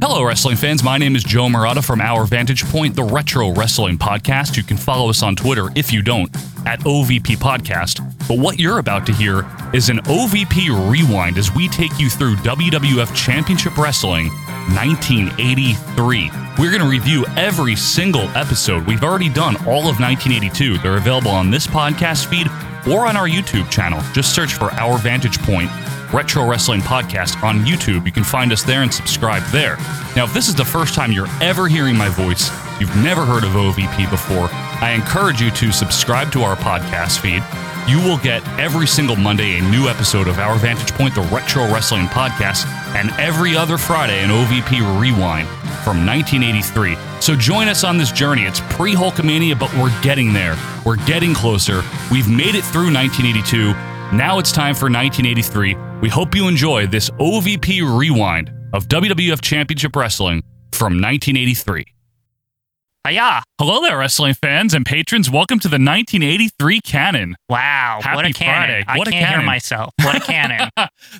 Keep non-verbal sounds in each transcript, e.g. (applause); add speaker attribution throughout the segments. Speaker 1: Hello, wrestling fans. My name is Joe Murata from Our Vantage Point, the Retro Wrestling Podcast. You can follow us on Twitter if you don't at OVP Podcast. But what you're about to hear is an OVP rewind as we take you through WWF Championship Wrestling 1983. We're going to review every single episode. We've already done all of 1982. They're available on this podcast feed or on our YouTube channel. Just search for Our Vantage Point. Retro Wrestling Podcast on YouTube. You can find us there and subscribe there. Now, if this is the first time you're ever hearing my voice, you've never heard of OVP before, I encourage you to subscribe to our podcast feed. You will get every single Monday a new episode of Our Vantage Point, the Retro Wrestling Podcast, and every other Friday an OVP Rewind from 1983. So join us on this journey. It's pre Hulkamania, but we're getting there. We're getting closer. We've made it through 1982. Now it's time for 1983. We hope you enjoy this OVP rewind of WWF Championship Wrestling from 1983.
Speaker 2: Uh,
Speaker 1: Hiya! Hello there, wrestling fans and patrons. Welcome to the 1983 canon.
Speaker 2: Wow, what
Speaker 1: Happy
Speaker 2: a cannon.
Speaker 1: Friday. What a
Speaker 2: I can't
Speaker 1: cannon.
Speaker 2: hear myself.
Speaker 1: (laughs)
Speaker 2: What a cannon.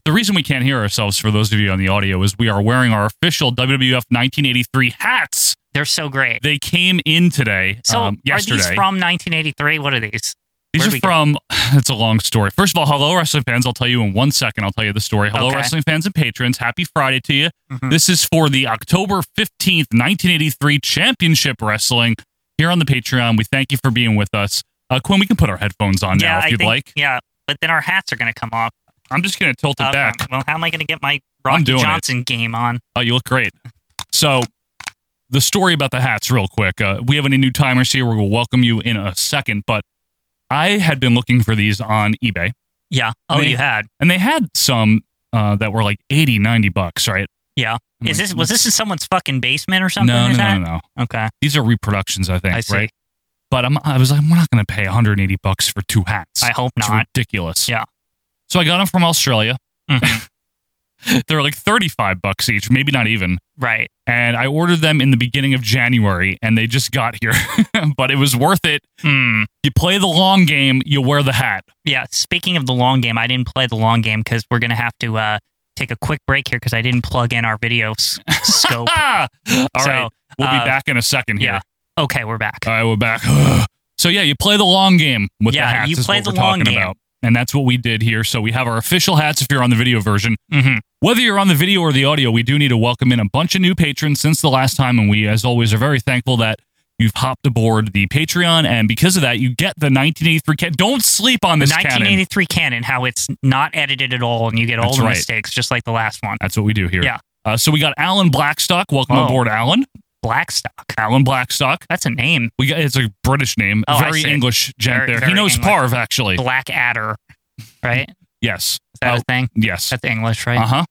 Speaker 1: The reason we can't hear ourselves, for those of you on the audio, is we are wearing our official WWF 1983 hats.
Speaker 2: They're so great.
Speaker 1: They came in today.
Speaker 2: So
Speaker 1: um,
Speaker 2: are
Speaker 1: yesterday.
Speaker 2: these from 1983? What are these?
Speaker 1: These are
Speaker 2: Where'd we go?
Speaker 1: from. (sighs) It's a long story. First of all, hello wrestling fans. I'll tell you in one second. I'll tell you the story. Hello
Speaker 2: Okay.
Speaker 1: wrestling fans and patrons. Happy Friday to you.
Speaker 2: Mhm.
Speaker 1: This is for the October fifteenth, nineteen eighty three Championship Wrestling here on the Patreon. We thank you for being with us. Uh, Quinn, we can put our headphones on now if
Speaker 2: I
Speaker 1: you'd
Speaker 2: think-
Speaker 1: like.
Speaker 2: Yeah, but then our hats are going to come off.
Speaker 1: I'm just gonna tilt it
Speaker 2: Uh,
Speaker 1: back.
Speaker 2: Well, how am I going to get my
Speaker 1: I'm
Speaker 2: Rocky
Speaker 1: doing it.
Speaker 2: Johnson game on?
Speaker 1: Oh, you look great. So, the story about the hats, real quick. Uh, we have any new timers here? We'll welcome you in a second. But I had been looking for these on eBay.
Speaker 2: Yeah. Oh,
Speaker 1: They-
Speaker 2: you had.
Speaker 1: and they had some uh, that were like 80 90 bucks right
Speaker 2: Yeah.
Speaker 1: I'm
Speaker 2: Is
Speaker 1: like,
Speaker 2: this was this in someone's fucking basement or something?
Speaker 1: no no,
Speaker 2: is
Speaker 1: no
Speaker 2: that?
Speaker 1: no no
Speaker 2: Okay.
Speaker 1: these are reproductions i think
Speaker 2: I see.
Speaker 1: right but I'm, i was like we're not going to pay 180 bucks for two hats
Speaker 2: I hope
Speaker 1: it's
Speaker 2: not.
Speaker 1: ridiculous
Speaker 2: Yeah.
Speaker 1: so i got them from australia
Speaker 2: Mm-hmm.
Speaker 1: (laughs) they were like 35 bucks each maybe not even
Speaker 2: Right.
Speaker 1: and i ordered them in the beginning of january and they just got here (laughs) but it was worth it
Speaker 2: Hmm.
Speaker 1: you play the long game you wear the hat
Speaker 2: Yeah. Speaking of the long game, I didn't play the long game because we're going to have to uh, take a quick break here because I didn't plug in our video s-
Speaker 1: (laughs) Ah! All
Speaker 2: scope.
Speaker 1: right,
Speaker 2: So,
Speaker 1: we'll be
Speaker 2: uh,
Speaker 1: back in a second here Uh,
Speaker 2: yeah. Okay, we're back.
Speaker 1: All right, we're back. (sighs) so yeah, you play the long game with
Speaker 2: Yeah,
Speaker 1: the hats.
Speaker 2: you
Speaker 1: is
Speaker 2: play
Speaker 1: what
Speaker 2: the
Speaker 1: we're
Speaker 2: long
Speaker 1: talking
Speaker 2: game.
Speaker 1: about, and that's what we did here. So we have our official hats if you're on the video version.
Speaker 2: mm-hmm.
Speaker 1: Whether you're on the video or the audio, we do need to welcome in a bunch of new patrons since the last time, and we, as always, are very thankful that you've hopped aboard the Patreon, and because of that, you get the 1983 cat. Don't sleep on this canon.
Speaker 2: 1983 canon, how it's not edited at all, and you get all
Speaker 1: That's
Speaker 2: the
Speaker 1: right.
Speaker 2: mistakes, just like the last one.
Speaker 1: That's what we do here.
Speaker 2: Yeah.
Speaker 1: Uh, so we got Alan Blackstock. Welcome
Speaker 2: Whoa.
Speaker 1: aboard, Alan.
Speaker 2: Blackstock.
Speaker 1: Alan Blackstock.
Speaker 2: That's a name.
Speaker 1: We got it's a British name,
Speaker 2: Oh, I
Speaker 1: very
Speaker 2: see.
Speaker 1: English gent
Speaker 2: Very-
Speaker 1: there. he
Speaker 2: very
Speaker 1: knows
Speaker 2: English.
Speaker 1: Parv actually.
Speaker 2: Black Adder, right? Is
Speaker 1: yes.
Speaker 2: that
Speaker 1: Oh.
Speaker 2: a thing?
Speaker 1: Yes.
Speaker 2: That's English, right?
Speaker 1: Uh huh.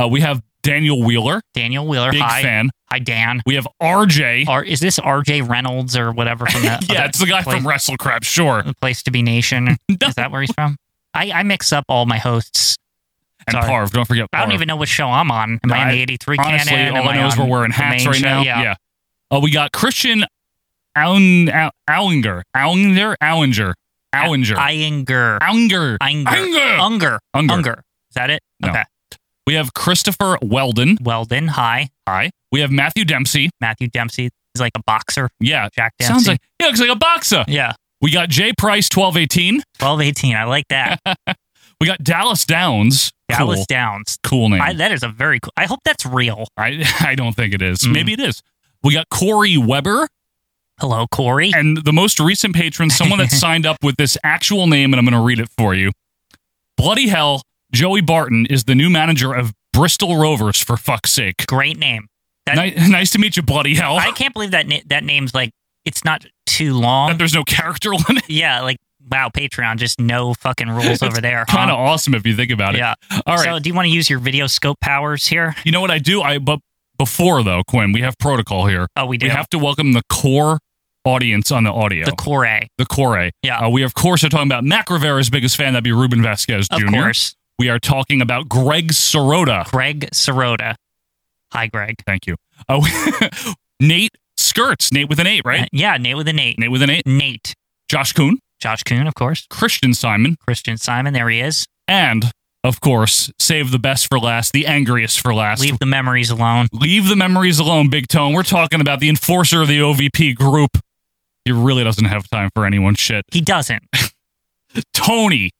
Speaker 1: Uh, we have Daniel Wheeler,
Speaker 2: Daniel Wheeler.
Speaker 1: big
Speaker 2: Uh-huh. hi. Oh,
Speaker 1: fan.
Speaker 2: Hi, Dan.
Speaker 1: We have RJ.
Speaker 2: Or is this RJ Reynolds or whatever
Speaker 1: (laughs)
Speaker 2: from that?
Speaker 1: yeah,
Speaker 2: other
Speaker 1: it's Uh, the guy
Speaker 2: place,
Speaker 1: from Wrestle Crap. Sure.
Speaker 2: the Place to
Speaker 1: (laughs)
Speaker 2: Be Nation. Is
Speaker 1: and
Speaker 2: that where he's from? I, I mix up all my hosts. Sorry.
Speaker 1: Parv, don't forget.
Speaker 2: I don't
Speaker 1: Parv.
Speaker 2: even know what show I'm on. Am I in
Speaker 1: I-
Speaker 2: the 83
Speaker 1: Honestly,
Speaker 2: canon?
Speaker 1: all
Speaker 2: Am
Speaker 1: I know is
Speaker 2: on
Speaker 1: we're wearing
Speaker 2: the
Speaker 1: hats
Speaker 2: main
Speaker 1: right
Speaker 2: show?
Speaker 1: now.
Speaker 2: Yeah.
Speaker 1: yeah. Uh, we got Christian Aun Au- Aulinger, Aulinger, Aulinger, Aulinger,
Speaker 2: Iinger.
Speaker 1: Aulinger, Inger.
Speaker 2: Inger. Unger.
Speaker 1: Unger.
Speaker 2: Unger. Is that it?
Speaker 1: No.
Speaker 2: Okay.
Speaker 1: We have Christopher Weldon.
Speaker 2: Weldon. Hi.
Speaker 1: Hi. We have Matthew Dempsey.
Speaker 2: Matthew Dempsey. He's like a boxer.
Speaker 1: Yeah.
Speaker 2: Jack Dempsey.
Speaker 1: Sounds like he looks like a boxer.
Speaker 2: yeah,
Speaker 1: We got Jay Price, twelve eighteen.
Speaker 2: twelve eighteen. I
Speaker 1: (laughs)
Speaker 2: like that.
Speaker 1: We got Dallas Downs.
Speaker 2: Dallas
Speaker 1: cool.
Speaker 2: Downs.
Speaker 1: cool name.
Speaker 2: I, that is a very cool. I hope that's real.
Speaker 1: I (laughs) I don't think it is.
Speaker 2: Mm.
Speaker 1: Maybe it is. We got Corey Weber
Speaker 2: Hello, Corey.
Speaker 1: and the most recent patron, someone
Speaker 2: (laughs)
Speaker 1: that signed up with this actual name, and I'm going to read it for you. Bloody hell, Joey Barton is the new manager of Bristol Rovers. For fuck's sake!
Speaker 2: Great name. That-
Speaker 1: Ni- (laughs) nice to meet you, bloody hell.
Speaker 2: I can't believe that na- that name's like it's not too
Speaker 1: (laughs)
Speaker 2: long.
Speaker 1: that (laughs) there's no character limit.
Speaker 2: yeah, like wow, Patreon just no fucking rules
Speaker 1: That's
Speaker 2: over there.
Speaker 1: Kind of awesome if you think about it.
Speaker 2: Uh-huh. Yeah.
Speaker 1: All right.
Speaker 2: So, do you want to use your video scope powers here?
Speaker 1: you know what I do? I but before though, Quinn, we have protocol here.
Speaker 2: Oh, we do.
Speaker 1: We have to welcome the core audience on the audio.
Speaker 2: the core A,
Speaker 1: the core.
Speaker 2: Yeah.
Speaker 1: Uh, we, of course, are talking about Mac Rivera's biggest fan. That'd be Ruben Vasquez
Speaker 2: of
Speaker 1: Jr.
Speaker 2: course.
Speaker 1: We are talking about Greg Sorota.
Speaker 2: Greg Sirota. Hi, Greg.
Speaker 1: Thank you. Oh, (laughs) Nate Skirts. Nate with an eight, right?
Speaker 2: Uh, yeah, Nate with an eight.
Speaker 1: Nate with an eight.
Speaker 2: Nate.
Speaker 1: Josh Kuhn.
Speaker 2: Josh Kuhn, of course.
Speaker 1: Christian Simon.
Speaker 2: Christian Simon. There he is.
Speaker 1: And of course, save the best for last, the angriest for last.
Speaker 2: Leave the memories alone.
Speaker 1: Leave the memories alone, Big Tone. We're talking about the enforcer of the OVP group. He really doesn't have time for anyone's shit. (laughs)
Speaker 2: He doesn't.
Speaker 1: Tony,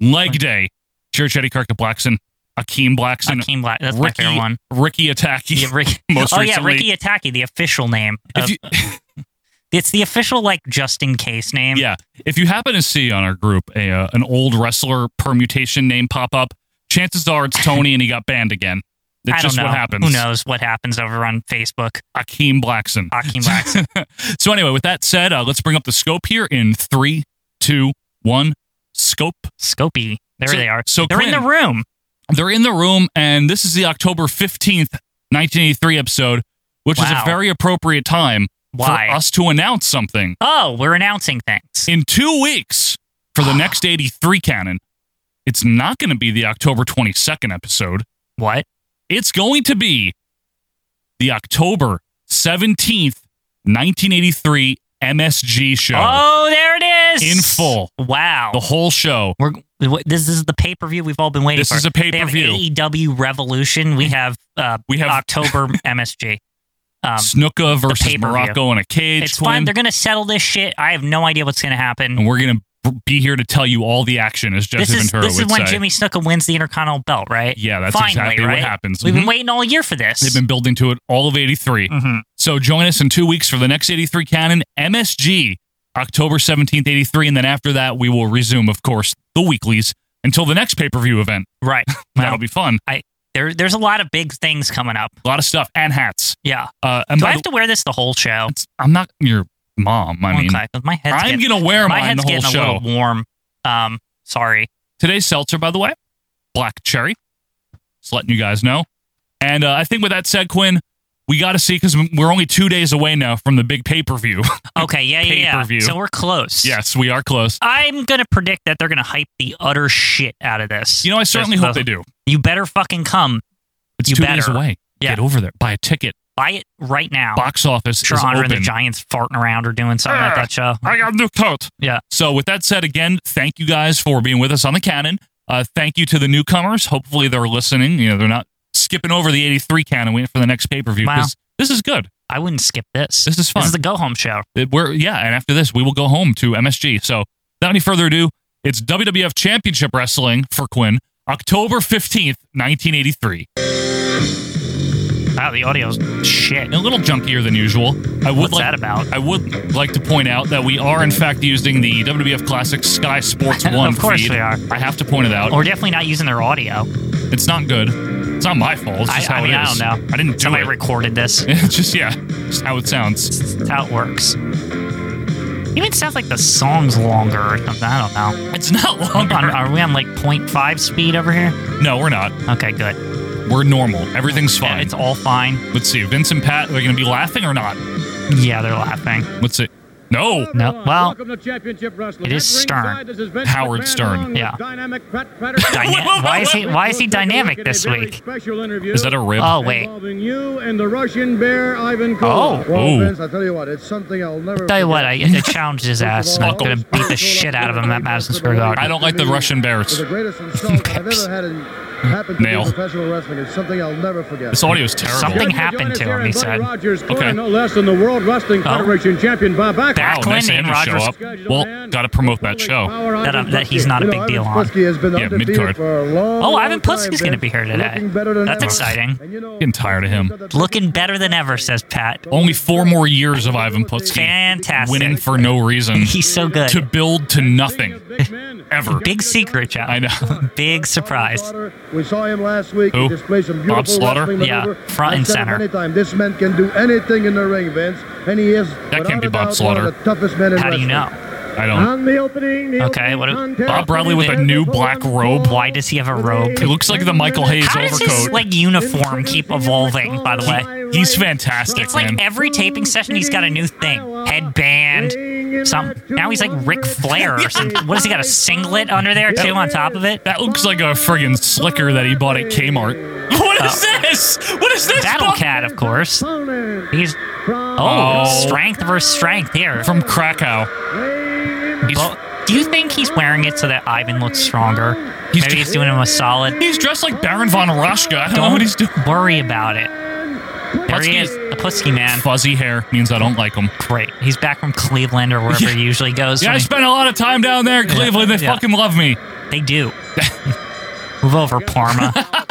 Speaker 1: Leg Day, Church Eddie Kirk Blackson, Akeem Blackson,
Speaker 2: Akeem Black. That's my
Speaker 1: Ricky,
Speaker 2: favorite
Speaker 1: (laughs)
Speaker 2: one.
Speaker 1: Ricky Attacky.
Speaker 2: Yeah, Rick-
Speaker 1: Most
Speaker 2: oh
Speaker 1: recently.
Speaker 2: yeah, Ricky Ataki, the official name.
Speaker 1: If
Speaker 2: of-
Speaker 1: you,
Speaker 2: (laughs)
Speaker 1: (laughs)
Speaker 2: it's the official like just in case name.
Speaker 1: yeah, if you happen to see on our group a uh, an old wrestler permutation name pop up, chances are it's Tony and he got banned again. That's
Speaker 2: I don't
Speaker 1: just
Speaker 2: know.
Speaker 1: what happens.
Speaker 2: Who knows what happens over on Facebook?
Speaker 1: Akeem Blackson. (laughs)
Speaker 2: Akeem Blackson.
Speaker 1: so anyway, with that said, uh, let's bring up the scope here in three, two, one. Scope.
Speaker 2: Scopey. There
Speaker 1: So-
Speaker 2: they are.
Speaker 1: so
Speaker 2: They're in
Speaker 1: Quinn-
Speaker 2: the room.
Speaker 1: They're in the room, and this is the October fifteenth, nineteen eighty three episode, which is a
Speaker 2: Wow.
Speaker 1: very appropriate time
Speaker 2: Why?
Speaker 1: for us to announce something
Speaker 2: Oh, we're announcing things.
Speaker 1: in two weeks for the next eighty three canon. It's not going to be the October twenty second episode.
Speaker 2: What?
Speaker 1: It's going to be the October seventeenth, nineteen eighty three MSG show.
Speaker 2: Oh, there it is.
Speaker 1: In full.
Speaker 2: Wow.
Speaker 1: The whole show.
Speaker 2: We're wh- this is the pay per view we've all been waiting
Speaker 1: This
Speaker 2: for.
Speaker 1: is a
Speaker 2: They have
Speaker 1: pay-per-view.
Speaker 2: AEW Revolution. We have uh,
Speaker 1: We have (laughs)
Speaker 2: October MSG. Um,
Speaker 1: Snuka versus
Speaker 2: pay-per-view.
Speaker 1: Morocco in a cage.
Speaker 2: it's
Speaker 1: Quinn,
Speaker 2: fine. They're gonna settle this shit. I have no idea what's gonna happen.
Speaker 1: and we're gonna b- be here to tell you all the action, as Jesse
Speaker 2: This is
Speaker 1: Ventura
Speaker 2: this
Speaker 1: would
Speaker 2: is when
Speaker 1: say.
Speaker 2: Jimmy Snuka wins the Intercontinental Belt, right?
Speaker 1: yeah, that's
Speaker 2: Finally,
Speaker 1: exactly
Speaker 2: right?
Speaker 1: what happens.
Speaker 2: We've
Speaker 1: Mhm.
Speaker 2: been waiting all year for this.
Speaker 1: They've been building to it all of '83.
Speaker 2: Mhm.
Speaker 1: So join us in two weeks for the next '83 canon MSG, October 17th, '83, and then after that we will resume, of course, the weeklies until the next pay-per-view event.
Speaker 2: right.
Speaker 1: (laughs) That'll
Speaker 2: Well,
Speaker 1: be fun.
Speaker 2: there, there's a lot of big things coming up.
Speaker 1: A lot of stuff and hats.
Speaker 2: Yeah.
Speaker 1: Uh, and
Speaker 2: Do I
Speaker 1: by
Speaker 2: have
Speaker 1: the-
Speaker 2: to wear this the whole show?
Speaker 1: it's- I'm not your mom. I mean,
Speaker 2: okay, 'cause my head's
Speaker 1: I'm
Speaker 2: getting,
Speaker 1: gonna wear
Speaker 2: my
Speaker 1: mine
Speaker 2: head's
Speaker 1: the whole
Speaker 2: getting a
Speaker 1: show.
Speaker 2: little warm. Um, sorry.
Speaker 1: Today's seltzer, by the way, black cherry. Just letting you guys know. And uh, I think with that said, Quinn, we got to see because we're only two days away now from the big pay per view.
Speaker 2: Okay, yeah, yeah,
Speaker 1: Pay-per-view.
Speaker 2: yeah. So we're
Speaker 1: (laughs)
Speaker 2: close.
Speaker 1: yes, we are close.
Speaker 2: I'm gonna predict that they're gonna hype the utter shit out of this.
Speaker 1: You know, I certainly
Speaker 2: There's
Speaker 1: hope
Speaker 2: the-
Speaker 1: they do.
Speaker 2: You better fucking come.
Speaker 1: It's
Speaker 2: you
Speaker 1: two
Speaker 2: better.
Speaker 1: days away.
Speaker 2: Yeah.
Speaker 1: Get over there. Buy a ticket.
Speaker 2: Buy it right now.
Speaker 1: Box office
Speaker 2: sure,
Speaker 1: is
Speaker 2: Honor and the
Speaker 1: open.
Speaker 2: Giants farting around or doing something at that show.
Speaker 1: I got a new coat.
Speaker 2: Yeah.
Speaker 1: So with that said, again, thank you guys for being with us on the canon. Uh, thank you to the newcomers. Hopefully they're listening. You know, they're not skipping over the 83 canon waiting for the next pay per view.
Speaker 2: Wow.
Speaker 1: This is good.
Speaker 2: I wouldn't skip this.
Speaker 1: This is fun.
Speaker 2: This is the go home show.
Speaker 1: It- We're yeah, and after this, we will go home to MSG. So, without any further ado, it's WWF Championship Wrestling for Quinn, October fifteenth, nineteen eighty three.
Speaker 2: Wow, the audio's shit.
Speaker 1: A little junkier than usual. I would
Speaker 2: What's
Speaker 1: like.
Speaker 2: that about?
Speaker 1: I would like to point out that we are in fact using the WWF Classic Sky Sports (laughs) One.
Speaker 2: (laughs) Of course
Speaker 1: feed.
Speaker 2: we are.
Speaker 1: I have to point it out.
Speaker 2: We're definitely not using their audio.
Speaker 1: It's not good. It's not my fault. It's
Speaker 2: I-
Speaker 1: just
Speaker 2: I
Speaker 1: how
Speaker 2: mean,
Speaker 1: it
Speaker 2: I
Speaker 1: is.
Speaker 2: don't know.
Speaker 1: I didn't do
Speaker 2: Somebody
Speaker 1: it.
Speaker 2: recorded this.
Speaker 1: (laughs) it's just yeah, just how it sounds.
Speaker 2: That's how it works. Even sounds like the song's longer or something. I don't know.
Speaker 1: It's not long.
Speaker 2: On- are we on like 0.5 speed over here?
Speaker 1: No, we're not.
Speaker 2: Okay, good.
Speaker 1: We're normal. Everything's
Speaker 2: Yeah,
Speaker 1: fine.
Speaker 2: it's all fine.
Speaker 1: Let's see. Vince and Pat, are they going to be laughing or not?
Speaker 2: Yeah, they're laughing.
Speaker 1: Let's see. No.
Speaker 2: No, well,
Speaker 3: Welcome to Championship Wrestling.
Speaker 2: it is
Speaker 3: At
Speaker 2: Stern.
Speaker 3: ringside, this is Vince
Speaker 1: Howard
Speaker 3: McMahon
Speaker 1: Stern.
Speaker 3: along with
Speaker 2: Yeah.
Speaker 3: Dynamic Pat
Speaker 2: Dyna- why is he Why is he dynamic this week?
Speaker 1: Is that a rib?
Speaker 2: Oh wait,
Speaker 3: Involving you and the Russian bear Ivan Koloff.
Speaker 2: Oh.
Speaker 3: Well,
Speaker 1: Oh.
Speaker 3: Vince, I tell you what, it's something I'll never.
Speaker 2: tell you what,
Speaker 3: forget.
Speaker 2: I, I challenged his ass, and I'm gonna beat the shit out of him at Madison Square
Speaker 1: I
Speaker 2: Garden.
Speaker 1: don't like the Russian
Speaker 3: It's
Speaker 1: bears.
Speaker 3: the greatest insult I've ever had in happen to me in
Speaker 1: Nail.
Speaker 3: professional wrestling. It's something I'll never forget.
Speaker 1: This audio is terrible.
Speaker 2: Something-
Speaker 3: Join us
Speaker 2: happened to
Speaker 3: here in
Speaker 2: him,
Speaker 3: Buddy
Speaker 2: he said. Oh.
Speaker 3: Rogers,
Speaker 1: Okay.
Speaker 3: no less than the World Wrestling Federation champion Bob Backlund.
Speaker 1: Wow, nice
Speaker 2: Backlund
Speaker 1: of him
Speaker 2: and
Speaker 1: to show
Speaker 2: Rogers.
Speaker 1: up. Oh, Well, got to promote that show.
Speaker 2: That, uh, that he's not a big deal on.
Speaker 1: Yeah,
Speaker 3: Yeah,
Speaker 1: mid-card.
Speaker 2: Oh, Ivan Putski's gonna be here today. That's exciting.
Speaker 1: Getting tired of him.
Speaker 2: Looking better than ever, says Pat. Oh,
Speaker 1: Only four more years of Ivan Putski
Speaker 2: Fantastic.
Speaker 1: winning for no reason
Speaker 2: He's so good.
Speaker 1: to build to nothing (laughs) ever.
Speaker 2: Big secret, Joe.
Speaker 1: I know.
Speaker 2: Big surprise.
Speaker 3: We saw him last week.
Speaker 1: Who?
Speaker 3: He displayed some
Speaker 1: Bob
Speaker 3: beautiful
Speaker 1: Slaughter?
Speaker 3: wrestling
Speaker 2: Yeah,
Speaker 3: maneuver.
Speaker 2: front
Speaker 3: I've
Speaker 2: and
Speaker 3: said it
Speaker 2: center.
Speaker 3: Many time. This man can do anything in the ring, Vince, and he is.
Speaker 1: That can't
Speaker 3: without
Speaker 1: be
Speaker 3: a
Speaker 1: Bob
Speaker 3: doubt, one of
Speaker 1: Slaughter.
Speaker 3: The toughest men in
Speaker 2: How do you
Speaker 3: wrestling.
Speaker 2: know?
Speaker 1: I don't.
Speaker 3: On the opening, the
Speaker 2: Okay,
Speaker 3: opening
Speaker 2: what a-
Speaker 3: contest
Speaker 1: Bob Bradley with a
Speaker 3: finishes
Speaker 1: new
Speaker 3: with
Speaker 1: black
Speaker 3: one
Speaker 1: robe.
Speaker 3: fall
Speaker 2: Why does he have a robe?
Speaker 1: It looks like the Michael Hayes
Speaker 2: How does his
Speaker 1: overcoat.
Speaker 2: like uniform keep evolving? By the way,
Speaker 1: He's fantastic,
Speaker 2: It's like
Speaker 1: man.
Speaker 2: every taping session, he's got a new thing. Headband, some. Now he's like Ric Flair or something. What has he got? A singlet under there too, on top of it.
Speaker 1: That looks like a friggin' slicker that he bought at Kmart. (laughs) What is this? What is this?
Speaker 2: Battle
Speaker 1: Bob?
Speaker 2: Oh. Cat, of course.
Speaker 3: Opponent
Speaker 2: He's
Speaker 3: from
Speaker 2: oh,
Speaker 1: Oh.
Speaker 2: strength versus strength here.
Speaker 1: From Krakow. He's
Speaker 2: Bo- Do you think he's wearing it so that Ivan looks stronger?
Speaker 1: He's
Speaker 2: Maybe
Speaker 1: just-
Speaker 2: he's doing him a solid.
Speaker 1: He's dressed like Baron von Roschka. I don't, know what he's doing.
Speaker 2: Worry about it. There he
Speaker 1: Putski-
Speaker 2: is, the Putsky man.
Speaker 1: Fuzzy hair means I don't like him.
Speaker 2: Great. He's back from Cleveland or wherever he usually goes.
Speaker 1: Yeah, I
Speaker 2: when
Speaker 1: spent a lot of time down there in Cleveland. They
Speaker 2: yeah.
Speaker 1: fucking love me.
Speaker 2: he- they do. (laughs) Move over, Parma.
Speaker 1: (laughs)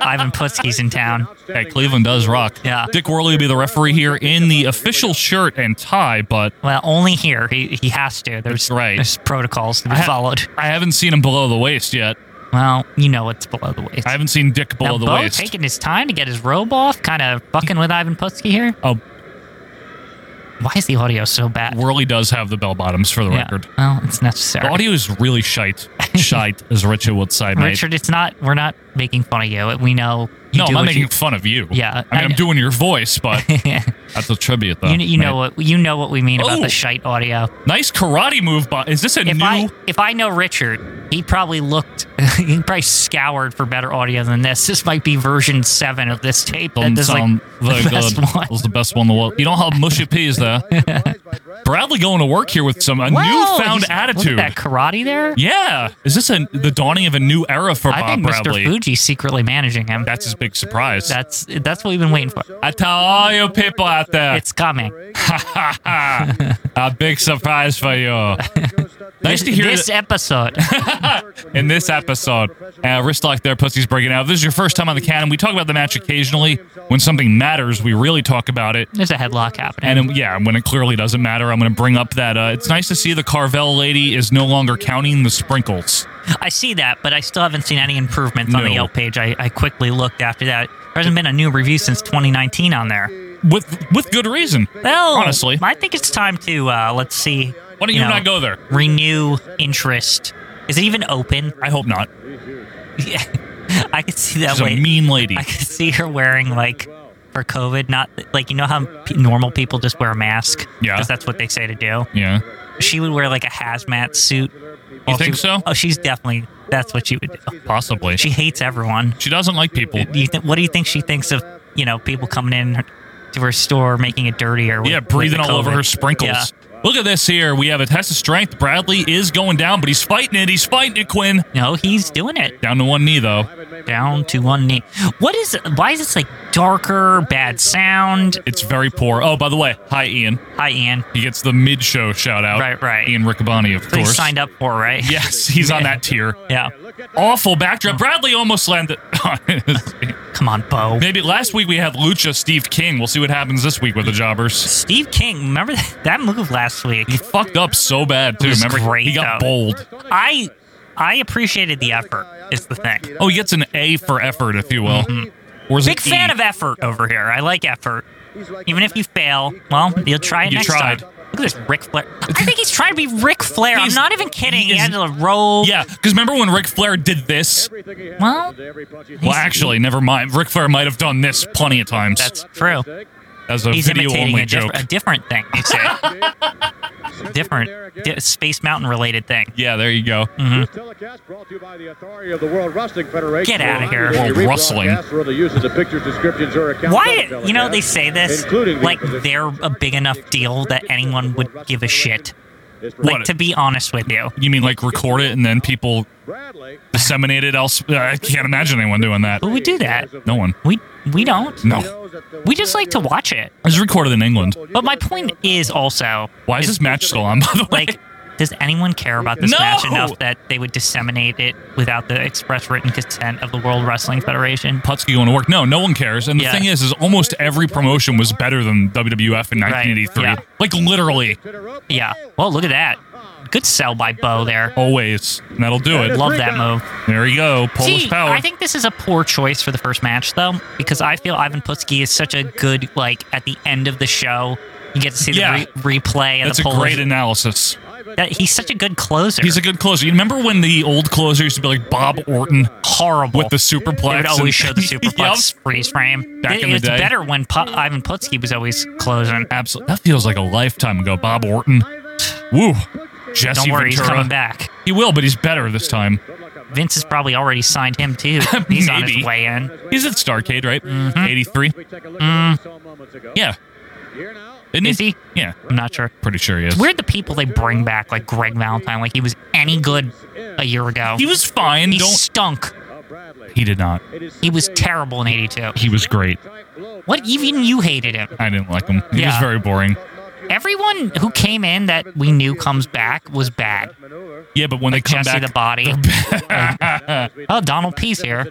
Speaker 2: Ivan Putski's in town.
Speaker 1: Hey, Cleveland does rock.
Speaker 2: Yeah.
Speaker 1: Dick Worley will be the referee here in the official shirt and tie, but
Speaker 2: Well, only here. He he has to. There's
Speaker 1: That's right.
Speaker 2: There's protocols to be
Speaker 1: I ha-
Speaker 2: followed.
Speaker 1: I haven't seen him below the waist yet.
Speaker 2: Well, you know what's below the waist.
Speaker 1: I haven't seen Dick below
Speaker 2: now,
Speaker 1: the
Speaker 2: Bo
Speaker 1: waist.
Speaker 2: taking his time to get his robe off, kind of fucking with Ivan Putski here.
Speaker 1: oh,
Speaker 2: Why is the audio so bad?
Speaker 1: Worley does have the bell bottoms for the
Speaker 2: Yeah.
Speaker 1: record.
Speaker 2: Well, it's necessary.
Speaker 1: The audio is really shite.
Speaker 2: (laughs)
Speaker 1: Shite, as Richard would say, mate.
Speaker 2: Richard, it's not. We're not making fun of you. We know. You
Speaker 1: no,
Speaker 2: do
Speaker 1: I'm not
Speaker 2: what
Speaker 1: making
Speaker 2: you,
Speaker 1: fun of you.
Speaker 2: Yeah,
Speaker 1: I mean,
Speaker 2: I
Speaker 1: I'm
Speaker 2: know.
Speaker 1: doing your voice,
Speaker 2: (laughs)
Speaker 1: but that's a tribute, though.
Speaker 2: you, you know
Speaker 1: mate.
Speaker 2: what you know what we mean about
Speaker 1: Oh.
Speaker 2: the shite audio.
Speaker 1: Nice karate move, but is this a
Speaker 2: If
Speaker 1: new?
Speaker 2: I if I know Richard, he probably looked (laughs) he probably scoured for better audio than this. This might be version seven of this tape. that
Speaker 1: Doesn't
Speaker 2: is like
Speaker 1: sound very
Speaker 2: (laughs) the
Speaker 1: good.
Speaker 2: best one.
Speaker 1: That was the best one in the world. You know how mushy P is
Speaker 2: (laughs)
Speaker 1: there. (laughs) Bradley going to work here with some a
Speaker 2: Wow,
Speaker 1: newfound
Speaker 2: he's-
Speaker 1: attitude.
Speaker 2: Look at that karate there.
Speaker 1: Yeah, is this a, the dawning of a new era for
Speaker 2: I
Speaker 1: Bob
Speaker 2: think Mr.
Speaker 1: Bradley?
Speaker 2: Fuji's secretly managing him.
Speaker 1: That's his big surprise.
Speaker 2: that's that's what we've been waiting for.
Speaker 1: I tell all you people out there,
Speaker 2: It's coming.
Speaker 1: (laughs) a big surprise for
Speaker 2: (laughs)
Speaker 1: you. nice to hear
Speaker 2: this
Speaker 1: that-
Speaker 2: episode. (laughs)
Speaker 1: in this episode. Uh, Wristlock there, Pussy's Breaking Out. If this is your first time on the cannon, we talk about the match occasionally. When something matters, we really talk about it.
Speaker 2: There's a headlock happening.
Speaker 1: And um, yeah, when it clearly doesn't matter, I'm going to bring up that uh, it's nice to see the Carvel lady is no longer counting the sprinkles.
Speaker 2: I see that, but I still haven't seen any improvements on the
Speaker 1: No.
Speaker 2: Yelp page. I, I quickly looked after that. There hasn't been a new review since 2019 on there.
Speaker 1: With with good reason.
Speaker 2: Well,
Speaker 1: Oh, honestly.
Speaker 2: I think it's time to uh, let's see.
Speaker 1: Why don't you not go there?
Speaker 2: Renew interest. Is it even open?
Speaker 1: I hope not.
Speaker 2: Yeah, (laughs) I could see that.
Speaker 1: She's
Speaker 2: way.
Speaker 1: a mean lady.
Speaker 2: I could see her wearing like for COVID, not like you know how p- normal people just wear a mask.
Speaker 1: Yeah.
Speaker 2: because that's what they say to do.
Speaker 1: Yeah.
Speaker 2: She would wear like a hazmat suit. while she
Speaker 1: think
Speaker 2: was-
Speaker 1: so?
Speaker 2: Oh, she's definitely. That's what she would do.
Speaker 1: Possibly.
Speaker 2: She hates everyone.
Speaker 1: She doesn't like people.
Speaker 2: Do you th- what do you think she thinks of you know people coming in her- to her store making it dirtier? With,
Speaker 1: Yeah,
Speaker 2: with
Speaker 1: breathing
Speaker 2: the
Speaker 1: all over
Speaker 2: COVID?
Speaker 1: her sprinkles.
Speaker 2: Yeah.
Speaker 1: Look at this here. We have a test of strength. Bradley is going down, but he's fighting it. He's fighting it, Quinn.
Speaker 2: No, he's doing it
Speaker 1: Down to one knee, though.
Speaker 2: down to one knee. What is? Why is this like darker? Bad sound.
Speaker 1: It's very poor. Oh, by the way, hi, Ian.
Speaker 2: Hi, Ian.
Speaker 1: He gets the mid show shout out.
Speaker 2: Right, right.
Speaker 1: Ian Riccaboni, of
Speaker 2: So you
Speaker 1: course.
Speaker 2: signed up for right?
Speaker 1: Yes, he's on that tier.
Speaker 2: (laughs) Yeah.
Speaker 1: Awful backdrop. Bradley almost landed. (laughs)
Speaker 2: Come on, Bo.
Speaker 1: Maybe last week we had Lucha Steve King. We'll see what happens this week with the jobbers.
Speaker 2: Steve King, remember that, that move last week?
Speaker 1: He fucked up so bad, too.
Speaker 2: was
Speaker 1: Remember,
Speaker 2: great,
Speaker 1: he got
Speaker 2: though.
Speaker 1: bold.
Speaker 2: I I appreciated the effort. Is the thing.
Speaker 1: Oh, he gets an A for effort, if you will. Or is it
Speaker 2: Mm-hmm. Big fan
Speaker 1: E?
Speaker 2: of effort over here. I like effort. Even if you fail, well, you'll try it
Speaker 1: You
Speaker 2: next
Speaker 1: tried.
Speaker 2: time. Look at this
Speaker 1: (laughs)
Speaker 2: Ric Flair. I think he's trying to be Ric Flair. I'm
Speaker 1: He's-
Speaker 2: not even kidding. He
Speaker 1: he is-
Speaker 2: had a robe.
Speaker 1: Yeah, because remember when Ric Flair did this?
Speaker 2: Well,
Speaker 1: Well, actually, never mind. Ric Flair might have done this plenty of times.
Speaker 2: that's true.
Speaker 1: That's a
Speaker 2: He's
Speaker 1: video
Speaker 2: imitating
Speaker 1: only
Speaker 2: a, diff-
Speaker 1: joke.
Speaker 2: a different thing. He's
Speaker 1: (laughs)
Speaker 2: saying. different di- Space Mountain related thing.
Speaker 1: Yeah, there you go. Mm-hmm.
Speaker 2: Hmm.
Speaker 3: This telecast brought to you by the authority of the World Wrestling Federation.
Speaker 2: Get outta here.
Speaker 1: Well, rustling.
Speaker 3: For the use of the pictures, descriptions, or accounts
Speaker 2: Why,
Speaker 3: of the
Speaker 2: you know,
Speaker 3: telecast,
Speaker 2: they say this
Speaker 3: including the
Speaker 2: like
Speaker 3: position-
Speaker 2: they're a big enough deal that anyone would give a shit.
Speaker 3: Is for-
Speaker 2: Like, to be honest with you.
Speaker 1: You mean like record it and then people
Speaker 3: Bradley,
Speaker 1: disseminate it else? I can't imagine anyone doing that.
Speaker 2: Who would do that?
Speaker 1: No one.
Speaker 2: We, we don't.
Speaker 1: No.
Speaker 2: We just like to watch it.
Speaker 1: It's recorded in England.
Speaker 2: But my point is also
Speaker 1: Why is this match still on, by the way?
Speaker 2: like does anyone care about this
Speaker 1: No!
Speaker 2: match enough that they would disseminate it without the express written consent of the World Wrestling Federation?
Speaker 1: Putski going to work. No, no one cares. And the
Speaker 2: Yeah.
Speaker 1: thing is, is almost every promotion was better than WWF in 1983.
Speaker 2: yeah.
Speaker 1: Like literally,
Speaker 2: Yeah. Well, look at that. Good sell by Bo there.
Speaker 1: Oh, always. And that'll do it.
Speaker 2: Love that move.
Speaker 1: There you go, Polish
Speaker 2: See,
Speaker 1: power.
Speaker 2: I think this is a poor choice for the first match though, because I feel Ivan Putski is such a good like at the end of the show. You get to see the
Speaker 1: Yeah.
Speaker 2: re- replay and
Speaker 1: That's
Speaker 2: the
Speaker 1: a
Speaker 2: Polish.
Speaker 1: great analysis.
Speaker 2: that, he's such a good closer.
Speaker 1: He's a good closer. You remember when the old closer used to be like Bob Orton
Speaker 2: horrible
Speaker 1: with the superplex?
Speaker 2: They would
Speaker 1: and-
Speaker 2: always show the
Speaker 1: (laughs)
Speaker 2: superplex
Speaker 1: Yup.
Speaker 2: freeze frame.
Speaker 1: Back
Speaker 2: it,
Speaker 1: in the
Speaker 2: it's
Speaker 1: day.
Speaker 2: better when Pu- Ivan Putski was always closing.
Speaker 1: Absolutely. That feels like a lifetime ago. Bob Orton. Woo. Jesse
Speaker 2: Don't worry, he's
Speaker 1: Ventura.
Speaker 2: coming back.
Speaker 1: He will, but he's better this time.
Speaker 2: Vince has probably already signed
Speaker 1: (laughs)
Speaker 2: him too. He's on his
Speaker 1: Maybe.
Speaker 2: way in. Mm-hmm.
Speaker 1: He's at Starcade, right? 83.
Speaker 2: Mm.
Speaker 3: We take a look at what we saw moments ago.
Speaker 1: Yeah. Isn't
Speaker 2: Is he?
Speaker 1: Yeah.
Speaker 2: I'm not sure.
Speaker 1: Pretty sure he is.
Speaker 2: Weird the people they bring back, like Greg Valentine, like he was any good a year ago.
Speaker 1: He was fine.
Speaker 2: He
Speaker 1: Don't.
Speaker 2: stunk.
Speaker 3: uh,
Speaker 1: He did not.
Speaker 2: He was terrible in '82.
Speaker 1: He was great.
Speaker 2: What? Even you hated him.
Speaker 1: I didn't like him. He was
Speaker 2: Yeah.
Speaker 1: very boring.
Speaker 2: Everyone who came in that we knew comes back was bad. (laughs)
Speaker 1: Yeah, but when they come
Speaker 2: Jesse
Speaker 1: back
Speaker 2: the
Speaker 1: (laughs)
Speaker 2: Body. oh, Donald Pease here,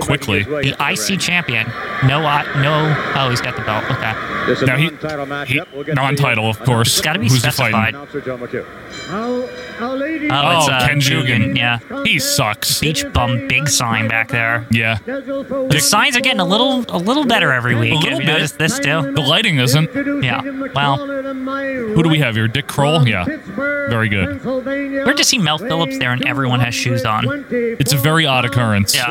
Speaker 1: quickly,
Speaker 2: the IC champion. No, I, no. Oh, he's got the belt. Okay.
Speaker 1: now he, he non-title, of course.
Speaker 2: gotta be
Speaker 1: Who's he
Speaker 2: specified.
Speaker 1: fighting?
Speaker 2: Oh, it's,
Speaker 1: Oh,
Speaker 2: uh,
Speaker 1: Ken Jugan.
Speaker 2: Yeah.
Speaker 1: He sucks.
Speaker 2: Beach bum, big sign back there.
Speaker 1: Yeah.
Speaker 2: The signs are getting a little, a little better every week.
Speaker 1: A little
Speaker 2: Have you
Speaker 1: bit.
Speaker 2: noticed this too?
Speaker 1: The lighting isn't.
Speaker 2: Yeah. Well,
Speaker 1: Who
Speaker 3: who
Speaker 1: do we have here? Dick Kroll? Yeah. Very good.
Speaker 2: Weird to see Mel Phillips there and everyone has shoes on.
Speaker 1: It's a very odd occurrence.
Speaker 2: Yeah.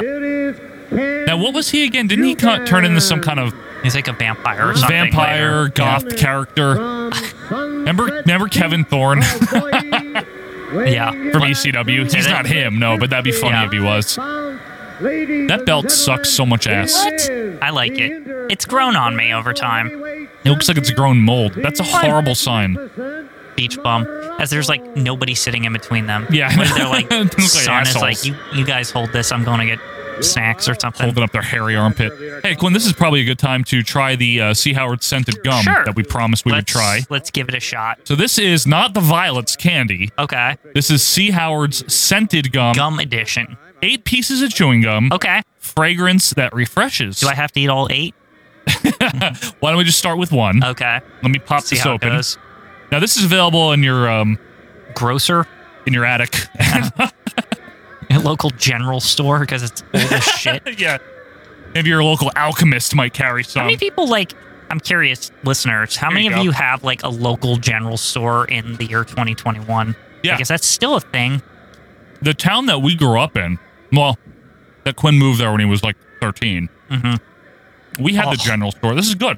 Speaker 1: Now, what was he again? Didn't he co- turn into some kind of
Speaker 2: He's like a vampire or something.
Speaker 1: vampire
Speaker 2: later.
Speaker 1: goth character? (laughs) Remember, remember Kevin Thorne (laughs)
Speaker 2: Yeah.
Speaker 1: from ECW? He's
Speaker 2: that-
Speaker 1: not him, no, but that'd be funny
Speaker 2: Yeah.
Speaker 1: if he was.
Speaker 3: That
Speaker 1: That belt sucks so much ass.
Speaker 2: What? I like it. It's grown on me over time.
Speaker 1: It looks like it's a grown mold. That's a horrible sign.
Speaker 2: Beach bum. As there's like nobody sitting in between them.
Speaker 1: Yeah.
Speaker 2: When
Speaker 1: (laughs)
Speaker 2: they're like,
Speaker 1: Looks like
Speaker 2: son is
Speaker 1: assholes.
Speaker 2: like, you, you guys hold this. I'm going to get snacks or something.
Speaker 1: Holding up their hairy armpit. Hey, Quinn, this is probably a good time to try the uh, Sea Howard scented gum
Speaker 2: Sure.
Speaker 1: that we promised we would
Speaker 2: let's,
Speaker 1: try.
Speaker 2: Let's give it a shot.
Speaker 1: So, this is not the Violet's candy.
Speaker 2: Okay.
Speaker 1: This is Sea Howard's scented gum.
Speaker 2: Gum edition.
Speaker 1: Eight pieces of chewing gum.
Speaker 2: Okay.
Speaker 1: Fragrance that refreshes.
Speaker 2: Do I have to eat all eight?
Speaker 1: (laughs) Why don't we just start with one?
Speaker 2: Okay.
Speaker 1: Let me pop
Speaker 2: See
Speaker 1: this
Speaker 2: how it
Speaker 1: open.
Speaker 2: goes.
Speaker 1: Now, this is available in your um,
Speaker 2: Grocer.
Speaker 1: in your attic. (laughs)
Speaker 2: A local general store because it's
Speaker 1: (laughs)
Speaker 2: old as shit.
Speaker 1: yeah. Maybe your local alchemist might carry
Speaker 2: How
Speaker 1: some.
Speaker 2: many people like? I'm curious, listeners. How
Speaker 1: Um, Here
Speaker 2: many
Speaker 1: you
Speaker 2: of
Speaker 1: go.
Speaker 2: you have like a local general store in the year 2021?
Speaker 1: Yeah.
Speaker 2: I guess that's still a thing.
Speaker 1: the town that we grew up in, well, that Quinn moved there when he was like 13. Mm-hmm. We had the
Speaker 2: Oh.
Speaker 1: general store. This is good.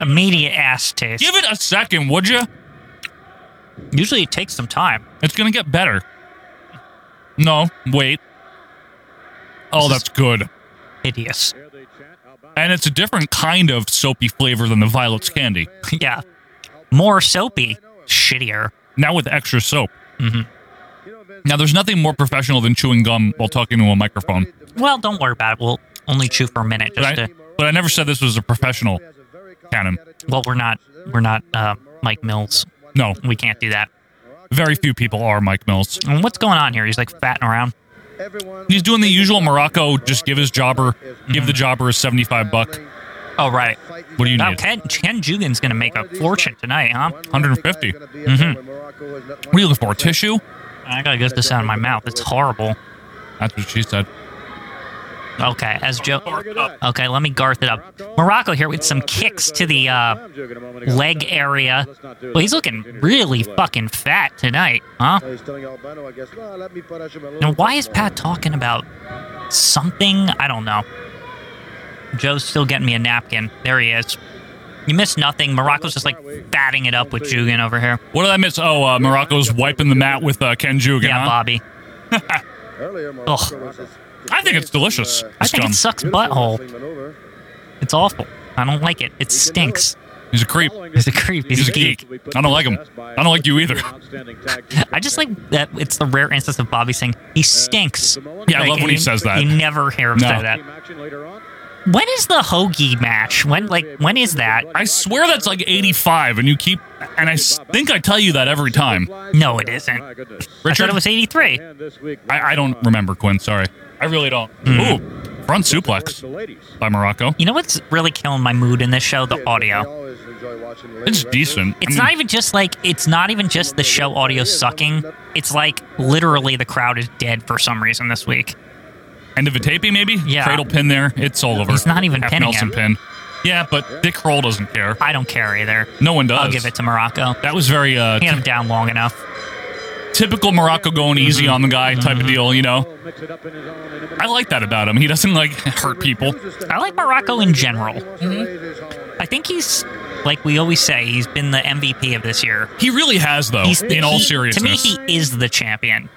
Speaker 2: Immediate ass taste.
Speaker 1: Give it a second, would you?
Speaker 2: Usually it takes some time.
Speaker 1: It's going to get better. No, wait. Oh,
Speaker 2: This is-
Speaker 1: that's good.
Speaker 2: Hideous. (laughs)
Speaker 1: And it's a different kind of soapy flavor than the Violet's candy. (laughs)
Speaker 2: yeah. More soapy. Shittier.
Speaker 1: Now with extra soap.
Speaker 2: Mhm.
Speaker 1: Now, there's nothing more professional than chewing gum while talking to a microphone.
Speaker 2: Well, don't worry about it. We'll only chew for a minute
Speaker 1: But
Speaker 2: just
Speaker 1: I,
Speaker 2: to.
Speaker 1: but I never said this was a professional canon.
Speaker 2: Well, we're not. We're not uh, Mike Mills.
Speaker 1: No,
Speaker 2: We can't do that.
Speaker 1: very few people are Mike Mills.
Speaker 2: And what's going on here? He's like fatting around.
Speaker 1: He's doing the usual Morocco, just give his jobber, give the jobber his 75 buck.
Speaker 2: Oh, right.
Speaker 1: What do you
Speaker 2: Now,
Speaker 1: need?
Speaker 2: Ken, Ken Jugan's going to make a fortune tonight, huh?
Speaker 1: 150.
Speaker 3: Mm-hmm.
Speaker 1: What are you looking for? Tissue?
Speaker 2: I gotta get this out of my mouth. It's horrible.
Speaker 1: That's what she said.
Speaker 2: Okay, as Joe. Okay, let me garth it up. Morocco here with some kicks to the uh, leg area. Well, he's looking really fucking fat tonight, huh? Now, why is Pat talking about something? I don't know. Joe's still getting me a napkin. There he is. You miss nothing. Morocco's just like batting it up with Jugan over here.
Speaker 1: What did I miss? Oh, uh, Morocco's wiping the mat with uh, Ken Jugan.
Speaker 2: Yeah,
Speaker 1: huh?
Speaker 2: Bobby.
Speaker 1: I think it's delicious.
Speaker 2: I
Speaker 1: This
Speaker 2: think
Speaker 1: gum.
Speaker 2: it sucks butthole. It's awful. I don't like it. It stinks.
Speaker 1: He's a creep.
Speaker 2: He's a creep. He's,
Speaker 1: He's
Speaker 2: a geek.
Speaker 1: I don't like him. I don't like you either. (laughs)
Speaker 2: I just like that it's the rare instance of Bobby saying he stinks.
Speaker 1: Yeah, Uh, I love when he
Speaker 2: you-
Speaker 1: says that.
Speaker 2: You never hear him
Speaker 1: No.
Speaker 2: say that. When is the hoagie match? When like when is that?
Speaker 1: I swear that's like 85, and you keep. And I s- think I tell you that every time.
Speaker 2: No, it isn't. I
Speaker 1: Richard?
Speaker 2: thought it was 83.
Speaker 1: I, I don't remember, Quinn. Sorry. I really don't.
Speaker 2: Hmm.
Speaker 1: Ooh, front suplex by Morocco.
Speaker 2: You know what's really killing my mood in this show? The audio.
Speaker 1: It's decent.
Speaker 2: It's not even just like it's not even just the show audio sucking. It's like literally the crowd is dead for some reason this week.
Speaker 1: End of a tapey, maybe?
Speaker 2: Yeah.
Speaker 1: Cradle pin there. It's all over.
Speaker 2: He's not even
Speaker 1: Half
Speaker 2: pinning
Speaker 1: Nelson
Speaker 2: him.
Speaker 1: pin. Yeah, but Dick Kroll doesn't care.
Speaker 2: I don't care either.
Speaker 1: No one does.
Speaker 2: I'll give it to Morocco.
Speaker 1: That was very uh,
Speaker 2: Hand him down long enough.
Speaker 1: typical Morocco going easy on the guy type of deal, you know? I like that about him. He doesn't like (laughs) hurt people.
Speaker 2: I like Morocco in general. Mm-hmm. I think he's like we always say, he's been the MVP of this year.
Speaker 1: He really has though,
Speaker 2: He's the-
Speaker 1: in all
Speaker 2: he-
Speaker 1: seriousness.
Speaker 2: To me, he is the champion.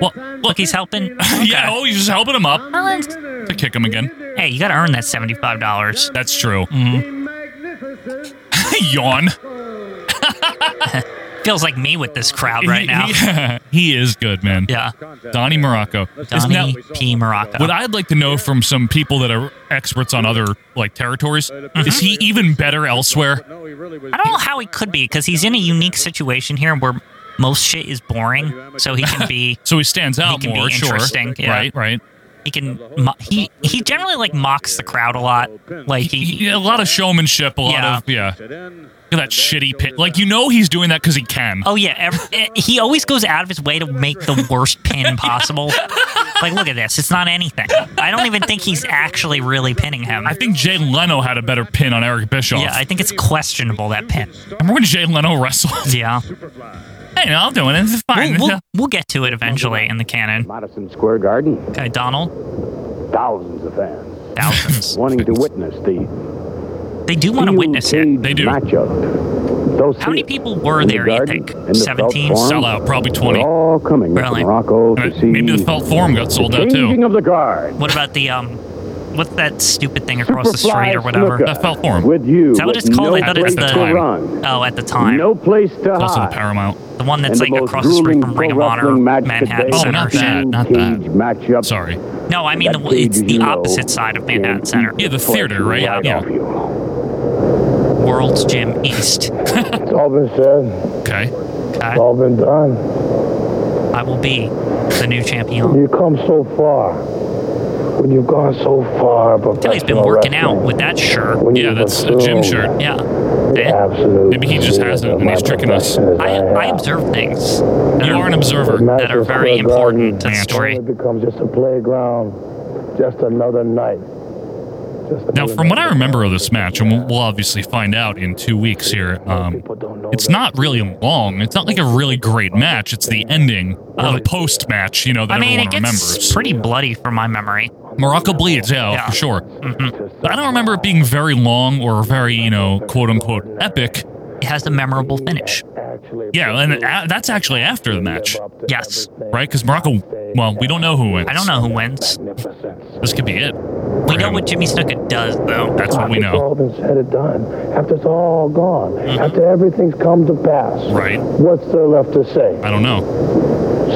Speaker 1: well,
Speaker 2: Look,
Speaker 1: (laughs)
Speaker 2: he's helping.
Speaker 1: yeah, oh, he's just helping him up to kick him again.
Speaker 2: Hey, you got to earn that seventy-five dollars.
Speaker 3: Mm-hmm.
Speaker 1: That's true.
Speaker 3: Magnificent.
Speaker 1: (laughs) Yawn.
Speaker 2: Feels like me with this crowd right
Speaker 1: He-
Speaker 2: now.
Speaker 1: He, (laughs) he is good, man.
Speaker 2: (laughs) Yeah.
Speaker 1: Donnie Morocco. Isn't
Speaker 2: Donnie
Speaker 1: that-
Speaker 2: P. Morocco.
Speaker 1: what I'd like to know from some people that are experts on other like territories
Speaker 2: Mm-hmm.
Speaker 1: is he even better elsewhere?
Speaker 3: No, he really was.
Speaker 2: I don't know how he could be because he's in a unique situation here where most shit is boring, so he
Speaker 1: (laughs)
Speaker 2: can be
Speaker 1: So he stands out
Speaker 2: can be
Speaker 1: more, sure.
Speaker 2: interesting, yeah.
Speaker 1: Right, right.
Speaker 2: he can mo- he he generally like mocks the crowd a lot, like he,
Speaker 1: He- a lot of showmanship, a lot
Speaker 2: Yeah.
Speaker 1: of yeah.
Speaker 3: Sit in.
Speaker 1: Look at that shitty pit. Like you know he's doing that because he can.
Speaker 2: Oh yeah, ev- eh, he always goes out of his way to make the worst pin possible. like, look at this; it's not anything. I don't even think he's actually really pinning him.
Speaker 1: I think Jay Leno had a better pin on Eric Bischoff.
Speaker 2: yeah, I think it's questionable that pin.
Speaker 1: Remember when Jay Leno wrestled?
Speaker 2: (laughs) Yeah,
Speaker 1: Hey, I'll do it. It's fine.
Speaker 2: we'll, we'll, we'll get to it eventually in the canon.
Speaker 4: Madison Square Garden,
Speaker 2: Okay, uh, Donald,
Speaker 4: thousands of fans (laughs)
Speaker 2: thousands.
Speaker 4: wanting to witness the
Speaker 2: They do want to witness it.
Speaker 4: steel-cage
Speaker 1: They do.
Speaker 4: matchup. Those
Speaker 2: How many
Speaker 4: seats
Speaker 2: people were
Speaker 4: in the
Speaker 2: there? You
Speaker 4: garden,
Speaker 2: think
Speaker 4: in the
Speaker 2: seventeen?
Speaker 4: Felt Forum,
Speaker 1: Sell out, probably
Speaker 4: were
Speaker 1: 20.
Speaker 4: all coming to
Speaker 2: Really?
Speaker 4: Morocco to Oh, see
Speaker 1: Maybe the felt form got sold out
Speaker 4: changing
Speaker 1: too.
Speaker 4: of the guard.
Speaker 2: What about the um? What's that stupid thing across the
Speaker 4: Superfly
Speaker 2: street or whatever?
Speaker 4: snooker.
Speaker 1: That felt form.
Speaker 4: With you,
Speaker 2: Is that what
Speaker 4: with
Speaker 2: it's called?
Speaker 4: No
Speaker 2: I thought
Speaker 4: place
Speaker 2: it's
Speaker 1: the-
Speaker 4: to
Speaker 1: Time.
Speaker 4: run,
Speaker 2: (laughs) Oh, at the time,
Speaker 4: no place to hide.
Speaker 1: Also the Paramount.
Speaker 2: the one
Speaker 4: and
Speaker 2: that's like
Speaker 4: the most
Speaker 2: across the street
Speaker 4: grueling
Speaker 2: from Ring of
Speaker 4: pro
Speaker 2: Honor,
Speaker 4: wrestling match
Speaker 2: Manhattan
Speaker 4: today,
Speaker 1: Oh,
Speaker 2: Center.
Speaker 1: not
Speaker 2: shit.
Speaker 1: that, not
Speaker 4: Steel-cage
Speaker 1: that.
Speaker 4: Matchup.
Speaker 1: Sorry.
Speaker 2: No, I mean the
Speaker 4: That
Speaker 2: it's
Speaker 4: cage,
Speaker 2: the
Speaker 4: you know,
Speaker 2: opposite side of Manhattan
Speaker 4: can't
Speaker 2: Center.
Speaker 1: Yeah, the
Speaker 4: flush
Speaker 1: theater, right?
Speaker 4: right
Speaker 1: Yeah.
Speaker 4: off you.
Speaker 2: (laughs) World's Gym East.
Speaker 4: It's all been said.
Speaker 1: Okay.
Speaker 4: It's all been done.
Speaker 2: I will be the new champion.
Speaker 4: You come so far. When you've gone so far, but
Speaker 2: Tilly's been working out with that shirt.
Speaker 4: When
Speaker 1: Yeah,
Speaker 4: you
Speaker 1: that's a gym
Speaker 4: fulfill
Speaker 1: shirt.
Speaker 2: Yeah.
Speaker 4: the
Speaker 2: Yeah.
Speaker 4: absolute
Speaker 1: Maybe he just has it
Speaker 4: zeal
Speaker 1: and he's
Speaker 4: of my
Speaker 1: tricking us.
Speaker 4: profession as
Speaker 2: I,
Speaker 4: have,
Speaker 2: I observe things that
Speaker 1: You are an observer.
Speaker 4: Madison
Speaker 2: that are very
Speaker 4: Square
Speaker 2: important to
Speaker 4: Garden
Speaker 2: the story.
Speaker 4: only becomes just a playground, just another night. Just
Speaker 1: Now,
Speaker 4: another
Speaker 1: from what I
Speaker 4: night.
Speaker 1: remember of this match, and we'll, we'll obviously find out in two weeks here, um,
Speaker 4: People don't know
Speaker 1: it's
Speaker 4: that.
Speaker 1: not really long. It's not like a really great match. It's the ending, or the post match, you know, that
Speaker 2: I mean,
Speaker 1: everyone
Speaker 2: it gets
Speaker 1: remembers.
Speaker 2: pretty bloody from my memory.
Speaker 1: Morocco bleeds, yeah,
Speaker 2: Yeah. Mm.
Speaker 1: for sure.
Speaker 4: Just
Speaker 1: But mm-hmm. I don't remember it being very long or very, you know, quote unquote epic.
Speaker 2: It has the memorable finish.
Speaker 4: actually
Speaker 1: Yeah, and a- that's actually after the match,
Speaker 4: up to
Speaker 2: Yes.
Speaker 4: everything.
Speaker 1: right? Because Morocco, well, we don't know who wins.
Speaker 2: I don't know who wins.
Speaker 4: Magnificence.
Speaker 1: This could be it.
Speaker 2: We know what Jimmy Snuka does, though.
Speaker 1: That's what we
Speaker 4: It's
Speaker 1: know.
Speaker 4: all been said and done. After it's all gone,
Speaker 2: Mm-hmm.
Speaker 4: after everything's come to pass,
Speaker 1: Right.
Speaker 4: what's there left to say?
Speaker 1: I don't know.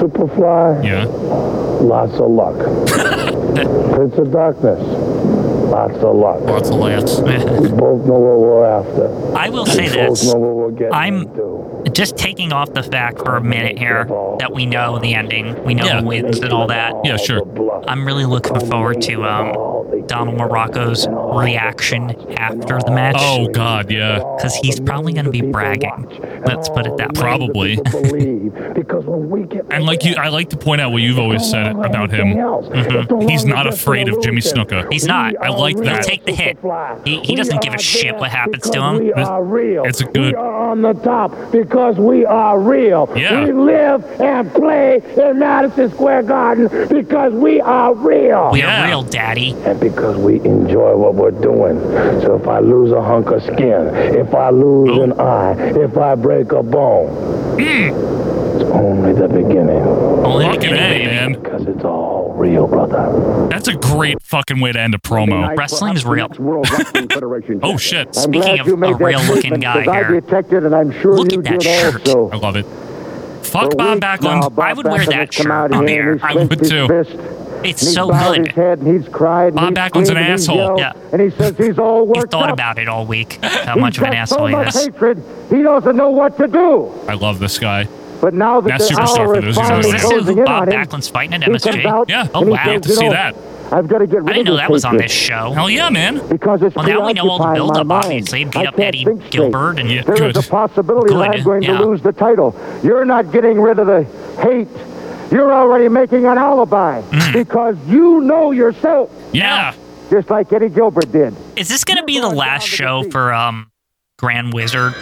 Speaker 4: Superfly,
Speaker 1: Yeah.
Speaker 4: lots of
Speaker 2: (laughs)
Speaker 4: luck. Prince of Darkness, lots of luck.
Speaker 1: Lots of laughs.
Speaker 4: We both know what we're after.
Speaker 2: I will say
Speaker 4: we both
Speaker 2: this.
Speaker 4: know what we're getting
Speaker 2: I'm-
Speaker 4: into.
Speaker 2: Just taking off the fact for a minute here that we know the ending, we know
Speaker 1: Yeah.
Speaker 2: who wins and all that.
Speaker 1: Yeah, sure.
Speaker 2: I'm really looking forward to um, Donald Morocco's reaction after the match.
Speaker 1: Oh, God, yeah.
Speaker 2: because uh, he's probably going to be bragging. Let's put it that way.
Speaker 1: Probably. (laughs)
Speaker 2: (laughs)
Speaker 1: And like you, I like to point out what you've always
Speaker 4: Oh,
Speaker 1: said about him. Mm-hmm. He's not afraid of Jimmy Snuka.
Speaker 2: He's not.
Speaker 1: I like
Speaker 2: He'll
Speaker 1: that.
Speaker 2: take the hit. He, he doesn't give a shit what happens to him.
Speaker 1: This-
Speaker 4: real.
Speaker 1: it's a good-
Speaker 4: We are on the top because we are real.
Speaker 1: Yeah.
Speaker 4: We live and play in Madison Square Garden because we are real.
Speaker 2: We
Speaker 1: Yeah.
Speaker 2: are real, daddy.
Speaker 4: and because we enjoy what we're doing. So if I lose a hunk of skin, if I lose
Speaker 1: Oh.
Speaker 4: an eye, if I break a bone,
Speaker 1: Hmm.
Speaker 4: it's only the beginning
Speaker 2: Only the
Speaker 1: Fucking A,
Speaker 2: beginning, baby.
Speaker 1: man.
Speaker 4: because it's all real, brother.
Speaker 1: That's a great fucking way to end a promo.
Speaker 4: (laughs)
Speaker 2: Wrestling's real.
Speaker 1: Oh, shit.
Speaker 2: Speaking of a real-looking guy here,
Speaker 4: detected, and I'm sure
Speaker 2: Look
Speaker 4: you
Speaker 2: at that
Speaker 4: did
Speaker 2: shirt.
Speaker 4: also.
Speaker 1: I love it. Fuck
Speaker 4: For
Speaker 1: Bob
Speaker 4: weeks now,
Speaker 1: Backlund.
Speaker 4: Bob
Speaker 2: I would wear
Speaker 4: Backlund
Speaker 2: that
Speaker 4: has
Speaker 2: shirt
Speaker 4: come out
Speaker 2: on
Speaker 4: here
Speaker 2: air.
Speaker 4: and he's
Speaker 2: I would
Speaker 4: clenched
Speaker 1: too.
Speaker 4: his fist,
Speaker 2: it's
Speaker 4: and
Speaker 2: so
Speaker 4: he's bowed
Speaker 2: good.
Speaker 4: His head and he's cried. and
Speaker 1: Bob
Speaker 4: he's
Speaker 1: Backlund's an
Speaker 4: screamed, and he's
Speaker 1: asshole.
Speaker 4: yelled,
Speaker 2: Yeah.
Speaker 4: And he says he's all
Speaker 2: He
Speaker 4: worked
Speaker 2: thought
Speaker 4: up.
Speaker 2: about it all week. How
Speaker 4: He's
Speaker 2: much of an
Speaker 4: got
Speaker 2: asshole
Speaker 4: so
Speaker 2: he
Speaker 4: much
Speaker 2: is.
Speaker 4: hatred, he doesn't know what to do.
Speaker 1: I love this guy.
Speaker 4: But now that
Speaker 1: That's
Speaker 4: the
Speaker 1: Superstar
Speaker 4: hour
Speaker 1: for those who don't
Speaker 4: is
Speaker 2: Is
Speaker 1: know.
Speaker 4: finally
Speaker 2: this
Speaker 1: Closing
Speaker 2: who
Speaker 4: closing in
Speaker 2: Bob
Speaker 4: on him,
Speaker 2: Backlund's fighting at
Speaker 4: he comes
Speaker 2: MSG?
Speaker 4: out
Speaker 1: Yeah.
Speaker 2: Oh,
Speaker 4: and he
Speaker 2: wow.
Speaker 4: says,
Speaker 1: Good to see
Speaker 4: "You know,
Speaker 1: that.
Speaker 4: I've got to get rid
Speaker 2: I didn't know
Speaker 4: of
Speaker 2: that was on
Speaker 4: hatred
Speaker 2: this show.
Speaker 1: Hell yeah, man.
Speaker 4: Because it's
Speaker 2: Well, now we know all the
Speaker 4: preoccupying my
Speaker 2: build-up,
Speaker 4: mind.
Speaker 2: obviously.
Speaker 4: I
Speaker 2: Beat up
Speaker 4: can't
Speaker 2: Eddie
Speaker 4: think straight.
Speaker 2: Gilbert and
Speaker 1: Yeah.
Speaker 4: There is
Speaker 1: Good.
Speaker 4: a possibility that
Speaker 2: Good,
Speaker 4: I'm going
Speaker 2: yeah.
Speaker 4: to lose the title. You're not getting rid of the hate. You're already making an alibi
Speaker 2: Mm.
Speaker 4: because you know yourself,
Speaker 1: Yeah.
Speaker 4: just like Eddie Gilbert did.
Speaker 2: Is this going to be the last show for um, Grand Wizard?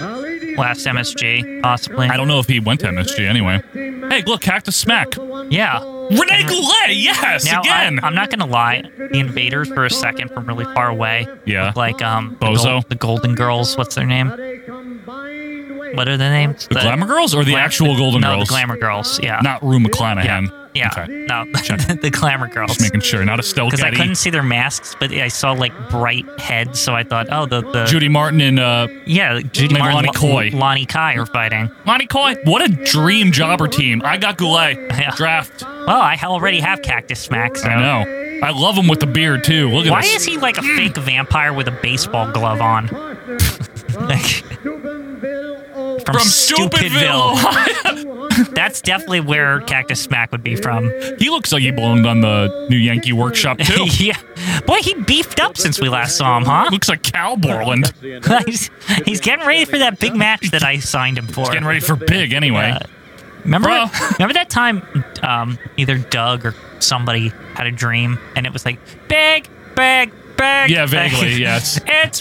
Speaker 2: Last MSG, possibly.
Speaker 1: I don't know if he went to MSG anyway. Hey, look, Cactus Smack.
Speaker 2: Yeah.
Speaker 1: Rene Goulet, yes,
Speaker 2: Now,
Speaker 1: again.
Speaker 2: Uh-huh. I, am not gonna lie. The invaders for a second from really far away.
Speaker 1: Yeah.
Speaker 2: Look like um, the,
Speaker 1: Bozo.
Speaker 2: Gol- the Golden Girls. What's their name? What are the names?
Speaker 1: The Glamour Girls or the
Speaker 2: Glam-
Speaker 1: actual Golden
Speaker 2: no,
Speaker 1: Girls?
Speaker 2: the Glamour Girls. Yeah.
Speaker 1: Not Rue McClanahan.
Speaker 2: Yeah.
Speaker 1: Okay.
Speaker 2: No, (laughs) the Glamour Girls.
Speaker 1: Just making sure. Not Estelle
Speaker 2: Because I
Speaker 1: Getty.
Speaker 2: couldn't see their masks, but I saw like bright heads, so I thought, oh, the the
Speaker 1: Judy Martin and uh,
Speaker 2: yeah, Judy
Speaker 1: Maybe
Speaker 2: Martin,
Speaker 1: Lonnie
Speaker 2: Lo-
Speaker 1: Coy.
Speaker 2: Lonnie Kai are fighting.
Speaker 1: Monty Coy. What a dream jobber team. I got Goulet.
Speaker 2: Yeah.
Speaker 1: Draft.
Speaker 2: Well, I already have Cactus Smack. So.
Speaker 1: I know. I love him with the beard, too. Look at
Speaker 2: Why
Speaker 1: this.
Speaker 2: is he like a fake vampire with a baseball
Speaker 1: (laughs)
Speaker 2: glove on? Like, from,
Speaker 1: From Stupidville,
Speaker 2: (laughs) That's definitely where Cactus Smack would be from.
Speaker 1: (laughs)
Speaker 2: (laughs)
Speaker 1: He looks like he belonged on the new Yankee Workshop, too.
Speaker 2: yeah. Boy, he beefed up since we last saw him, huh?
Speaker 1: looks like Cal Borland.
Speaker 2: (laughs) he's, he's getting ready for that big match that I signed him for.
Speaker 1: Getting ready for big, anyway.
Speaker 2: Uh, Remember,
Speaker 1: Bro.
Speaker 2: remember that time um, either Doug or somebody had a dream and it was like big, big, big.
Speaker 1: Yeah, vaguely, yes.
Speaker 2: (laughs) It's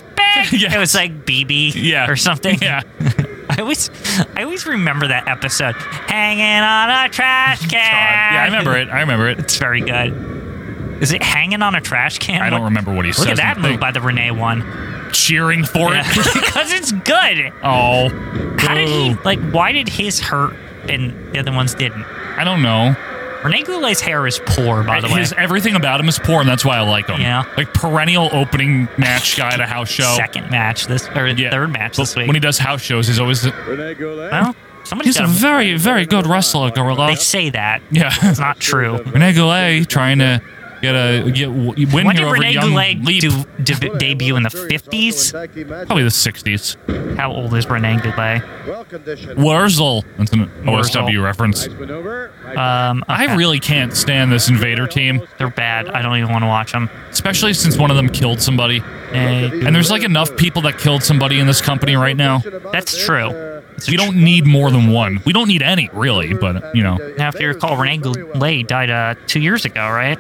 Speaker 1: (laughs)
Speaker 2: big.
Speaker 1: Yes.
Speaker 2: It was like BB
Speaker 1: yeah.
Speaker 2: or something.
Speaker 1: (laughs) Yeah.
Speaker 2: (laughs) I always, I always remember that episode. Hanging on a trash
Speaker 1: (laughs)
Speaker 2: can. (laughs)
Speaker 1: God. Yeah, I remember it. I remember it.
Speaker 2: It's very good. Is it hanging on a trash can?
Speaker 1: I don't
Speaker 2: What-
Speaker 1: remember what he
Speaker 2: Look
Speaker 1: says
Speaker 2: at that
Speaker 1: in the
Speaker 2: move
Speaker 1: thing.
Speaker 2: by the
Speaker 1: (laughs)
Speaker 2: Renee one. (laughs)
Speaker 1: Cheering for
Speaker 2: Yeah.
Speaker 1: it.
Speaker 2: because it's good.
Speaker 1: (laughs) Oh.
Speaker 2: How did he
Speaker 1: Boo.
Speaker 2: like? Why did his hurt and the other ones didn't?
Speaker 1: I don't know.
Speaker 2: Rene Goulet's hair is poor, by the way.
Speaker 1: His, everything about him is poor, and that's why I like him.
Speaker 2: Yeah.
Speaker 1: Like perennial opening match guy at a house show.
Speaker 2: Second match this or
Speaker 1: Yeah.
Speaker 2: third match this
Speaker 1: But
Speaker 2: week.
Speaker 1: When he does house shows, he's always.
Speaker 2: well, somebody's
Speaker 1: He's a
Speaker 2: got to.
Speaker 1: very, very good wrestler, Gorilla.
Speaker 2: They say that.
Speaker 1: Yeah. (laughs)
Speaker 2: It's not true.
Speaker 1: Rene Goulet trying to get a get w- win
Speaker 2: When
Speaker 1: here
Speaker 2: did
Speaker 1: over
Speaker 2: Rene
Speaker 1: young
Speaker 2: Goulet
Speaker 1: Leap.
Speaker 2: do, deb- debut in the 50s?
Speaker 1: Probably the 60s.
Speaker 2: How old is Rene Goulet?
Speaker 1: Wurzel. That's an
Speaker 2: Wurzel.
Speaker 1: OSW reference.
Speaker 2: Um,
Speaker 1: I
Speaker 2: okay.
Speaker 1: really can't stand this Invader team,
Speaker 2: They're bad. I don't even want to watch them.
Speaker 1: especially since one of them killed somebody. And there's like enough people that killed somebody in this company right now.
Speaker 2: That's true.
Speaker 1: We don't need more than one. We don't need any, really, but, you know.
Speaker 2: Now, if you recall, Rene Goulet died uh, two years ago, right?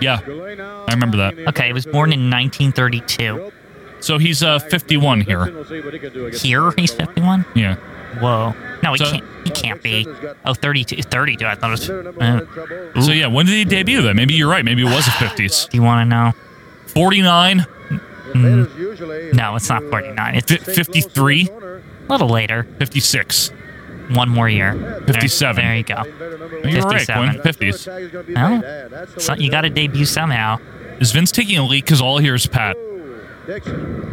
Speaker 1: Yeah.
Speaker 3: I
Speaker 1: remember that.
Speaker 2: Okay, he was born in 1932.
Speaker 1: So he's uh, 51 here.
Speaker 2: Here, he's 51.
Speaker 1: Yeah.
Speaker 2: Whoa. No, he
Speaker 1: So-
Speaker 2: can't. He can't be. Oh, 32. 32. I thought it was. uh,
Speaker 1: So yeah, when did he debut then? Maybe you're right. Maybe it was the 50s.
Speaker 2: do you want to know?
Speaker 1: 49.
Speaker 2: Mm. No, it's not 49. It's
Speaker 1: Fi- 53,
Speaker 2: a little later.
Speaker 1: 56.
Speaker 2: One more year. There-
Speaker 1: 57.
Speaker 2: There, you go.
Speaker 1: You're right,
Speaker 2: 57.
Speaker 1: Quinn. 50s.
Speaker 2: Well, so you got to debut somehow.
Speaker 1: Is Vince taking a leak? Because all I hear is Pat.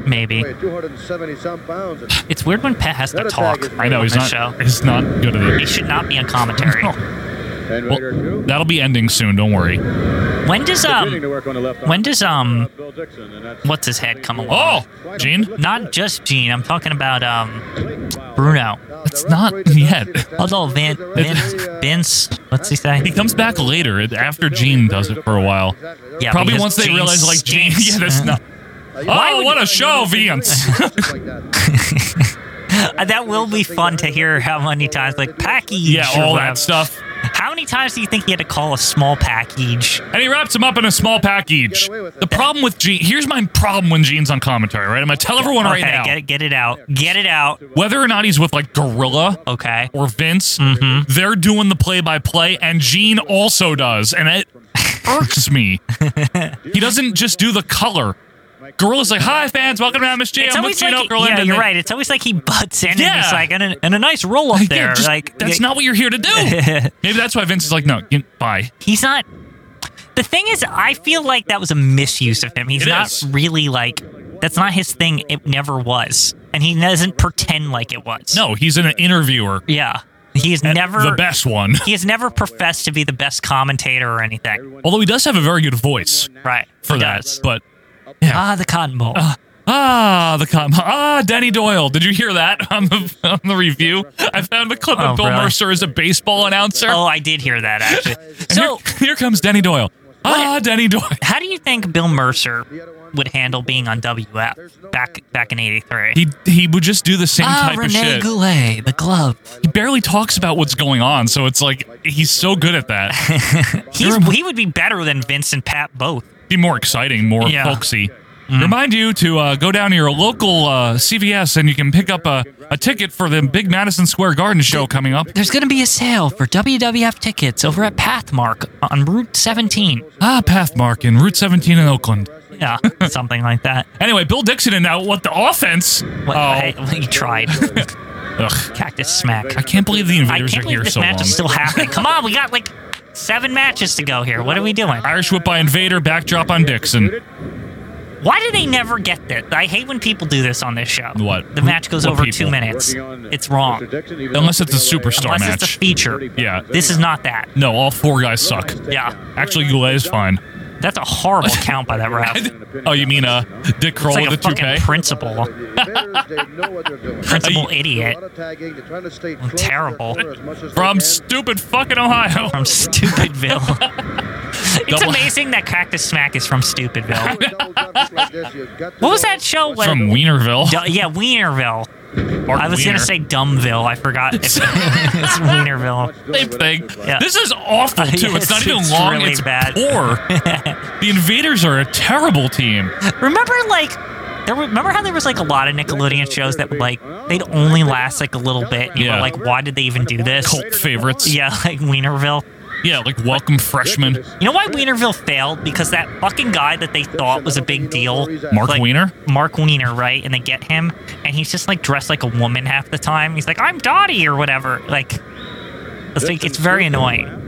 Speaker 2: Maybe.
Speaker 3: Weigh 270 some pounds.
Speaker 2: It's weird when Pat has to talk.
Speaker 1: I know
Speaker 2: on
Speaker 1: he's
Speaker 2: the
Speaker 1: not.
Speaker 2: Show.
Speaker 1: He's not good at
Speaker 2: He
Speaker 1: it.
Speaker 2: should not be on
Speaker 1: (laughs)
Speaker 2: commentary.
Speaker 3: And
Speaker 1: Well,
Speaker 3: Raider two,
Speaker 1: That'll be ending soon. Don't worry.
Speaker 2: When does
Speaker 3: beginning to
Speaker 2: um?
Speaker 3: work on the left
Speaker 2: When
Speaker 3: arm.
Speaker 2: does um?
Speaker 3: Bill Dixon, and that's-
Speaker 2: What's his head come along?
Speaker 1: Oh, Gene.
Speaker 2: Not just Gene. I'm talking about um Bruno.
Speaker 1: It's not yet.
Speaker 2: Although Van, Vince, Vince, what's he
Speaker 1: He
Speaker 2: say?
Speaker 1: comes
Speaker 3: uh,
Speaker 1: back later after Gene does it for a while.
Speaker 2: Yeah,
Speaker 1: Probably
Speaker 2: because
Speaker 1: once they
Speaker 2: Gene
Speaker 1: realize, like Gene. (laughs)
Speaker 2: stinks.
Speaker 1: Yeah, that's not.
Speaker 3: Why
Speaker 1: Oh, what a show, Vince. (laughs)
Speaker 2: Uh, that will be fun to hear how many times like package.
Speaker 1: Yeah, all
Speaker 2: or whatever.
Speaker 1: that stuff.
Speaker 2: How many times do you think he had to call a small package?
Speaker 1: And he wraps him up in a small package.
Speaker 3: Get away with it.
Speaker 1: The problem with Gene, here's my problem when Gene's on commentary, right? I'm gonna tell everyone right
Speaker 2: okay,
Speaker 1: now.
Speaker 2: get it, get it out, get it out.
Speaker 1: whether or not he's with like Gorilla
Speaker 2: Okay.
Speaker 1: or Vince,
Speaker 2: Mm-hmm.
Speaker 1: they're doing the play by play, and Gene also does, and
Speaker 2: (laughs)
Speaker 1: it irks me. he doesn't just do the color. Gorilla's like, "Hi fans, welcome to Miss J.
Speaker 2: It's
Speaker 1: I'm with
Speaker 2: always
Speaker 1: Gene
Speaker 2: like,
Speaker 1: Okerlund,"
Speaker 2: yeah,
Speaker 1: and
Speaker 2: you're
Speaker 1: then-
Speaker 2: right. It's always like he butts in and
Speaker 1: Yeah.
Speaker 2: he's like, and a, and a nice roll up
Speaker 1: Yeah,
Speaker 2: there.
Speaker 1: just-
Speaker 2: like
Speaker 1: that's
Speaker 2: yeah,
Speaker 1: not what you're here to do. Maybe that's why Vince is like, "No, you, bye."
Speaker 2: (laughs) He's not. The thing is, I feel like that was a misuse of him. He's
Speaker 1: It
Speaker 2: not
Speaker 1: is.
Speaker 2: really like. That's not his thing. It never was, and he doesn't pretend like it was.
Speaker 1: No, he's an interviewer,
Speaker 2: Yeah, he's never
Speaker 1: the best
Speaker 2: (laughs)
Speaker 1: one. (laughs)
Speaker 2: He has never professed to be the best commentator or anything.
Speaker 1: Although he does have a very good voice
Speaker 2: Right.
Speaker 1: for
Speaker 2: he
Speaker 1: that,
Speaker 2: does.
Speaker 1: but
Speaker 2: (laughs) Ah, the
Speaker 1: (laughs)
Speaker 2: Cotton Bowl.
Speaker 1: Ah, the com- ah, Danny Doyle. Did you hear that on the (laughs) on the review? I found a clip
Speaker 2: Oh,
Speaker 1: of Bill
Speaker 2: really?
Speaker 1: Mercer as a baseball announcer.
Speaker 2: oh, I did hear that actually.
Speaker 1: And
Speaker 2: so,
Speaker 1: here, here comes Danny Doyle. Ah, Danny Doyle. (laughs)
Speaker 2: how do you think Bill Mercer would handle being on WF back back in '83?
Speaker 1: He he would just do the same
Speaker 2: ah,
Speaker 1: type of
Speaker 2: Rene
Speaker 1: shit.
Speaker 2: Goulet, the glove.
Speaker 1: he barely talks about what's going on, so it's like he's so good at that.
Speaker 2: (laughs) He's,
Speaker 1: You're a-
Speaker 2: he would be better than Vince and Pat both.
Speaker 1: Be more exciting, more
Speaker 2: Yeah. Mm-hmm.
Speaker 1: folksy. Remind you to uh, go down to your local uh, CVS and you can pick up a, a ticket for the big Madison Square Garden show coming up.
Speaker 2: There's going to be a sale for WWF tickets over at Pathmark on Route 17.
Speaker 1: Ah, Pathmark in Route 17 in Oakland.
Speaker 2: (laughs) Yeah, (laughs) something like that.
Speaker 1: Anyway, Bill Dixon and now what the offense?
Speaker 2: What,
Speaker 1: oh,
Speaker 2: I- he tried. (laughs)
Speaker 1: Ugh.
Speaker 2: Cactus smack.
Speaker 1: I can't believe the
Speaker 2: I
Speaker 1: invaders
Speaker 2: can't
Speaker 1: are here
Speaker 2: believe this
Speaker 1: so
Speaker 2: match
Speaker 1: long.
Speaker 2: is still (laughs) happening. Come on, we got like seven matches to go here. What are we doing?
Speaker 1: Irish whip by Invader, backdrop on Dixon.
Speaker 2: Why do they never get that? I hate when people do this on this show.
Speaker 1: What?
Speaker 2: The match goes
Speaker 1: What
Speaker 2: over
Speaker 1: people?
Speaker 2: two minutes.
Speaker 3: uh,
Speaker 2: It's wrong.
Speaker 1: Unless it's a superstar
Speaker 2: Unless
Speaker 1: match.
Speaker 2: it's a feature.
Speaker 1: Yeah.
Speaker 2: This is not that.
Speaker 1: No, all four guys suck.
Speaker 2: Yeah.
Speaker 1: Actually, Goulet's fine.
Speaker 2: That's a horrible count by that
Speaker 1: (laughs)
Speaker 2: ref. It's
Speaker 1: Oh, you mean uh, Dick Kroll
Speaker 2: like a
Speaker 1: with the toupee?
Speaker 2: fucking principal.
Speaker 1: (laughs)
Speaker 2: Principal idiot. Terrible.
Speaker 1: From stupid fucking Ohio.
Speaker 2: From
Speaker 1: (laughs)
Speaker 2: Stupidville. it's
Speaker 1: Double-
Speaker 2: amazing that Cactus Smack is
Speaker 1: (laughs)
Speaker 2: from Stupidville. What was that show when-
Speaker 1: From Wienerville.
Speaker 2: Du- yeah, Wienerville.
Speaker 1: Mark
Speaker 2: I was
Speaker 1: Wiener.
Speaker 2: gonna say Dumbville. I forgot.
Speaker 1: (laughs)
Speaker 2: If it's Wienerville.
Speaker 1: Same thing.
Speaker 2: Yeah.
Speaker 1: This is
Speaker 2: (laughs)
Speaker 1: awful
Speaker 2: Uh,
Speaker 1: too. it's
Speaker 2: yes,
Speaker 1: not even
Speaker 2: it's
Speaker 1: long.
Speaker 2: really
Speaker 1: it's
Speaker 2: bad. (laughs)
Speaker 1: poor. the Invaders are a terrible team.
Speaker 2: Remember, like, there were, remember how there was like a lot of Nickelodeon shows that would like they'd only last like a little bit. And You
Speaker 1: Yeah.
Speaker 2: were like, why did they even do this?
Speaker 1: Cult favorites.
Speaker 2: Yeah, (laughs) like Wienerville.
Speaker 1: Yeah, like welcome freshmen.
Speaker 2: You know why Wienerville failed? Because that fucking guy that they thought was a big deal,
Speaker 1: Mark
Speaker 2: like,
Speaker 1: Wiener.
Speaker 2: Mark Wiener, right? And they get him, and he's just like dressed like a woman half the time. He's like, "I'm Dottie" or whatever. Like, it's, like, it's very annoying.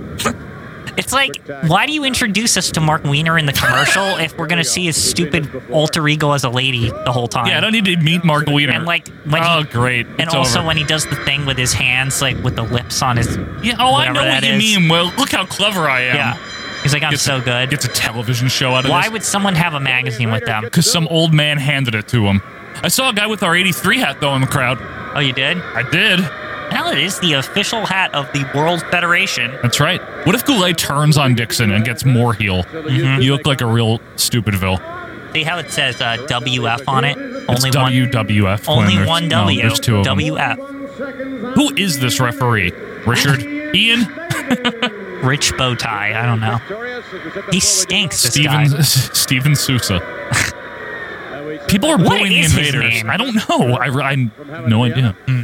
Speaker 2: It's like, why do you introduce us to Mark Wiener in the commercial if we're gonna see his stupid alter ego as a lady the whole time?
Speaker 1: Yeah, I don't need to meet Mark Wiener.
Speaker 2: and like when
Speaker 1: oh,
Speaker 2: he,
Speaker 1: great.
Speaker 2: and
Speaker 1: It's
Speaker 2: also
Speaker 1: over.
Speaker 2: when he does the thing with his hands, like with the lips on his
Speaker 1: yeah, oh, I know
Speaker 2: whatever
Speaker 1: what
Speaker 2: that
Speaker 1: you
Speaker 2: is.
Speaker 1: mean. Well, look how clever I am.
Speaker 2: yeah. He's like, "I'm
Speaker 1: Gets-
Speaker 2: so good."
Speaker 1: Gets a television show out of
Speaker 2: Why
Speaker 1: this.
Speaker 2: would someone have a magazine with them?
Speaker 1: Because some old man handed it to him. I saw a guy with our '83 hat though in the crowd.
Speaker 2: Oh, you did?
Speaker 1: I did.
Speaker 2: Now it is the official hat of the World Federation.
Speaker 1: That's right. What if Goulet turns on Dixon and gets more heel?
Speaker 2: Mm-hmm.
Speaker 1: You look like a real stupidville.
Speaker 2: See how it says uh, WF on it?
Speaker 1: It's
Speaker 2: Only one.
Speaker 1: WWF. when
Speaker 2: Only
Speaker 1: there's-
Speaker 2: one
Speaker 1: no,
Speaker 2: W.
Speaker 1: there's two of them.
Speaker 2: WF.
Speaker 1: Who is this referee?
Speaker 2: (laughs)
Speaker 1: Richard? Ian?
Speaker 2: Rich bow tie. I don't know. He stinks. This guy.
Speaker 1: Steven, Steven Sousa. People are
Speaker 2: What
Speaker 1: booing the
Speaker 2: is his
Speaker 1: invaders.
Speaker 2: name?
Speaker 1: I don't know. I, I no idea. Hmm.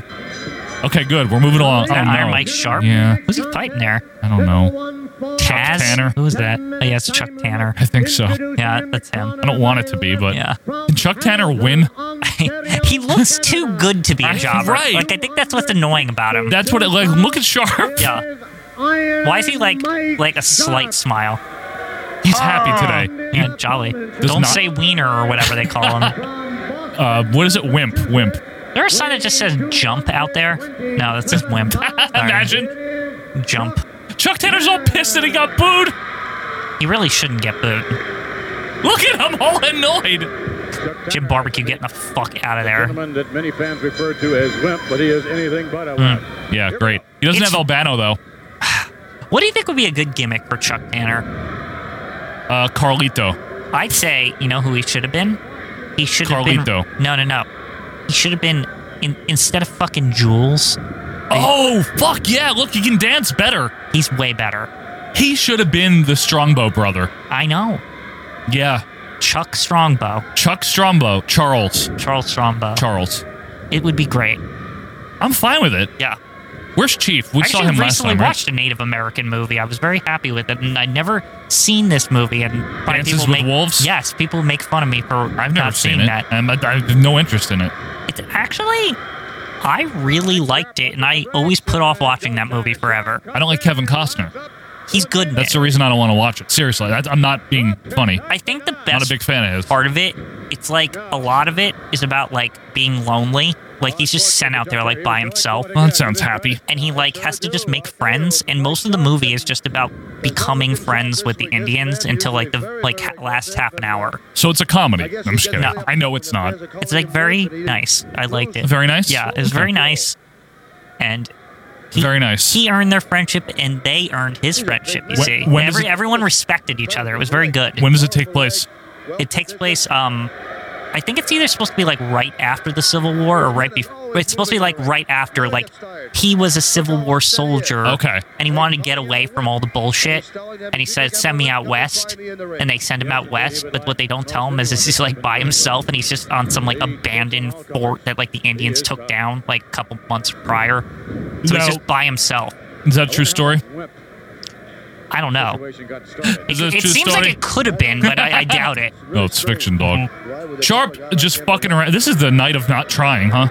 Speaker 1: Okay, good. We're moving along.
Speaker 2: Is that
Speaker 1: Oh,
Speaker 2: Iron
Speaker 1: no.
Speaker 2: Mike Sharp?
Speaker 1: Yeah.
Speaker 2: Who's he fighting there?
Speaker 1: I don't know.
Speaker 2: Taz?
Speaker 1: Tanner.
Speaker 2: Who is that? Oh, yeah, it's Chuck Tanner.
Speaker 1: I think so.
Speaker 2: Yeah, that's him.
Speaker 1: I don't want it to be, but
Speaker 2: Yeah.
Speaker 1: did Chuck Tanner win?
Speaker 2: (laughs) he looks too good to be a
Speaker 1: I'm
Speaker 2: jobber.
Speaker 1: right.
Speaker 2: Like, I think that's what's annoying about him.
Speaker 1: That's what it like. Look at Sharp.
Speaker 2: yeah. Why is he like like a slight smile?
Speaker 1: (laughs) He's happy today.
Speaker 2: Ah. Yeah, jolly.
Speaker 1: Oh, Does
Speaker 2: Don't
Speaker 1: not-
Speaker 2: say wiener or whatever they call
Speaker 1: (laughs)
Speaker 2: him.
Speaker 1: Uh, what is it? Wimp. Wimp.
Speaker 2: there a sign that just says jump out there? No, that says wimp.
Speaker 1: (laughs)
Speaker 2: Sorry.
Speaker 1: Imagine.
Speaker 2: Jump.
Speaker 1: Chuck Tanner's all pissed that he got booed.
Speaker 2: He really shouldn't get booed.
Speaker 1: Look at him all annoyed.
Speaker 2: Jim Barbecue getting the fuck out of there.
Speaker 3: Gentleman that many fans refer to as wimp, but he is anything but
Speaker 2: Hmm.
Speaker 3: a wimp.
Speaker 1: Yeah, great. He doesn't
Speaker 2: It's-
Speaker 1: have Albano, though.
Speaker 2: What do you think would be a good gimmick for Chuck Tanner?
Speaker 1: Uh, Carlito.
Speaker 2: I'd say, you know who he should have been? He should have been.
Speaker 1: Carlito.
Speaker 2: No, no, no. He should have been, in, instead of fucking Jules,
Speaker 1: Oh, fuck yeah. Look, he can dance better.
Speaker 2: he's way better.
Speaker 1: He should have been the Strongbow brother.
Speaker 2: I know.
Speaker 1: Yeah.
Speaker 2: Chuck Strongbow.
Speaker 1: Chuck Strongbow. Charles.
Speaker 2: Charles Strongbow.
Speaker 1: Charles.
Speaker 2: it would be great.
Speaker 1: I'm fine with it.
Speaker 2: Yeah.
Speaker 1: Where's Chief? We
Speaker 2: I
Speaker 1: saw
Speaker 2: actually
Speaker 1: him last
Speaker 2: recently
Speaker 1: time, right?
Speaker 2: watched a Native American movie. I was very happy with it, and I'd never seen this movie. And funny
Speaker 1: Dances
Speaker 2: people
Speaker 1: with
Speaker 2: make,
Speaker 1: Wolves?
Speaker 2: Yes, people make fun of me for
Speaker 1: I've never
Speaker 2: not
Speaker 1: seen
Speaker 2: seeing
Speaker 1: it.
Speaker 2: that.
Speaker 1: I'm- I, I have no interest in it.
Speaker 2: It's actually, I really liked it, and I always put off watching that movie forever.
Speaker 1: I don't like Kevin Costner.
Speaker 2: He's good. In
Speaker 1: That's the
Speaker 2: it.
Speaker 1: reason I don't want to watch it. Seriously, that's, I'm not being funny.
Speaker 2: I think the
Speaker 1: not a
Speaker 2: best
Speaker 1: big fan of his.
Speaker 2: part of it. It's like a lot of it is about like being lonely. Like he's just sent out there like by himself.
Speaker 1: Well, that sounds happy.
Speaker 2: and he like has to just make friends and most of the movie is just about becoming friends with the indians until like the like ha- last half an hour
Speaker 1: So it's a comedy. I'm just kidding. I know it's not.
Speaker 2: it's like very nice i liked it
Speaker 1: Very nice?
Speaker 2: yeah it was very
Speaker 1: Okay.
Speaker 2: nice and
Speaker 1: Very nice.
Speaker 2: he earned their friendship and they earned his friendship you
Speaker 1: When-
Speaker 2: see
Speaker 1: when does
Speaker 2: Every,
Speaker 1: it-
Speaker 2: everyone respected each other it was very good
Speaker 1: when does it take place?
Speaker 2: it takes place um i think it's either supposed to be like right after the civil war or right before it's supposed to be like right after like he was a civil war soldier
Speaker 1: Okay.
Speaker 2: and he wanted to get away from all the bullshit and he said send me out west and they send him out west but what they don't tell him is this he's like by himself and he's just on some like abandoned fort that like the indians took down like a couple months prior so
Speaker 1: No.
Speaker 2: he's just by himself
Speaker 1: Is that a true story?
Speaker 2: i don't know
Speaker 1: Is
Speaker 2: it,
Speaker 1: that a
Speaker 2: it
Speaker 1: true
Speaker 2: seems like
Speaker 1: story?
Speaker 2: it could have been but I, I
Speaker 1: (laughs)
Speaker 2: doubt it
Speaker 1: No, Oh, it's
Speaker 3: Mm-hmm.
Speaker 1: fiction, dog. Sharp just fucking around. This is the night of not trying, huh?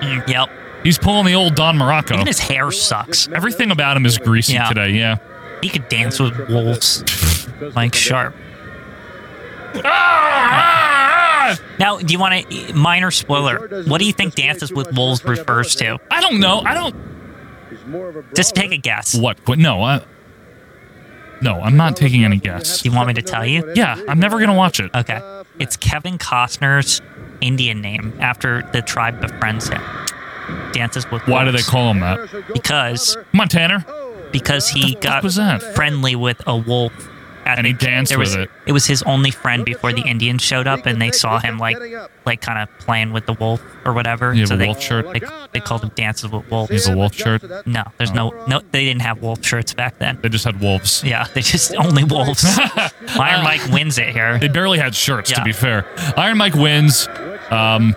Speaker 2: Mm, yep
Speaker 1: He's pulling the old Don Morocco.
Speaker 2: Even his hair sucks.
Speaker 1: Everything about him is greasy
Speaker 2: Yeah.
Speaker 1: today. Yeah.
Speaker 2: He could dance with wolves. Mike Sharp.
Speaker 1: Ah,
Speaker 2: Now, do you want to minor spoiler? What do you think "Dances with Wolves" refers to?
Speaker 1: I don't know. I don't.
Speaker 2: Just take a guess. Do
Speaker 1: What? What? No. I, no, I'm not taking any guess.
Speaker 2: you want me to tell you?
Speaker 1: Yeah, I'm never gonna watch it.
Speaker 2: Okay. It's Kevin Costner's Indian name after the tribe befriends him. Dances with
Speaker 1: Why do they
Speaker 2: Wolves.
Speaker 1: call him that?
Speaker 2: Because
Speaker 1: Come on, Tanner.
Speaker 2: because he
Speaker 1: fuck
Speaker 2: got
Speaker 1: was that?
Speaker 2: friendly with a wolf. at
Speaker 1: And he
Speaker 2: the-
Speaker 1: danced
Speaker 2: there was,
Speaker 1: with it.
Speaker 2: was his only friend before the Indians showed up, and they saw him like, like kind of playing with the wolf or whatever.
Speaker 1: You have
Speaker 2: so
Speaker 1: a
Speaker 2: they,
Speaker 1: wolf shirt?
Speaker 2: They, they called him dances with wolves.
Speaker 1: He's a wolf shirt.
Speaker 2: No, there's no,
Speaker 1: Oh.
Speaker 2: no. They didn't have wolf shirts back then.
Speaker 1: They just had wolves.
Speaker 2: Yeah, they just (laughs)
Speaker 1: (laughs)
Speaker 2: only wolves. Iron Mike wins it here.
Speaker 1: They barely had shirts, to
Speaker 2: Yeah.
Speaker 1: be fair. Iron Mike wins. Um,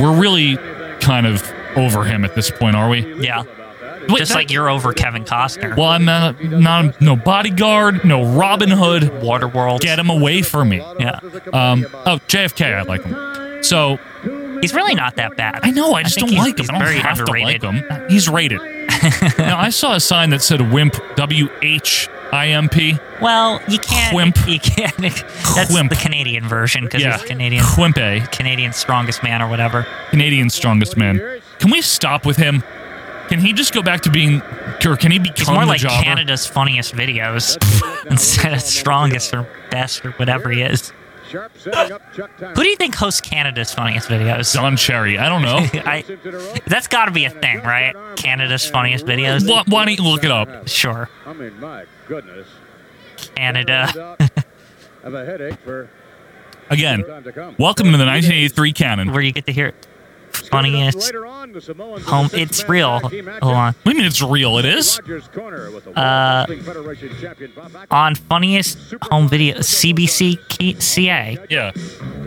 Speaker 1: we're really kind of over him at this point, are we?
Speaker 2: Yeah,
Speaker 1: Wait,
Speaker 2: just
Speaker 1: that-
Speaker 2: like you're over Kevin Costner.
Speaker 1: Well, I'm not, uh, not no bodyguard, no Robin Hood.
Speaker 2: Waterworld.
Speaker 1: Get him away from me.
Speaker 2: Yeah,
Speaker 1: Um, oh, JFK, I like him. So
Speaker 2: he's really not that bad.
Speaker 1: I know I just
Speaker 2: think
Speaker 1: don't
Speaker 2: he's-
Speaker 1: like him.
Speaker 2: he's
Speaker 1: I don't
Speaker 2: very
Speaker 1: have
Speaker 2: underrated.
Speaker 1: to like him. He's
Speaker 2: (laughs)
Speaker 1: rated. now I saw a sign that said "wimp" W H I M P.
Speaker 2: Well, you can't.
Speaker 1: Quimp.
Speaker 2: (laughs) You can't. That's
Speaker 1: Quimp.
Speaker 2: the Canadian version because
Speaker 1: Yeah,
Speaker 2: he's Canadian.
Speaker 1: Wimpe,
Speaker 2: Canadian strongest man or whatever.
Speaker 1: Canadian strongest man. Can we stop with him? Can he just go back to being, or can he
Speaker 2: He's
Speaker 1: become
Speaker 2: more
Speaker 1: the
Speaker 2: like
Speaker 1: jobber?
Speaker 2: Canada's funniest videos (laughs) instead of strongest or best or whatever he is. Who do you think hosts Canada's funniest videos?
Speaker 1: Don Cherry. I don't
Speaker 2: (laughs)
Speaker 1: know.
Speaker 2: I, that's got to be a thing, right? Canada's funniest videos.
Speaker 1: why, why don't you look it up?
Speaker 2: Sure,
Speaker 3: I mean, my goodness.
Speaker 2: Canada. (laughs)
Speaker 3: Have a headache for
Speaker 1: Again,
Speaker 3: time to come.
Speaker 1: welcome to the 1983 canon.
Speaker 2: Where you get to hear it. funniest
Speaker 3: Later on, the Samoans in
Speaker 2: home.
Speaker 3: the
Speaker 2: It's
Speaker 3: six-man
Speaker 2: real.
Speaker 3: tag team
Speaker 2: Hold
Speaker 3: matchup.
Speaker 2: on.
Speaker 1: We mean it's real. It is.
Speaker 3: Rogers Corner with the
Speaker 2: Uh,
Speaker 3: World Wrestling Federation champion Bob Backlund.
Speaker 2: On funniest home video CBC K- CA.
Speaker 1: Yeah.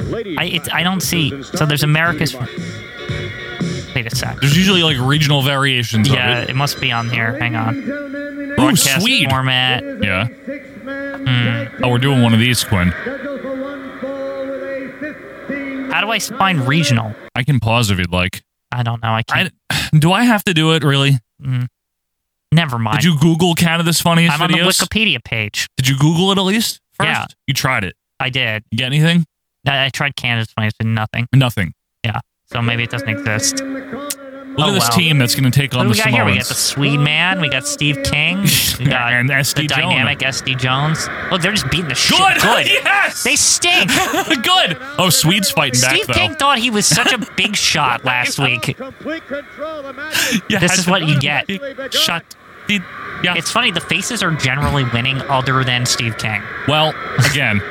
Speaker 3: Ladies
Speaker 2: I it's,
Speaker 3: match
Speaker 2: I don't
Speaker 3: with
Speaker 2: see.
Speaker 3: Susan
Speaker 2: So
Speaker 3: Stark
Speaker 2: there's
Speaker 3: and
Speaker 2: America's.
Speaker 3: Judy Martin.
Speaker 2: Wait a sec.
Speaker 1: There's usually like regional variations
Speaker 2: Yeah,
Speaker 1: of
Speaker 2: it must be on here. Hang on.
Speaker 1: it. Ooh,
Speaker 2: Broadcast
Speaker 1: Swede.
Speaker 2: format.
Speaker 1: Yeah.
Speaker 2: Hmm.
Speaker 1: Oh, we're doing one of these, Quinn.
Speaker 2: How do I find regional?
Speaker 1: I can pause if you'd like.
Speaker 2: I don't know. I can't.
Speaker 1: I, do I have to do it really?
Speaker 2: never mind.
Speaker 1: Did you Google Canada's funniest
Speaker 2: I'm on the
Speaker 1: videos?
Speaker 2: Wikipedia page.
Speaker 1: Did you Google it at least? First?
Speaker 2: Yeah.
Speaker 1: You tried it.
Speaker 2: I did.
Speaker 1: You get anything?
Speaker 2: I, I tried Canada's funniest, but nothing.
Speaker 1: Nothing.
Speaker 2: Yeah. So maybe it doesn't exist.
Speaker 1: Look
Speaker 2: Oh,
Speaker 1: at this
Speaker 2: wow.
Speaker 1: team that's going to take
Speaker 2: What
Speaker 1: on
Speaker 2: do
Speaker 1: the
Speaker 2: we got here? We got the
Speaker 1: Samoans.
Speaker 2: Swede man. We got Steve King.
Speaker 1: (laughs)
Speaker 2: We got
Speaker 1: And
Speaker 2: the
Speaker 1: SD Jonah.
Speaker 2: dynamic SD Jones. Look, they're just beating the shit.
Speaker 1: Good. (laughs)
Speaker 2: Good.
Speaker 1: yes.
Speaker 2: They
Speaker 1: (laughs)
Speaker 2: stink.
Speaker 1: Good. Oh, Swede's fighting
Speaker 2: Steve
Speaker 1: back though.
Speaker 2: King thought he was such a big shot last week.
Speaker 3: Complete control of the
Speaker 1: (laughs)
Speaker 3: match.
Speaker 1: (laughs) Yeah,
Speaker 2: This is what you
Speaker 1: (laughs)
Speaker 2: get.
Speaker 1: Shut. the- Yeah.
Speaker 2: It's funny. The faces are generally winning, other than Steve King.
Speaker 1: well, again.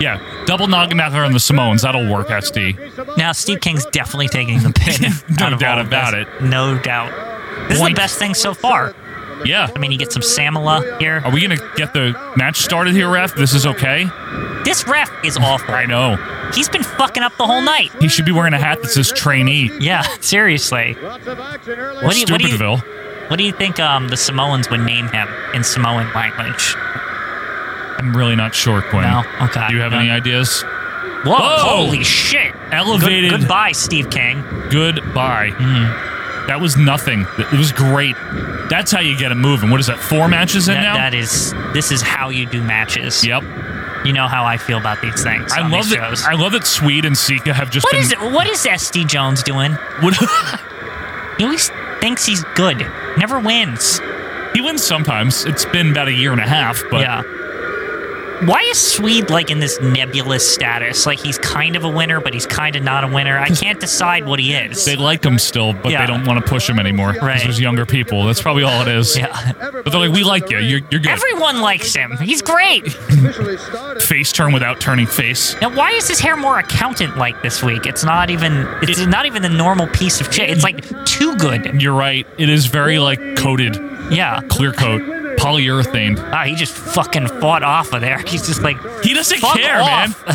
Speaker 1: Yeah. Double knocking out there on the Samoans. That'll work, SD.
Speaker 2: Now Steve King's definitely taking the pin.
Speaker 1: (laughs) No
Speaker 2: out of
Speaker 1: doubt
Speaker 2: all of
Speaker 1: about
Speaker 2: this.
Speaker 1: it.
Speaker 2: No doubt. This is
Speaker 1: Boink.
Speaker 2: the best thing so far.
Speaker 1: Yeah.
Speaker 2: I mean, you get some Samala here.
Speaker 1: Are we going to get the match started here, ref? This is okay?
Speaker 2: This ref is awful.
Speaker 1: I know.
Speaker 2: He's been fucking up the whole night.
Speaker 1: He should be wearing a hat that says trainee.
Speaker 2: Yeah, seriously.
Speaker 3: Lots of action early.
Speaker 2: What do you- what do you-
Speaker 1: Stupidville.
Speaker 2: What do you think um, the Samoans would name him in Samoan language?
Speaker 1: I'm really not sure, Quinn.
Speaker 2: No? Uh-huh. Okay.
Speaker 1: Do you have
Speaker 2: No.
Speaker 1: any ideas?
Speaker 2: Whoa,
Speaker 1: Whoa!
Speaker 2: holy shit.
Speaker 1: Elevated.
Speaker 2: Good- goodbye, Steve King.
Speaker 1: Goodbye.
Speaker 2: Mm-hmm.
Speaker 1: That was nothing. Th- It was great. That's how you get it moving. What is that? Four matches in
Speaker 2: That,
Speaker 1: now.
Speaker 2: that is, this is how you do matches.
Speaker 1: yep.
Speaker 2: You know how I feel about these things.
Speaker 1: I
Speaker 2: on
Speaker 1: love
Speaker 2: these
Speaker 1: that.
Speaker 2: shows.
Speaker 1: I love that Swede and Sika have just
Speaker 2: What
Speaker 1: been.
Speaker 2: is it? What is SD Jones doing?
Speaker 1: (laughs) What-
Speaker 2: He always thinks he's good. Never wins.
Speaker 1: he wins sometimes. It's been about a year and a half, but
Speaker 2: yeah. Why is Swede like in this nebulous status? Like he's kind of a winner, but he's kind of not a winner. I can't decide what he is.
Speaker 1: they like him still, but
Speaker 2: Yeah.
Speaker 1: they don't want to push him anymore because
Speaker 2: Right.
Speaker 1: there's younger people. That's probably all it is.
Speaker 2: Yeah.
Speaker 1: But they're like, we like you. You're, you're good.
Speaker 2: Everyone likes him. He's great.
Speaker 3: Officially started.
Speaker 1: face turn without turning face.
Speaker 2: Now, why is his hair more accountant like this week? It's not even. It's
Speaker 1: It- Mm.
Speaker 2: not even the normal piece of shit. It's like too good.
Speaker 1: You're right. It is very like coated,
Speaker 2: Yeah.
Speaker 1: clear coat, polyurethane.
Speaker 2: Ah, he just fucking fought off of there. (laughs) He's just like,
Speaker 1: He doesn't
Speaker 2: fuck
Speaker 1: care,
Speaker 2: off.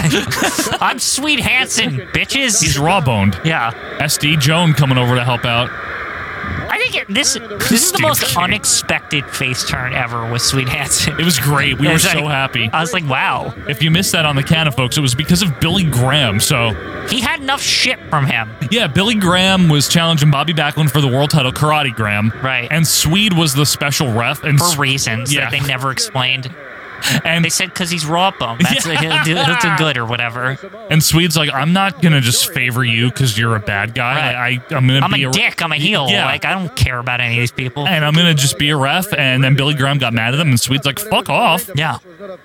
Speaker 2: (laughs)
Speaker 1: man.
Speaker 2: I'm Sweet Hansen, bitches.
Speaker 1: He's raw boned.
Speaker 2: yeah.
Speaker 1: SD Joan coming over to help out.
Speaker 2: I think think it, this this is the most
Speaker 1: Steve.
Speaker 2: unexpected face turn ever with Sweet Hansen.
Speaker 1: It was great. We
Speaker 2: I
Speaker 1: were
Speaker 2: was
Speaker 1: so
Speaker 2: like-
Speaker 1: happy.
Speaker 2: (laughs) I was like, wow,
Speaker 1: If you missed that on the can folks, it was because of Billy Graham. So,
Speaker 2: he had enough shit from him.
Speaker 1: yeah, Billy Graham was challenging Bobby Backlund for the world title, Karate Graham.
Speaker 2: Right.
Speaker 1: And Swede was the special ref. And, (laughs)
Speaker 2: for reasons
Speaker 1: Yeah.
Speaker 2: that they never explained.
Speaker 1: and,
Speaker 2: They said because he's raw bone.
Speaker 1: (laughs)
Speaker 2: That's he'll, do, he'll do good or whatever.
Speaker 1: and Swede's like, I'm not going to just favor you because you're a bad guy.
Speaker 2: Right.
Speaker 1: I, I, am going to
Speaker 2: I'm
Speaker 1: be
Speaker 2: a dick. I'm a heel.
Speaker 1: Yeah.
Speaker 2: Like I don't care about any of these people.
Speaker 1: and um, I'm gonna just be a ref. And then Billy Graham got mad at him, and Swede's like, "Fuck off!"
Speaker 2: Yeah.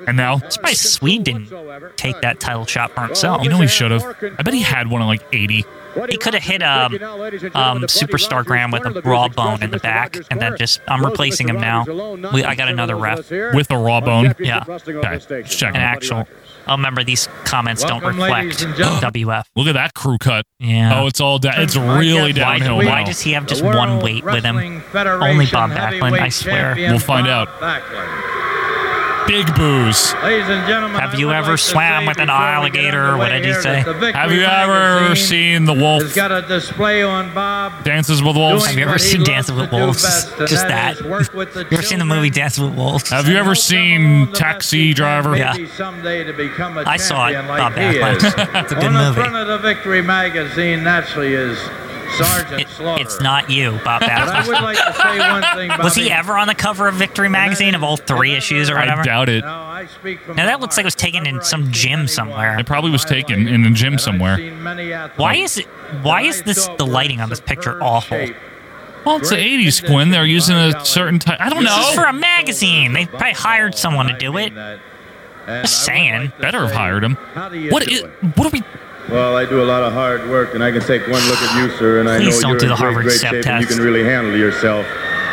Speaker 1: And now,
Speaker 2: Why Swede didn't take that title shot for himself?
Speaker 1: you know he should have. I bet he had one at like 80.
Speaker 2: He could have hit um, um, Superstar Graham with a raw bone in the back, and then just I'm replacing him now. We, I got another ref, an
Speaker 1: With a raw bone?
Speaker 2: Yeah.
Speaker 1: Okay, check.
Speaker 2: actual. Oh, remember these comments don't
Speaker 3: Welcome,
Speaker 2: reflect
Speaker 3: ladies and gentlemen.
Speaker 2: WF.
Speaker 1: Look at that crew cut.
Speaker 2: Yeah.
Speaker 1: Oh, it's all down. It's really
Speaker 3: Why-
Speaker 1: downhill
Speaker 2: why,
Speaker 1: now.
Speaker 2: why does he have just one weight with him? Only Bob Backlund, I swear.
Speaker 1: We'll find out. Big booze.
Speaker 3: Ladies and gentlemen,
Speaker 2: Have you ever swam with an alligator? What did he say?
Speaker 1: Have you ever seen the wolf
Speaker 3: Has got a display on Bob.
Speaker 1: dances with wolves?
Speaker 2: Have you ever seen Dancing with Wolves? (laughs) Just that. You ever seen the movie Dance with Wolves?
Speaker 1: Have you ever seen Taxi Driver?
Speaker 2: Yeah. I
Speaker 3: I
Speaker 2: saw it, Bob (laughs) Backlund. It's a good
Speaker 3: on
Speaker 2: movie.
Speaker 3: the front of the Victory magazine, naturally, is Sergeant
Speaker 2: It-
Speaker 3: Slaughter.
Speaker 2: it's not you,
Speaker 3: (laughs)
Speaker 2: Bob
Speaker 3: But I would
Speaker 2: Backlund.
Speaker 3: like to say
Speaker 2: (laughs)
Speaker 3: one thing, Bobby.
Speaker 2: Was he ever on the cover of Victory magazine of all three issues or
Speaker 1: I
Speaker 2: whatever?
Speaker 1: doubt it.
Speaker 3: No, I speak from
Speaker 2: Now
Speaker 3: the
Speaker 2: that looks like it was
Speaker 3: heart.
Speaker 2: taken in
Speaker 3: Whenever
Speaker 2: some
Speaker 3: I've seen
Speaker 2: gym
Speaker 3: anyone,
Speaker 2: somewhere.
Speaker 1: It probably was taken in a gym
Speaker 3: and I've
Speaker 1: somewhere.
Speaker 3: seen many athletes,
Speaker 2: Why is it? Why is
Speaker 3: I
Speaker 2: this
Speaker 3: saw
Speaker 2: the lighting on
Speaker 3: one
Speaker 2: this picture
Speaker 3: superb
Speaker 2: awful?
Speaker 3: shape.
Speaker 1: Well, it's the 80s, Quinn. They're using a certain type. I don't
Speaker 2: This is
Speaker 1: know.
Speaker 2: for a magazine. They probably hired someone to do it. Just saying.
Speaker 1: Better have hired him.
Speaker 3: How do you
Speaker 1: What
Speaker 3: do
Speaker 1: is?
Speaker 3: it?
Speaker 1: What are we?
Speaker 5: Well, I do a lot of hard work, and I can take one look at you, sir, and I
Speaker 2: Please
Speaker 5: know
Speaker 2: don't
Speaker 5: you're
Speaker 2: do
Speaker 5: in
Speaker 2: the
Speaker 5: great,
Speaker 2: Harvard
Speaker 5: great
Speaker 2: step
Speaker 5: shape and you
Speaker 2: test.
Speaker 5: can really handle yourself.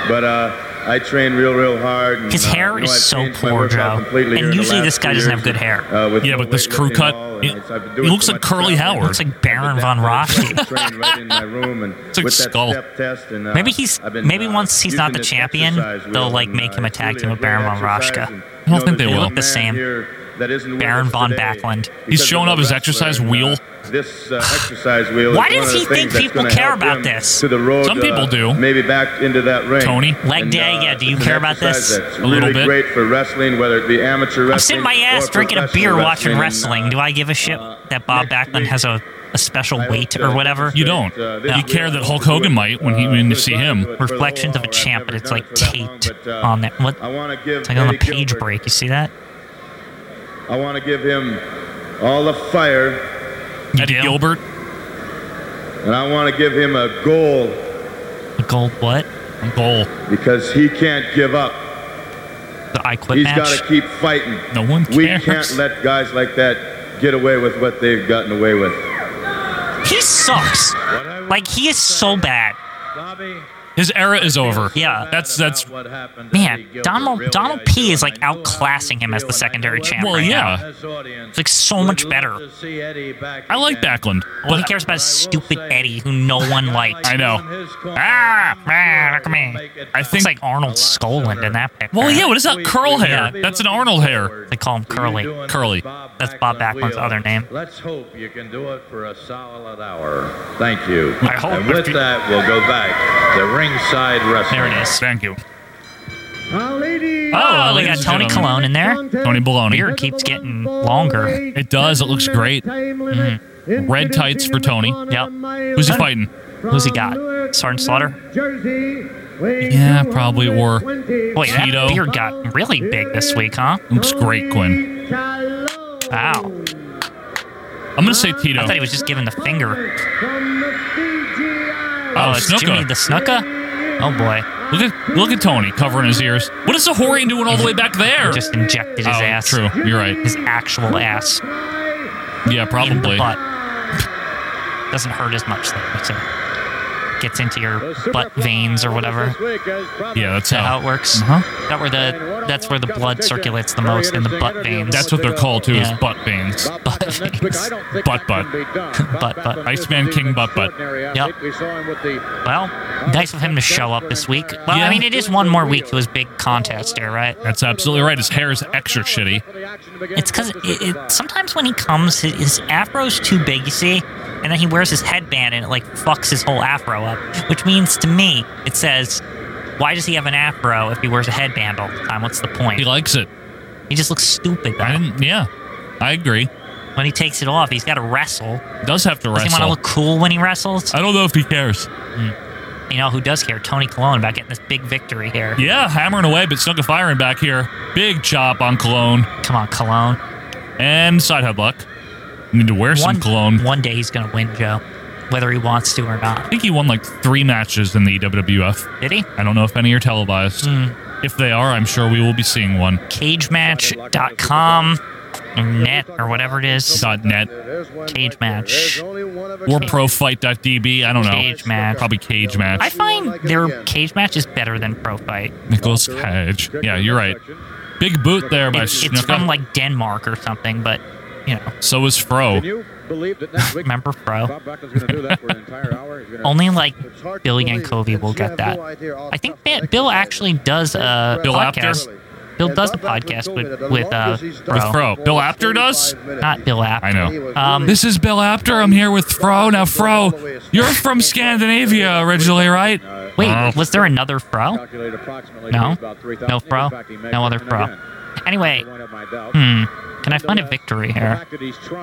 Speaker 5: But uh, I train real, real hard. And,
Speaker 2: His
Speaker 5: uh,
Speaker 2: hair
Speaker 5: you know,
Speaker 2: is
Speaker 5: I've
Speaker 2: so
Speaker 5: changed my
Speaker 2: poor,
Speaker 5: workout
Speaker 2: Joe.
Speaker 5: completely
Speaker 2: And
Speaker 5: here in the
Speaker 2: usually
Speaker 5: last
Speaker 2: this guy
Speaker 5: few
Speaker 2: doesn't
Speaker 5: years,
Speaker 2: have good hair.
Speaker 5: uh, with
Speaker 1: Yeah,
Speaker 5: no
Speaker 1: but this
Speaker 5: weightlifting
Speaker 1: crew
Speaker 5: at
Speaker 1: cut,
Speaker 5: all, and
Speaker 1: it,
Speaker 5: it's- I've been
Speaker 1: it
Speaker 5: doing
Speaker 1: looks
Speaker 5: so
Speaker 1: like
Speaker 5: much
Speaker 1: Curly
Speaker 5: better.
Speaker 1: Howard.
Speaker 2: Looks like Baron von Rashi.
Speaker 5: train right in my room
Speaker 2: (laughs)
Speaker 5: and
Speaker 1: like
Speaker 5: with
Speaker 1: skull.
Speaker 5: that step test and, uh,
Speaker 2: Maybe he's-
Speaker 5: I've been,
Speaker 2: maybe
Speaker 5: uh,
Speaker 2: once he's not
Speaker 5: using
Speaker 2: the
Speaker 5: this
Speaker 2: champion,
Speaker 5: exercise
Speaker 2: they'll,
Speaker 5: wheel
Speaker 2: like,
Speaker 5: and,
Speaker 2: make
Speaker 5: uh,
Speaker 2: him a
Speaker 5: it's
Speaker 2: tag
Speaker 5: really
Speaker 2: team
Speaker 5: a
Speaker 2: with Baron
Speaker 5: great
Speaker 2: von Raschke.
Speaker 5: exercise and,
Speaker 1: I don't
Speaker 5: you know,
Speaker 1: think they
Speaker 5: there's
Speaker 1: will.
Speaker 5: a
Speaker 1: Look
Speaker 2: the
Speaker 5: man
Speaker 2: same.
Speaker 5: here that isn't with
Speaker 2: Baron
Speaker 5: us
Speaker 2: von
Speaker 5: today
Speaker 2: Backlund.
Speaker 5: because
Speaker 1: He's
Speaker 5: of
Speaker 1: showing
Speaker 5: a
Speaker 1: off his
Speaker 5: wrestler,
Speaker 1: exercise
Speaker 5: and, uh,
Speaker 1: wheel.
Speaker 5: This uh, exercise wheel.
Speaker 2: Why
Speaker 5: is one
Speaker 2: does
Speaker 5: of the
Speaker 2: he think
Speaker 5: things that's
Speaker 2: people
Speaker 5: gonna
Speaker 2: care
Speaker 5: help
Speaker 2: about
Speaker 5: him
Speaker 2: this?
Speaker 5: To the road,
Speaker 1: Some people
Speaker 5: uh,
Speaker 1: do.
Speaker 5: Maybe back into that ring.
Speaker 1: Tony?
Speaker 2: Leg day, yeah,
Speaker 5: (laughs)
Speaker 2: do you
Speaker 5: it's an
Speaker 2: care about this?
Speaker 5: exercise uh, that's
Speaker 1: A little
Speaker 5: really
Speaker 1: bit.
Speaker 5: Great for wrestling, whether it be amateur wrestling.
Speaker 2: I'm sitting my ass
Speaker 5: or
Speaker 2: drinking a beer
Speaker 5: professional
Speaker 2: watching
Speaker 5: wrestling.
Speaker 2: wrestling.
Speaker 5: And,
Speaker 2: Do I give a shit
Speaker 5: uh,
Speaker 2: that Bob
Speaker 5: next
Speaker 2: Backlund
Speaker 5: week,
Speaker 2: has a, a special
Speaker 5: I
Speaker 2: weight
Speaker 5: hope, uh,
Speaker 2: or whatever?
Speaker 1: You don't.
Speaker 5: uh, this
Speaker 1: You
Speaker 5: week
Speaker 1: care that
Speaker 5: I'll
Speaker 1: Hulk
Speaker 5: do it,
Speaker 1: Hogan might when he when you
Speaker 5: uh,
Speaker 1: see him.
Speaker 5: for the
Speaker 2: Reflections of a
Speaker 5: wall.
Speaker 2: champ,
Speaker 5: I've never
Speaker 2: but it's
Speaker 5: done
Speaker 2: like
Speaker 5: it for that long,
Speaker 2: taped
Speaker 5: but, uh,
Speaker 2: on that. What?
Speaker 5: I want to give
Speaker 2: It's like on a
Speaker 5: Eddie
Speaker 2: page
Speaker 5: Gilbert-
Speaker 2: break. You see that?
Speaker 5: I want to give him all the fire,
Speaker 1: Eddie
Speaker 2: Dale?
Speaker 1: Gilbert.
Speaker 5: and I want to give him a goal
Speaker 2: The gold what?
Speaker 1: Goal.
Speaker 5: because he can't give up.
Speaker 2: The I quit
Speaker 5: He's got
Speaker 2: match.
Speaker 5: to keep fighting.
Speaker 1: No one
Speaker 5: We
Speaker 1: cares.
Speaker 5: can't let guys like that get away with what they've gotten away with.
Speaker 2: He sucks. Like he is so bad.
Speaker 3: Bobby,
Speaker 1: His era is over.
Speaker 2: Yeah.
Speaker 1: That's that's.
Speaker 3: about what happened to Eddie
Speaker 2: Man,
Speaker 3: Gilbert, really,
Speaker 2: Donald Donald
Speaker 3: I
Speaker 2: P
Speaker 3: do,
Speaker 2: is
Speaker 3: and
Speaker 2: like
Speaker 3: I know how
Speaker 2: outclassing
Speaker 3: you
Speaker 2: him as
Speaker 3: feel,
Speaker 2: the
Speaker 3: and I
Speaker 2: secondary
Speaker 3: know
Speaker 2: champ
Speaker 1: Well,
Speaker 2: right now.
Speaker 3: everyone
Speaker 1: yeah.
Speaker 3: in this audience
Speaker 2: It's like so
Speaker 3: would
Speaker 2: much
Speaker 3: love
Speaker 2: better.
Speaker 3: to see Eddie back
Speaker 1: I like
Speaker 3: again.
Speaker 1: Backlund.
Speaker 2: All he
Speaker 1: But
Speaker 2: cares about is stupid Eddie, who no one likes.
Speaker 1: I know.
Speaker 2: Ah, man, look at me.
Speaker 1: I
Speaker 2: It's
Speaker 1: think-
Speaker 2: like Arnold Skoland in that picture.
Speaker 1: well, yeah. What is that curl
Speaker 2: Yeah.
Speaker 1: hair? That's an Arnold hair.
Speaker 2: They call him Curly.
Speaker 1: Curly.
Speaker 2: That's Bob Backlund's other name.
Speaker 3: Let's hope you can do it for a solid hour. Thank you.
Speaker 2: I hope
Speaker 3: And with
Speaker 2: if you-
Speaker 3: that, we'll go back to ringside wrestling.
Speaker 2: There it is.
Speaker 1: Thank you.
Speaker 2: Oh,
Speaker 1: Ah,
Speaker 2: we got
Speaker 1: ladies and
Speaker 2: Tony
Speaker 1: gentlemen.
Speaker 2: Colon in there.
Speaker 1: Tony Baloney.
Speaker 2: Beard keeps getting longer.
Speaker 1: It does. It looks great. Mm-hmm. Red tights for Tony.
Speaker 2: Yep.
Speaker 1: Who's he fighting?
Speaker 2: Who's he got? Sergeant Slaughter?
Speaker 1: Yeah, probably. Or
Speaker 2: Wait, that
Speaker 1: Cheeto.
Speaker 2: beard got really big this week, huh?
Speaker 1: looks great, Quinn.
Speaker 2: Wow.
Speaker 1: I'm gonna say Tito.
Speaker 2: I thought he was just giving the finger.
Speaker 1: Oh,
Speaker 2: Oh, it's Jimmy
Speaker 1: Snuka.
Speaker 2: the Snuka? Oh boy.
Speaker 1: Look at look at Tony covering his ears. What is Sahorian doing all the way back there?
Speaker 2: He just injected his
Speaker 1: oh,
Speaker 2: ass.
Speaker 1: True. You're right.
Speaker 2: His actual ass.
Speaker 1: Yeah,
Speaker 2: In the
Speaker 1: probably.
Speaker 2: butt. Doesn't hurt as much though. It's a, gets into your butt veins or whatever.
Speaker 1: Yeah, that's
Speaker 2: How
Speaker 1: how.
Speaker 2: it works.
Speaker 1: Uh-huh.
Speaker 2: That where the that's where the blood circulates the most in the butt veins.
Speaker 1: That's what they're called too.
Speaker 2: Yeah.
Speaker 1: Is butt veins.
Speaker 2: butt veins.
Speaker 1: Butt (laughs) butt.
Speaker 2: Butt butt.
Speaker 1: Iceman King butt butt.
Speaker 2: Yep. Well, nice of him to show up this week. Well,
Speaker 1: Yeah.
Speaker 2: I mean, it is one more week to his big contest here, right?
Speaker 1: That's absolutely right. His hair is extra shitty.
Speaker 2: It's because it, it, sometimes when he comes, his, his afro's too big, you see? and then he wears his headband and it like fucks his whole afro up. Which means to me, it says, why does he have an afro if he wears a headband all the time? What's the point?
Speaker 1: He likes it.
Speaker 2: He just looks stupid.
Speaker 1: I
Speaker 2: Though.
Speaker 1: didn't. Yeah, I agree.
Speaker 2: When he takes it off, he's got to wrestle.
Speaker 1: Does have to
Speaker 2: Does he
Speaker 1: wrestle.
Speaker 2: want to look cool when he wrestles?
Speaker 1: I don't know if he cares.
Speaker 2: You know who does care? Tony Colon about getting this big victory here.
Speaker 1: Yeah, hammering away, but Snooka firing back here. Big chop on cologne
Speaker 2: Come on, Colon.
Speaker 1: and side headlock. Need to wear some
Speaker 2: One,
Speaker 1: cologne.
Speaker 2: one day he's going to win, Joe, whether he wants to or
Speaker 1: I
Speaker 2: not.
Speaker 1: think he won like three matches in the E WWF.
Speaker 2: Did he?
Speaker 1: I don't know if any are televised. If they are, I'm sure we will be seeing one.
Speaker 2: cagematch.com or net or whatever it is.
Speaker 1: Dot net
Speaker 2: Cage match.
Speaker 1: or profight.db. I don't know.
Speaker 2: Cage match.
Speaker 1: Probably cage match.
Speaker 2: I find their cage match is better than Pro Fight.
Speaker 1: Nicholas Cage. Yeah, you're right. Big boot there by
Speaker 2: It's, it's from
Speaker 1: Snuka.
Speaker 2: like Denmark or something, but you know,
Speaker 1: so is Fro. (laughs)
Speaker 2: remember Pro?
Speaker 6: Only
Speaker 2: Only like Bill Yankovi will get that. I think Bi- Bill actually does a
Speaker 1: Bill
Speaker 2: podcast.
Speaker 1: Apter?
Speaker 2: Bill does the podcast with with uh
Speaker 1: With Fro.
Speaker 2: Fro.
Speaker 1: Bill Apter does?
Speaker 2: Not Bill Apter.
Speaker 1: I know.
Speaker 2: Um,
Speaker 1: This is Bill Apter. I'm here with Fro. Now, Fro, you're from Scandinavia originally, right?
Speaker 2: Wait,
Speaker 1: Oh.
Speaker 2: was there another Fro? No. No Fro. No other Fro. Anyway, hmm, can I find a victory here?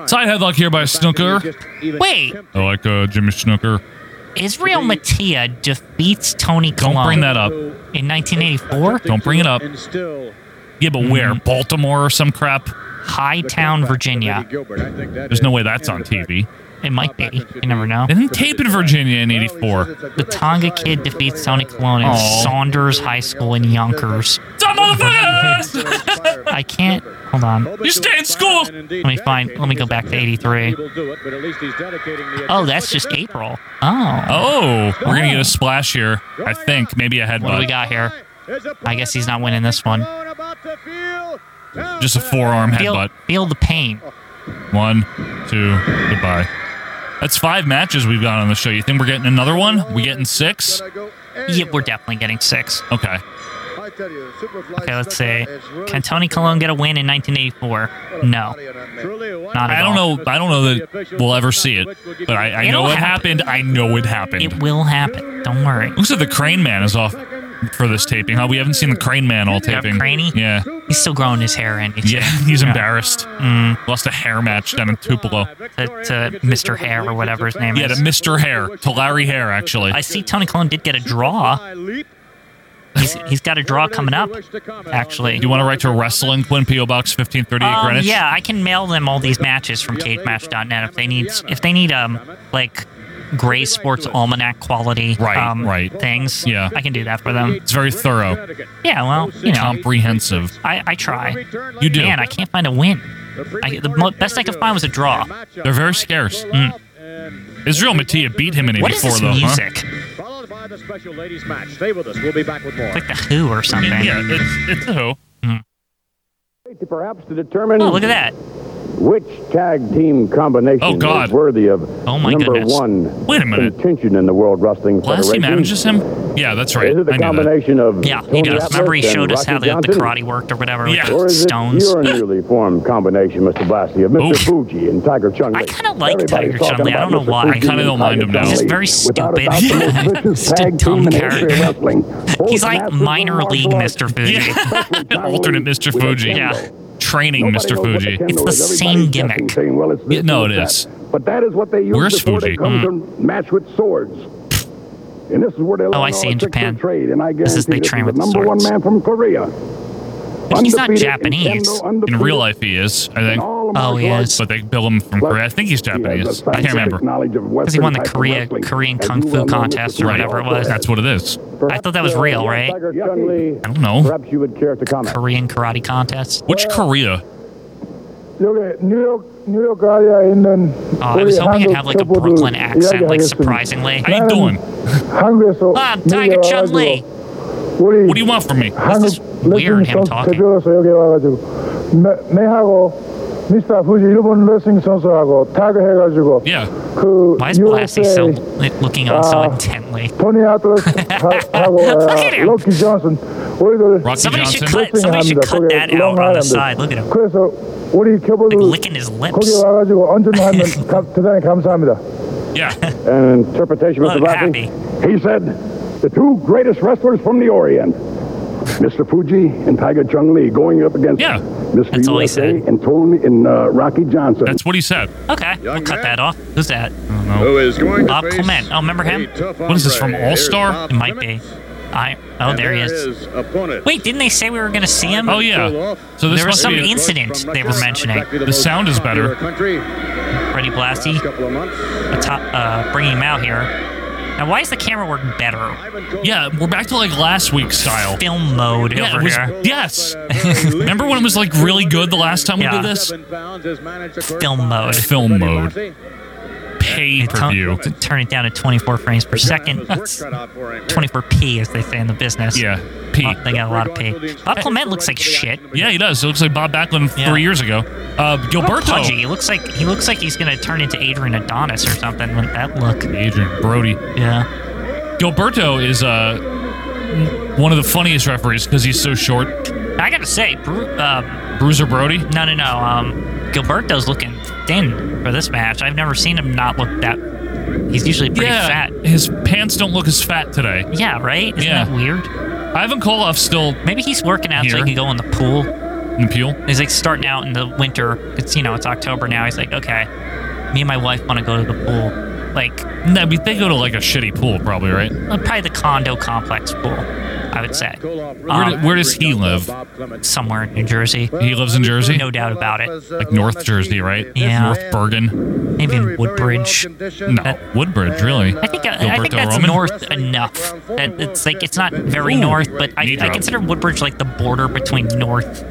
Speaker 1: Side headlock here by Snooker.
Speaker 2: Wait,
Speaker 1: I like uh, Jimmy Snooker.
Speaker 2: Israel Mattia defeats Tony
Speaker 1: Don't
Speaker 2: Colon
Speaker 1: bring that up.
Speaker 2: in 1984.
Speaker 1: Don't bring it up. Yeah, but where?
Speaker 2: Mm-hmm.
Speaker 1: Baltimore or some crap?
Speaker 2: Hightown, Virginia.
Speaker 1: There's no way that's on TV.
Speaker 2: It might be. You never know.
Speaker 1: They didn't tape in Virginia in 84.
Speaker 2: The Tonga Kid defeats Tony Colon in
Speaker 1: Aw.
Speaker 2: Saunders High School in Yonkers.
Speaker 1: Stop,
Speaker 2: (laughs)
Speaker 1: motherfuckers!
Speaker 2: I can't. Hold on.
Speaker 1: You stay in school!
Speaker 2: Let me find. Let me go back to 83. Oh, that's just April. Oh.
Speaker 1: Oh, we're going to get a splash here. I think. Maybe a headbutt.
Speaker 2: What do we got here? I guess he's not winning this one.
Speaker 1: Just a forearm
Speaker 2: Feel,
Speaker 1: headbutt.
Speaker 2: feel the pain.
Speaker 1: One, two, goodbye. That's five matches we've got on the show. You think we're getting another one? We getting six?
Speaker 2: Yeah, we're definitely getting six.
Speaker 1: Okay.
Speaker 2: Okay, let's see. Can Tony Colon get a win in 1984? No. Not at
Speaker 1: I
Speaker 2: all.
Speaker 1: don't know. I don't know that we'll ever see it, but I, I know
Speaker 2: It'll
Speaker 1: it happened. I know it happened.
Speaker 2: It will happen. Don't worry.
Speaker 1: Looks like the Crane Man is off for this taping. Huh? We haven't seen the Crane Man all
Speaker 2: Yeah,
Speaker 1: taping.
Speaker 2: Craney?
Speaker 1: Yeah.
Speaker 2: He's still growing his hair Mm. in.
Speaker 1: Yeah, (laughs) he's embarrassed. Lost a hair match down in Tupelo.
Speaker 2: To, to Mr. Hair or whatever his name
Speaker 1: Yeah, to
Speaker 2: is.
Speaker 1: Mr. Hair, to Larry Hair, actually.
Speaker 2: I see Tony Colon did get a draw. He's, he's got a draw coming up, actually.
Speaker 1: Do you want to write to Wrestling Quinn PO Box 1538
Speaker 2: Um,
Speaker 1: Greenwich?
Speaker 2: yeah, I can mail them all these matches from cagematch.net if they need if they need um like Gray Sports Almanac quality
Speaker 1: Right,
Speaker 2: um,
Speaker 1: right.
Speaker 2: things.
Speaker 1: Yeah.
Speaker 2: I can do that for them.
Speaker 1: It's very thorough,
Speaker 2: Yeah, well, you know,
Speaker 1: comprehensive.
Speaker 2: I, I try.
Speaker 1: You do.
Speaker 2: Man, I can't find a win. I, the mo- best I could find was a draw. Mm.
Speaker 1: They're very scarce. Mm. Israel Mattia beat him in
Speaker 2: What is
Speaker 1: 84,
Speaker 2: this
Speaker 1: though, huh?
Speaker 2: music?
Speaker 6: Followed by the special ladies match. Stay with us. We'll be back with more.
Speaker 2: Like the Who or something.
Speaker 1: Yeah, it's, it's a who.
Speaker 7: Perhaps to determine
Speaker 2: Oh, look at that.
Speaker 7: which tag team combination
Speaker 1: Oh, God.
Speaker 7: is worthy of
Speaker 2: Oh, my
Speaker 7: number
Speaker 2: goodness.
Speaker 7: one
Speaker 1: Wait a minute.
Speaker 7: contention in the World Wrestling
Speaker 1: Last he
Speaker 7: Federation.
Speaker 1: manages him? Yeah, that's right.
Speaker 7: Is it the
Speaker 1: I knew that.
Speaker 7: combination of
Speaker 2: Yeah, he
Speaker 7: Tony
Speaker 2: does.
Speaker 7: Atlas
Speaker 2: Remember, he
Speaker 7: and
Speaker 2: showed us
Speaker 7: Rocky
Speaker 2: how the, the
Speaker 7: Johnson?
Speaker 2: karate worked or whatever with
Speaker 1: Yeah.
Speaker 2: the
Speaker 7: Or is
Speaker 2: stones.
Speaker 7: it your newly formed combination, Mr. Blassie, of Mr.
Speaker 1: Oof.
Speaker 7: Fuji and Tiger Chung?
Speaker 2: I kinda like
Speaker 7: Everybody's
Speaker 2: Tiger
Speaker 7: talking
Speaker 2: Chun-Li. I
Speaker 7: about
Speaker 2: don't know
Speaker 7: Mr.
Speaker 2: why.
Speaker 7: Fuji
Speaker 1: I kinda
Speaker 7: and
Speaker 1: don't mind
Speaker 7: Tiger
Speaker 1: him now.
Speaker 7: Chun-Li.
Speaker 2: He's very
Speaker 7: Without a doubt,
Speaker 2: stupid.
Speaker 7: the most
Speaker 2: (laughs)
Speaker 7: vicious
Speaker 2: Just a
Speaker 7: tag
Speaker 2: dumb
Speaker 7: team in the history of
Speaker 2: character.
Speaker 7: wrestling. Both
Speaker 2: He's like
Speaker 7: masters of
Speaker 2: minor
Speaker 7: martial
Speaker 2: league
Speaker 7: arts.
Speaker 2: Mr. Fuji.
Speaker 1: Yeah. Alternate Mr. Fuji.
Speaker 2: Yeah.
Speaker 1: Training
Speaker 7: Nobody
Speaker 1: Mr.
Speaker 7: knows what
Speaker 1: Fuji.
Speaker 7: Kendo
Speaker 2: It's the
Speaker 7: is.
Speaker 2: same
Speaker 7: Everybody's
Speaker 2: gimmick.
Speaker 7: guessing, saying, well, it's this
Speaker 1: Yeah, no,
Speaker 7: and
Speaker 1: it
Speaker 7: that.
Speaker 1: is.
Speaker 7: But that is what they use
Speaker 1: Where's
Speaker 7: before
Speaker 1: Fuji?
Speaker 7: they come to match with swords. And this is where they
Speaker 2: Mm. Oh, I
Speaker 7: learn
Speaker 2: see,
Speaker 7: all
Speaker 2: in
Speaker 7: the tricks
Speaker 2: Japan.
Speaker 7: of Trade, and I
Speaker 2: This is- they
Speaker 7: guarantee
Speaker 2: train
Speaker 7: the
Speaker 2: with the
Speaker 7: number
Speaker 2: swords.
Speaker 7: one man from Korea.
Speaker 2: But he's not
Speaker 7: Undefeated in
Speaker 2: Japanese.
Speaker 7: Kendo,
Speaker 1: In
Speaker 7: undefeated
Speaker 1: real life, he is, I
Speaker 7: in
Speaker 1: think.
Speaker 7: all
Speaker 2: Oh, he
Speaker 7: martial arts.
Speaker 2: is.
Speaker 1: But they bill him from Korea. I think he's Japanese. I can't remember.
Speaker 7: Because
Speaker 2: Because he won the Korea, Korean Kung Fu contest or
Speaker 1: Right.
Speaker 2: whatever it was.
Speaker 1: That's what it is.
Speaker 2: I thought that was real, right?
Speaker 1: I don't know.
Speaker 7: Perhaps you would care to comment.
Speaker 2: (laughs) Korean karate contest.
Speaker 1: Which Korea?
Speaker 8: New York, New York area in the
Speaker 2: Oh, I was hoping it'd have like a Brooklyn accent, like surprisingly.
Speaker 1: How you doing?
Speaker 2: Ah, I'm Tiger Chun Li.
Speaker 1: What do you want from me?
Speaker 2: This is weird, him talking.
Speaker 8: 대표로서 여기 와가지고 매- 매하고 미스터 후지 일본 레슬링 선수하고 타그 해가지고
Speaker 1: Yeah.
Speaker 8: 그
Speaker 2: Why is Blassie so
Speaker 8: USA
Speaker 2: looking on so intently?
Speaker 8: 토니
Speaker 2: (laughs)
Speaker 8: 아틀레스하고
Speaker 2: Look at him.
Speaker 8: 로키 존슨 우리들
Speaker 1: Rocky
Speaker 2: Somebody should
Speaker 1: Johnson.
Speaker 2: cut. Somebody should cut that out on the side. Look at him,
Speaker 8: 그래서 우리
Speaker 2: like
Speaker 8: 켜보들
Speaker 2: licking his
Speaker 8: 거기
Speaker 2: lips. (laughs)
Speaker 8: 와가지고 언전하면 감- 대단히 감사합니다.
Speaker 1: Yeah.
Speaker 7: an interpretation, Mr. Blackie? He said, the two greatest wrestlers from the Orient, Mr. Fuji and Tiger Chung Lee, going up against
Speaker 1: Yeah.
Speaker 7: Mr.
Speaker 2: That's all he
Speaker 7: USA
Speaker 2: said.
Speaker 7: and Tony and uh, Rocky Johnson.
Speaker 1: That's what he said.
Speaker 2: Okay, we'll
Speaker 5: Young
Speaker 2: cut
Speaker 5: man.
Speaker 2: that off. Who's that?
Speaker 5: Who is going
Speaker 2: Bob
Speaker 5: to face
Speaker 2: Clement. Oh, remember him?
Speaker 5: a tough
Speaker 1: What is this, from
Speaker 5: hombre.
Speaker 1: All Star?
Speaker 5: Here's Bob
Speaker 2: It might be.
Speaker 5: Clement,
Speaker 2: I. Oh,
Speaker 5: and
Speaker 2: there he is.
Speaker 5: his opponent.
Speaker 2: Wait, didn't they say we were gonna see him?
Speaker 1: Oh yeah. So this
Speaker 2: There was
Speaker 1: must
Speaker 2: some
Speaker 1: be.
Speaker 2: in- incident they were mentioning.
Speaker 1: The sound is better.
Speaker 2: Freddie Blasty, uh, top, uh, bringing him out here. Now, why is the camera work better?
Speaker 1: yeah, uh, we're back to like last week's style.
Speaker 2: Film mode
Speaker 1: Yeah, it
Speaker 2: over
Speaker 1: was-
Speaker 2: here.
Speaker 1: Yes. (laughs) Remember when it was like really good the last time we
Speaker 2: Yeah.
Speaker 1: did this?
Speaker 2: Film mode.
Speaker 1: Film mode. Pay
Speaker 2: It
Speaker 1: per
Speaker 2: tu-
Speaker 1: view.
Speaker 2: to turn it down to 24 frames per second. That's 24p, as they say in the business.
Speaker 1: Yeah. P.
Speaker 2: Oh, they got a lot of p. Bob Clement looks like shit.
Speaker 1: Yeah, he does. It looks like Bob Backlund
Speaker 2: Yeah.
Speaker 1: three years ago. Uh, Gilberto.
Speaker 2: Pudgy. He looks like he looks like he's gonna turn into Adrian Adonis or something with that look.
Speaker 1: Adrian Brody.
Speaker 2: Yeah.
Speaker 1: Gilberto is uh one of the funniest referees because he's so short.
Speaker 2: I gotta say, Bru- uh,
Speaker 1: Bruiser Brody.
Speaker 2: no, no, no. Um, Gilberto's looking thin for this match. I've never seen him not look that. He's usually pretty
Speaker 1: yeah,
Speaker 2: fat.
Speaker 1: his pants don't look as fat today.
Speaker 2: Yeah, right? Isn't
Speaker 1: Yeah.
Speaker 2: that weird?
Speaker 1: Ivan Koloff still
Speaker 2: Maybe he's working out so
Speaker 1: Here.
Speaker 2: he can go in the pool.
Speaker 1: in the peel.
Speaker 2: He's like starting out in the winter. It's you know it's October now. He's like, okay, me and my wife want to go to the pool, like
Speaker 1: No, but they go to like a shitty pool, probably, right?
Speaker 2: uh, probably the condo complex pool. I would say Um,
Speaker 1: Where, do- where does he live?
Speaker 2: somewhere in New Jersey.
Speaker 1: He lives in Jersey,
Speaker 2: No doubt about it.
Speaker 3: uh,
Speaker 1: like North Jersey, right?
Speaker 2: Yeah.
Speaker 1: North Bergen.
Speaker 2: Maybe in Woodbridge.
Speaker 1: No, Woodbridge, really.
Speaker 2: I think I, I think
Speaker 1: Gilberto
Speaker 2: that's
Speaker 1: Roman?
Speaker 2: north enough. That it's like it's not very
Speaker 1: Ooh.
Speaker 2: north, but I,
Speaker 1: Neat
Speaker 2: I
Speaker 1: route.
Speaker 2: consider Woodbridge like the border between north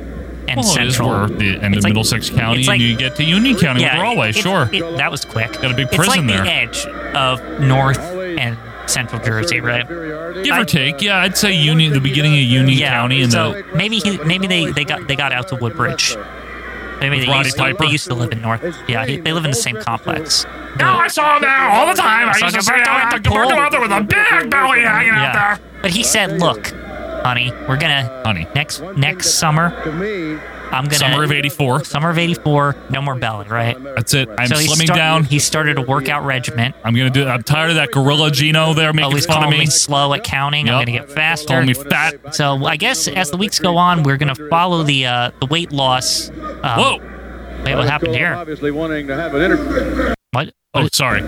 Speaker 2: and
Speaker 1: well, it is
Speaker 2: central.
Speaker 1: where the end
Speaker 2: It's
Speaker 1: of
Speaker 2: like-
Speaker 1: Middlesex County,
Speaker 2: it's like-
Speaker 1: and you get to Union County with Galway.
Speaker 2: it- it-
Speaker 1: Sure,
Speaker 2: it- that was quick.
Speaker 1: Got a big
Speaker 2: it's like
Speaker 1: prison there.
Speaker 2: the edge of North and Central Jersey, right?
Speaker 1: give
Speaker 2: I-
Speaker 1: or take. Yeah, I'd say Union, the beginning of Union
Speaker 2: Yeah,
Speaker 1: County, and
Speaker 2: so
Speaker 1: the
Speaker 2: maybe he, maybe they, they got they got out to Woodbridge. Maybe they
Speaker 1: Roddy
Speaker 2: used, to,
Speaker 1: Piper?
Speaker 2: they used to live in North. Yeah, he, they live in the same complex.
Speaker 1: No, Oh, I saw him there all the time. I,
Speaker 2: saw
Speaker 1: used to see him
Speaker 2: Gilberto at
Speaker 1: out
Speaker 2: the pool.
Speaker 1: out there with a big belly hanging
Speaker 2: Yeah.
Speaker 1: out there.
Speaker 2: But he said, "Look, honey, we're gonna
Speaker 1: Honey.
Speaker 2: next next summer.
Speaker 3: To me,
Speaker 2: I'm gonna
Speaker 1: Summer of '84.
Speaker 2: Summer of '84. No more belly, right?
Speaker 1: That's it. I'm
Speaker 2: so he
Speaker 1: slimming
Speaker 2: start-
Speaker 1: down.
Speaker 2: He started a workout regimen.
Speaker 1: I'm gonna do. I'm tired of that gorilla Gino there making
Speaker 2: Always
Speaker 1: fun of
Speaker 2: calling
Speaker 1: me.
Speaker 2: me slow at counting.
Speaker 1: Yep.
Speaker 2: I'm gonna get faster.
Speaker 1: Calling me fat.
Speaker 2: So I guess as the weeks go on, we're gonna follow the uh, the weight loss. Um,
Speaker 1: Whoa.
Speaker 2: Wait, what happened here?
Speaker 5: Obviously wanting to have an interview.
Speaker 2: What?
Speaker 1: Oh, sorry.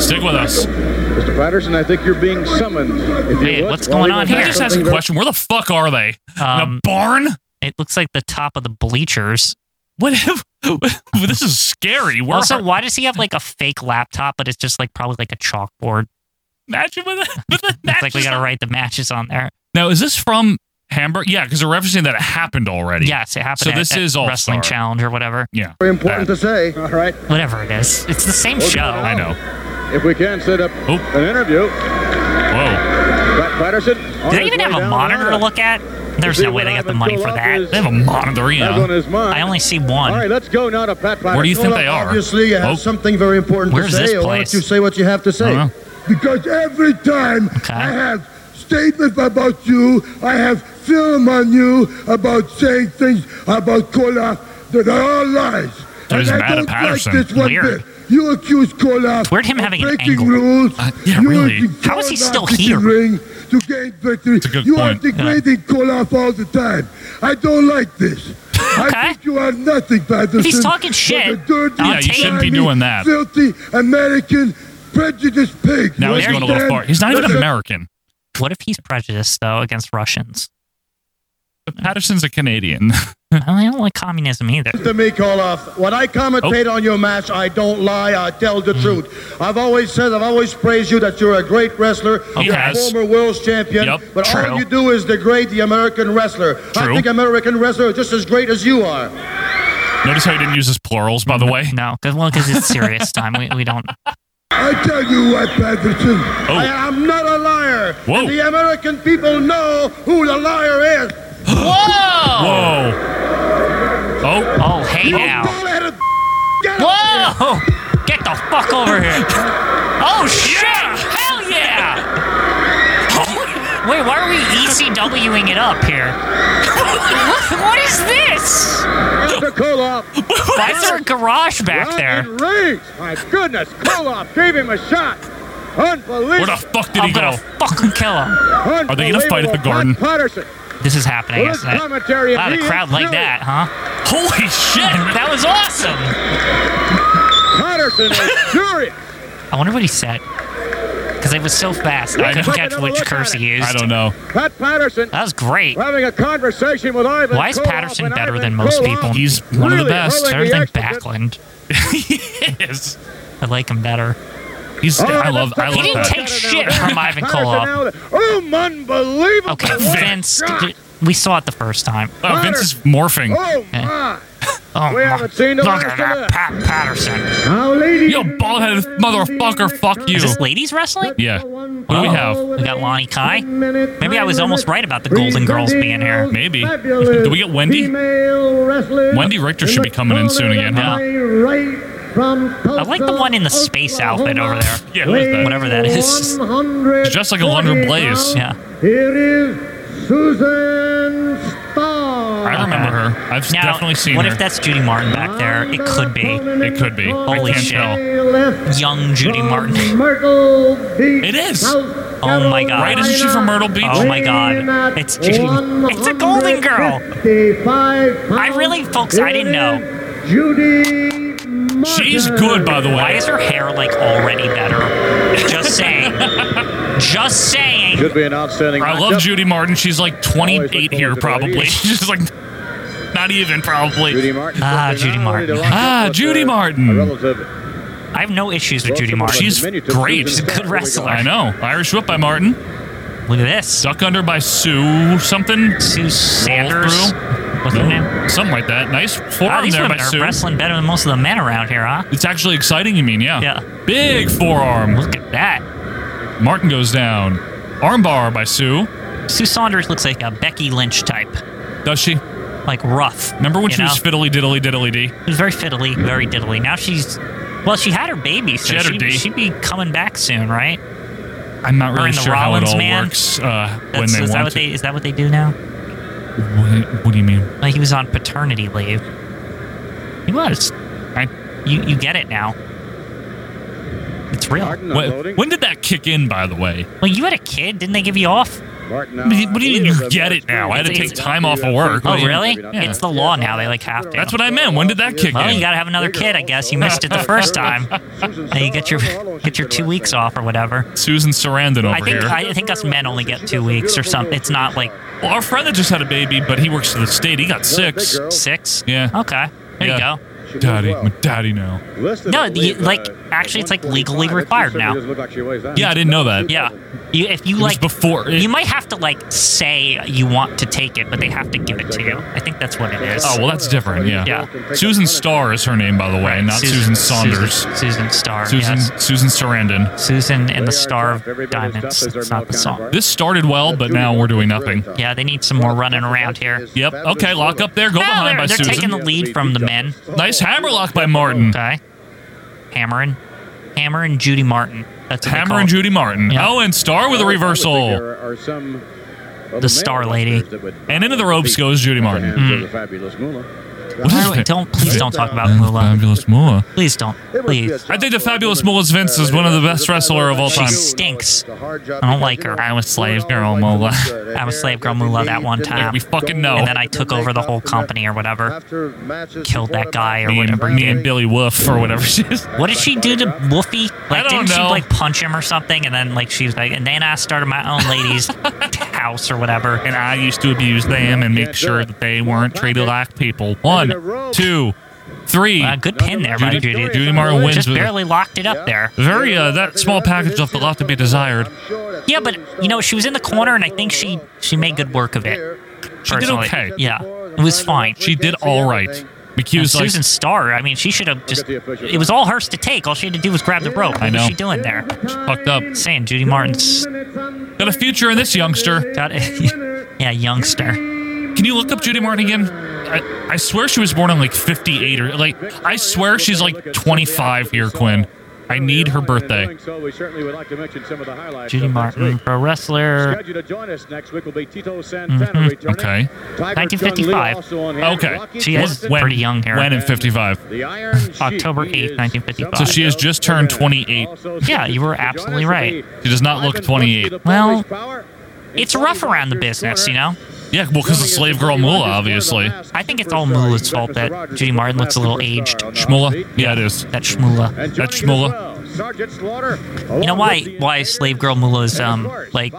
Speaker 1: Stick with us.
Speaker 5: Mr. Patterson, I think you're being summoned. If you
Speaker 2: Wait,
Speaker 5: would,
Speaker 2: what's
Speaker 5: while
Speaker 2: going
Speaker 5: you
Speaker 2: on
Speaker 5: do
Speaker 1: Can I
Speaker 2: here?
Speaker 1: just
Speaker 5: something
Speaker 1: ask a
Speaker 5: very-
Speaker 1: question? Where the fuck are they? In a
Speaker 2: Um,
Speaker 1: barn?
Speaker 2: It looks like the top of the bleachers.
Speaker 1: What? If, (laughs) this is scary. Where
Speaker 2: Also,
Speaker 1: are-
Speaker 2: why does he have like a fake laptop, but it's just like probably like a chalkboard?
Speaker 1: imagine with the, with the
Speaker 2: It's like we
Speaker 1: matches
Speaker 2: gotta
Speaker 1: on-
Speaker 2: write the matches on there.
Speaker 1: Now, is this from Hamburg? Yeah, because they're referencing that it happened already.
Speaker 2: Yes, it happened.
Speaker 1: So
Speaker 2: at-
Speaker 1: this
Speaker 2: at
Speaker 1: is All-Star.
Speaker 2: Wrestling Challenge or whatever.
Speaker 1: Yeah.
Speaker 3: very important
Speaker 1: Bad.
Speaker 2: Uh,
Speaker 3: to say.
Speaker 5: All right.
Speaker 2: Whatever it is, it's the same show.
Speaker 1: I know.
Speaker 5: If we can set up
Speaker 1: Oh.
Speaker 5: an interview,
Speaker 1: Whoa.
Speaker 5: Pat Patterson. on
Speaker 2: Do they
Speaker 5: his
Speaker 2: even
Speaker 5: way
Speaker 2: have a
Speaker 5: down
Speaker 2: monitor to
Speaker 5: ladder.
Speaker 2: look at? There's
Speaker 5: See
Speaker 2: no way
Speaker 5: what
Speaker 2: they got the
Speaker 5: Ivan
Speaker 2: money for
Speaker 5: Koloff
Speaker 2: that.
Speaker 5: is-
Speaker 1: They have a monitor, you
Speaker 5: Has on
Speaker 1: know.
Speaker 5: his mind.
Speaker 2: I only see
Speaker 5: All right,
Speaker 2: one.
Speaker 5: let's go now to Pat Patterson.
Speaker 1: Where do you think
Speaker 3: Well,
Speaker 1: they are?
Speaker 3: Obviously, you have
Speaker 1: Oh.
Speaker 3: something very important
Speaker 2: Where's
Speaker 3: to
Speaker 2: this
Speaker 3: say. Why
Speaker 2: place?
Speaker 3: don't you say what you have to say?
Speaker 1: Uh-huh.
Speaker 9: Because every time
Speaker 2: Okay.
Speaker 9: I have statements about you, I have film on you about saying things about Koloff that are all lies.
Speaker 1: So he's
Speaker 9: and
Speaker 1: mad
Speaker 9: I
Speaker 1: at
Speaker 9: don't
Speaker 1: Patterson.
Speaker 9: Like this one
Speaker 2: Weird.
Speaker 9: Bit. You accuse Koloff
Speaker 2: It's weird him
Speaker 9: of
Speaker 2: having an
Speaker 9: breaking
Speaker 2: angle.
Speaker 9: rules.
Speaker 1: Uh, yeah,
Speaker 9: you
Speaker 1: really.
Speaker 9: accuse
Speaker 2: How is he
Speaker 9: Koloff
Speaker 2: still
Speaker 9: in the
Speaker 2: here?
Speaker 9: Ring to gain victory.
Speaker 1: a good
Speaker 9: you
Speaker 1: point.
Speaker 9: are degrading Koloff all the time. I don't like this.
Speaker 2: Okay.
Speaker 9: I think you are nothing, Patterson.
Speaker 2: he's talking
Speaker 9: but
Speaker 2: shit,
Speaker 9: a dirty,
Speaker 2: I'll
Speaker 1: Yeah, you
Speaker 2: take
Speaker 1: shouldn't be
Speaker 9: grimy,
Speaker 1: doing that.
Speaker 9: Filthy American prejudiced pig.
Speaker 1: Now
Speaker 9: You
Speaker 1: he's going a little
Speaker 9: understand?
Speaker 1: far. He's not even
Speaker 9: Listen,
Speaker 1: American. (laughs)
Speaker 2: What if he's prejudiced though against Russians? (laughs)
Speaker 1: But Patterson's a Canadian. (laughs)
Speaker 2: I don't like communism either. (laughs)
Speaker 3: To me, Koloff, when I
Speaker 1: Oh.
Speaker 3: commentate on your match, I don't lie. I tell
Speaker 1: Hmm.
Speaker 3: the truth. I've always said, I've always praised you that you're a great wrestler.
Speaker 1: He
Speaker 3: you're
Speaker 1: has.
Speaker 3: a former world champion.
Speaker 1: Yep,
Speaker 3: but
Speaker 1: true.
Speaker 3: all you do is degrade the American wrestler.
Speaker 1: True.
Speaker 3: I think American wrestlers are just as great as you are.
Speaker 1: Notice how he didn't use his plurals, by the way.
Speaker 2: No, because well, because it's serious time. We, we don't.
Speaker 9: I tell you what, Patterson.
Speaker 1: Oh.
Speaker 3: I am not a liar.
Speaker 1: Whoa.
Speaker 3: And the American people know who the liar is.
Speaker 1: (laughs)
Speaker 2: Whoa!
Speaker 1: Whoa. Oh.
Speaker 2: Oh, hey now.
Speaker 3: Bullheaded (laughs) get out of here.
Speaker 2: Whoa! Get the fuck over here. Oh shit! Hell yeah! Wait, why are we east WCWing it up here. what is this?
Speaker 3: Mr. Koloff.
Speaker 1: (laughs)
Speaker 2: Why is there a garage back
Speaker 3: Run
Speaker 2: there?
Speaker 3: and rage. My goodness, Koloff gave him a shot.
Speaker 1: Where
Speaker 3: Unbelievable.
Speaker 1: the fuck did
Speaker 2: I'm
Speaker 1: he go?
Speaker 2: gonna fucking kill him.
Speaker 3: Are
Speaker 1: they gonna fight at the garden?
Speaker 3: Patterson.
Speaker 2: This is happening,
Speaker 3: Good
Speaker 2: isn't it?
Speaker 3: commentary and
Speaker 2: Wow, the
Speaker 3: he
Speaker 2: crowd
Speaker 3: is
Speaker 2: like
Speaker 3: furious.
Speaker 2: that, huh?
Speaker 1: Holy shit!
Speaker 2: That was awesome.
Speaker 3: Patterson is furious.
Speaker 2: I wonder what he said. Because it was so fast, I
Speaker 1: I
Speaker 2: couldn't
Speaker 1: know.
Speaker 2: catch which curse he used.
Speaker 1: I don't (laughs) know.
Speaker 3: Pat Patterson
Speaker 2: That was great.
Speaker 3: having a conversation with Ivan.
Speaker 2: Why is
Speaker 3: Koloff,
Speaker 2: Patterson
Speaker 3: and
Speaker 2: better
Speaker 3: Ivan
Speaker 2: than most
Speaker 3: Koloff
Speaker 2: people?
Speaker 1: He's
Speaker 2: one of the
Speaker 3: really
Speaker 2: best.
Speaker 3: hurling
Speaker 2: I
Speaker 3: the
Speaker 2: don't think
Speaker 3: extra-
Speaker 2: Backlund.
Speaker 1: yes.
Speaker 2: I like him better.
Speaker 1: He's.
Speaker 3: Oh,
Speaker 1: I love. I
Speaker 3: that's-
Speaker 1: love
Speaker 2: He didn't
Speaker 1: that.
Speaker 2: take shit from Ivan
Speaker 3: Patterson
Speaker 2: Koloff.
Speaker 3: out. Oh, unbelievable.
Speaker 2: Okay,
Speaker 3: What a
Speaker 2: Vince,
Speaker 3: shot.
Speaker 2: d- we saw it the first time.
Speaker 1: Wow, Vince is morphing.
Speaker 3: Oh,
Speaker 2: Eh.
Speaker 3: my.
Speaker 2: Oh,
Speaker 3: We
Speaker 2: my-
Speaker 3: haven't seen the
Speaker 2: look
Speaker 3: last
Speaker 2: at
Speaker 3: of
Speaker 2: that,
Speaker 3: that.
Speaker 2: Pat Patterson.
Speaker 3: Now, ladies.
Speaker 1: Yo, bald-headed motherfucker, fuck you.
Speaker 2: Is this ladies wrestling?
Speaker 1: Yeah. What do we have?
Speaker 2: We got Lonnie Kai. Maybe I was almost right about the Golden Girls being here.
Speaker 1: Maybe. Do we get Wendy? Wendy
Speaker 3: Wendy
Speaker 1: Richter should be coming in soon again, huh?
Speaker 2: I like the one in the space outfit over there.
Speaker 1: Yeah, who is that?
Speaker 2: Whatever that is.
Speaker 1: It's just like a London Blaze.
Speaker 2: Yeah.
Speaker 3: Here is Susan Starr.
Speaker 1: I remember her. I've
Speaker 2: Now,
Speaker 1: definitely seen
Speaker 2: what
Speaker 1: her.
Speaker 2: if that's Judy Martin back there? It could be
Speaker 1: it could be.
Speaker 2: Holy
Speaker 1: I can't
Speaker 2: shit.
Speaker 1: tell.
Speaker 2: young Judy Martin.
Speaker 1: It is.
Speaker 2: Oh my god.
Speaker 1: Right? Isn't she from Myrtle Beach?
Speaker 2: Oh my god. It's Judy. It's a golden girl. I really, folks, I didn't know.
Speaker 3: Judy Martin.
Speaker 1: She's good, by the way.
Speaker 2: Why is her hair like already better? Just saying. Just saying.
Speaker 5: Could be an outstanding.
Speaker 1: I love Judy Martin. She's like 28 here, probably. (laughs) She's like, not even probably.
Speaker 5: Martin.
Speaker 2: Ah, Judy Martin.
Speaker 1: Ah, Judy Martin.
Speaker 2: I have no issues with Judy Martin.
Speaker 1: She's great.
Speaker 2: She's a good wrestler.
Speaker 1: I know. Irish whip by Martin.
Speaker 2: Look at this.
Speaker 1: Duck under by Sue something.
Speaker 2: Sue Sanders. What's her name?
Speaker 1: Something like that. Nice
Speaker 2: Wow,
Speaker 1: forearm
Speaker 2: these
Speaker 1: there
Speaker 2: women
Speaker 1: by
Speaker 2: are
Speaker 1: Sue.
Speaker 2: wrestling better than most of the men around here, huh?
Speaker 1: It's actually exciting, you mean? Yeah.
Speaker 2: Yeah.
Speaker 1: Big forearm.
Speaker 2: Look at that.
Speaker 1: Martin goes down. Armbar by Sue.
Speaker 2: Sue Saunders looks like a Becky Lynch type.
Speaker 1: Does she?
Speaker 2: Like rough.
Speaker 1: Remember when
Speaker 2: you
Speaker 1: she was
Speaker 2: know?
Speaker 1: fiddly diddly diddly dee?
Speaker 2: She was very fiddly, very diddly. Now she's. Well, she had her baby, so
Speaker 1: She had her
Speaker 2: she,
Speaker 1: D.
Speaker 2: she'd be coming back soon, right?
Speaker 1: I'm not really
Speaker 2: and the
Speaker 1: sure how it
Speaker 2: Rollins
Speaker 1: all
Speaker 2: man?
Speaker 1: works uh, when
Speaker 2: That's-
Speaker 1: they
Speaker 2: is, that
Speaker 1: want
Speaker 2: what
Speaker 1: to.
Speaker 2: they, is that what they do now?
Speaker 1: What, what do you mean?
Speaker 2: Like he was on paternity leave. He was.
Speaker 1: I,
Speaker 2: You, you get it now. It's real.
Speaker 5: Martin
Speaker 1: when,
Speaker 5: unloading.
Speaker 1: when did that kick in, by the way?
Speaker 2: Well, you had a kid. Didn't they give you off?
Speaker 5: Martin uh,
Speaker 1: What do you- what do you mean
Speaker 5: out.
Speaker 1: you get it now? I had to
Speaker 2: It's-
Speaker 1: take time off of work.
Speaker 2: Oh,
Speaker 1: What do you-
Speaker 2: really?
Speaker 5: Yeah.
Speaker 2: It's the law now. They like have to.
Speaker 1: That's what I meant. When did that kick
Speaker 2: Well,
Speaker 1: in?
Speaker 2: you gotta have another kid, I guess. You missed it
Speaker 1: (laughs)
Speaker 2: the first time. Now you get your get your two weeks off or whatever.
Speaker 1: Susan Sarandon over
Speaker 2: I think
Speaker 1: here.
Speaker 2: I think us men only get two weeks or something. It's not like
Speaker 1: well, our friend that just had a baby, but he works for the state. He got six.
Speaker 2: six.
Speaker 1: Yeah.
Speaker 2: Okay. There
Speaker 1: Yeah.
Speaker 2: you go.
Speaker 1: Daddy, my daddy now.
Speaker 2: No, the, like actually, it's like legally required now.
Speaker 1: Yeah, I didn't know that.
Speaker 2: Yeah. You, if you
Speaker 1: was
Speaker 2: like
Speaker 1: before it-
Speaker 2: you might have to like say you want to take it, but they have to give it to you. I think that's what it is.
Speaker 1: Oh well, that's different. Yeah.
Speaker 2: Yeah.
Speaker 1: Susan Starr is her name, by the way, not Susan, Saunders.
Speaker 2: Susan, Star.
Speaker 1: Susan Susan Sarandon.
Speaker 2: Susan and the Star of Diamonds. That's not the song.
Speaker 1: This started well, but now we're doing nothing.
Speaker 2: Yeah, they need some more running around here.
Speaker 1: Yep. Okay, lock up there. Go
Speaker 2: No,
Speaker 1: behind
Speaker 2: they're,
Speaker 1: by
Speaker 2: Ah, they're
Speaker 1: Susan.
Speaker 2: taking the lead from the men.
Speaker 3: Oh.
Speaker 1: nice hammerlock by Martin.
Speaker 2: Okay. Hammering. Hammer and Judy Martin. That's what they
Speaker 1: Hammer
Speaker 2: call
Speaker 1: and
Speaker 2: it.
Speaker 1: Judy Martin.
Speaker 2: Yeah.
Speaker 1: Oh, and Starr with a reversal.
Speaker 5: The
Speaker 2: Star Lady.
Speaker 1: And into the ropes goes Judy Martin. What
Speaker 2: Why
Speaker 1: is
Speaker 2: don't-
Speaker 1: it?
Speaker 2: don't please don't talk about
Speaker 1: And
Speaker 2: Moolah.
Speaker 1: Fabulous Moolah.
Speaker 2: Please don't. Please.
Speaker 1: I think the fabulous Moolah's Vince is one of the best wrestler of all
Speaker 2: She
Speaker 1: time.
Speaker 2: stinks. I don't like her. I was slave girl
Speaker 1: Moolah.
Speaker 2: I was slave girl Moolah that one
Speaker 1: Yeah,
Speaker 2: time.
Speaker 1: we fucking know.
Speaker 2: And then I took over the whole company or whatever. Killed that guy or
Speaker 1: me, and,
Speaker 2: whatever.
Speaker 1: me and Billy Wolf or whatever she is.
Speaker 2: What did she do to Wolfie?
Speaker 1: I
Speaker 2: Like,
Speaker 1: don't
Speaker 2: didn't she
Speaker 1: know.
Speaker 2: like punch him or something? And then like she was like, and then I started my
Speaker 1: (laughs)
Speaker 2: own ladies' house or whatever.
Speaker 1: And I used to abuse them and make sure that they weren't treated like people. One, two, three.
Speaker 2: Uh, good pin there by
Speaker 1: Judy-
Speaker 2: Judy.
Speaker 1: Judy Martin wins
Speaker 2: Just
Speaker 1: with a-
Speaker 2: barely locked it up there.
Speaker 1: Very uh, that small package left a lot to be desired.
Speaker 2: Yeah, but you know she was in the corner, and I think she she made good work of it.
Speaker 1: She did
Speaker 2: personally.
Speaker 1: okay.
Speaker 2: Yeah, it was fine.
Speaker 1: She did all right.
Speaker 2: And
Speaker 1: McHugh's like,
Speaker 2: Susan Starr. I mean, she should have just. It was all hers to take. All she had to do was grab the rope. What
Speaker 1: I know.
Speaker 2: was she doing there?
Speaker 1: fucked up.
Speaker 2: Saying Judy Martin's
Speaker 1: Got a future in this youngster.
Speaker 2: got (laughs) yeah, youngster.
Speaker 1: Can you look up Judy Martin again? I, I swear she was born in like 58 or like, I swear she's like 25 here, Quinn. I need her birthday.
Speaker 2: Judy Martin, pro wrestler.
Speaker 7: Scheduled to join us next week will be Tito Santana
Speaker 2: Mm-hmm.
Speaker 7: returning.
Speaker 1: Okay.
Speaker 7: Tiger Chung
Speaker 2: 1955.
Speaker 7: Lee also on hand.
Speaker 1: Okay.
Speaker 7: Rocky
Speaker 2: She is
Speaker 7: Johnson,
Speaker 1: When-
Speaker 2: pretty young here.
Speaker 1: When in 55?
Speaker 7: the Iron Sheik.
Speaker 2: October
Speaker 7: He
Speaker 2: 8th,
Speaker 7: is
Speaker 2: 1955.
Speaker 1: So she has just turned 28.
Speaker 7: also
Speaker 2: Yeah, you were
Speaker 7: scheduled to join
Speaker 2: absolutely
Speaker 7: us will
Speaker 2: right.
Speaker 7: be
Speaker 1: She does not look
Speaker 7: Ivan
Speaker 1: 28.
Speaker 7: Bush with the
Speaker 2: Well,
Speaker 7: Polish power.
Speaker 2: It's rough around the business, you know?
Speaker 1: Yeah, well, because of Slave Girl Moolah, obviously.
Speaker 2: I think it's all Moolah's fault that Judy Martin looks a little aged.
Speaker 1: Shmoola? Yeah, it is.
Speaker 2: That Shmula.
Speaker 1: That Shmoola.
Speaker 2: You know why why Slave Girl Mula's um like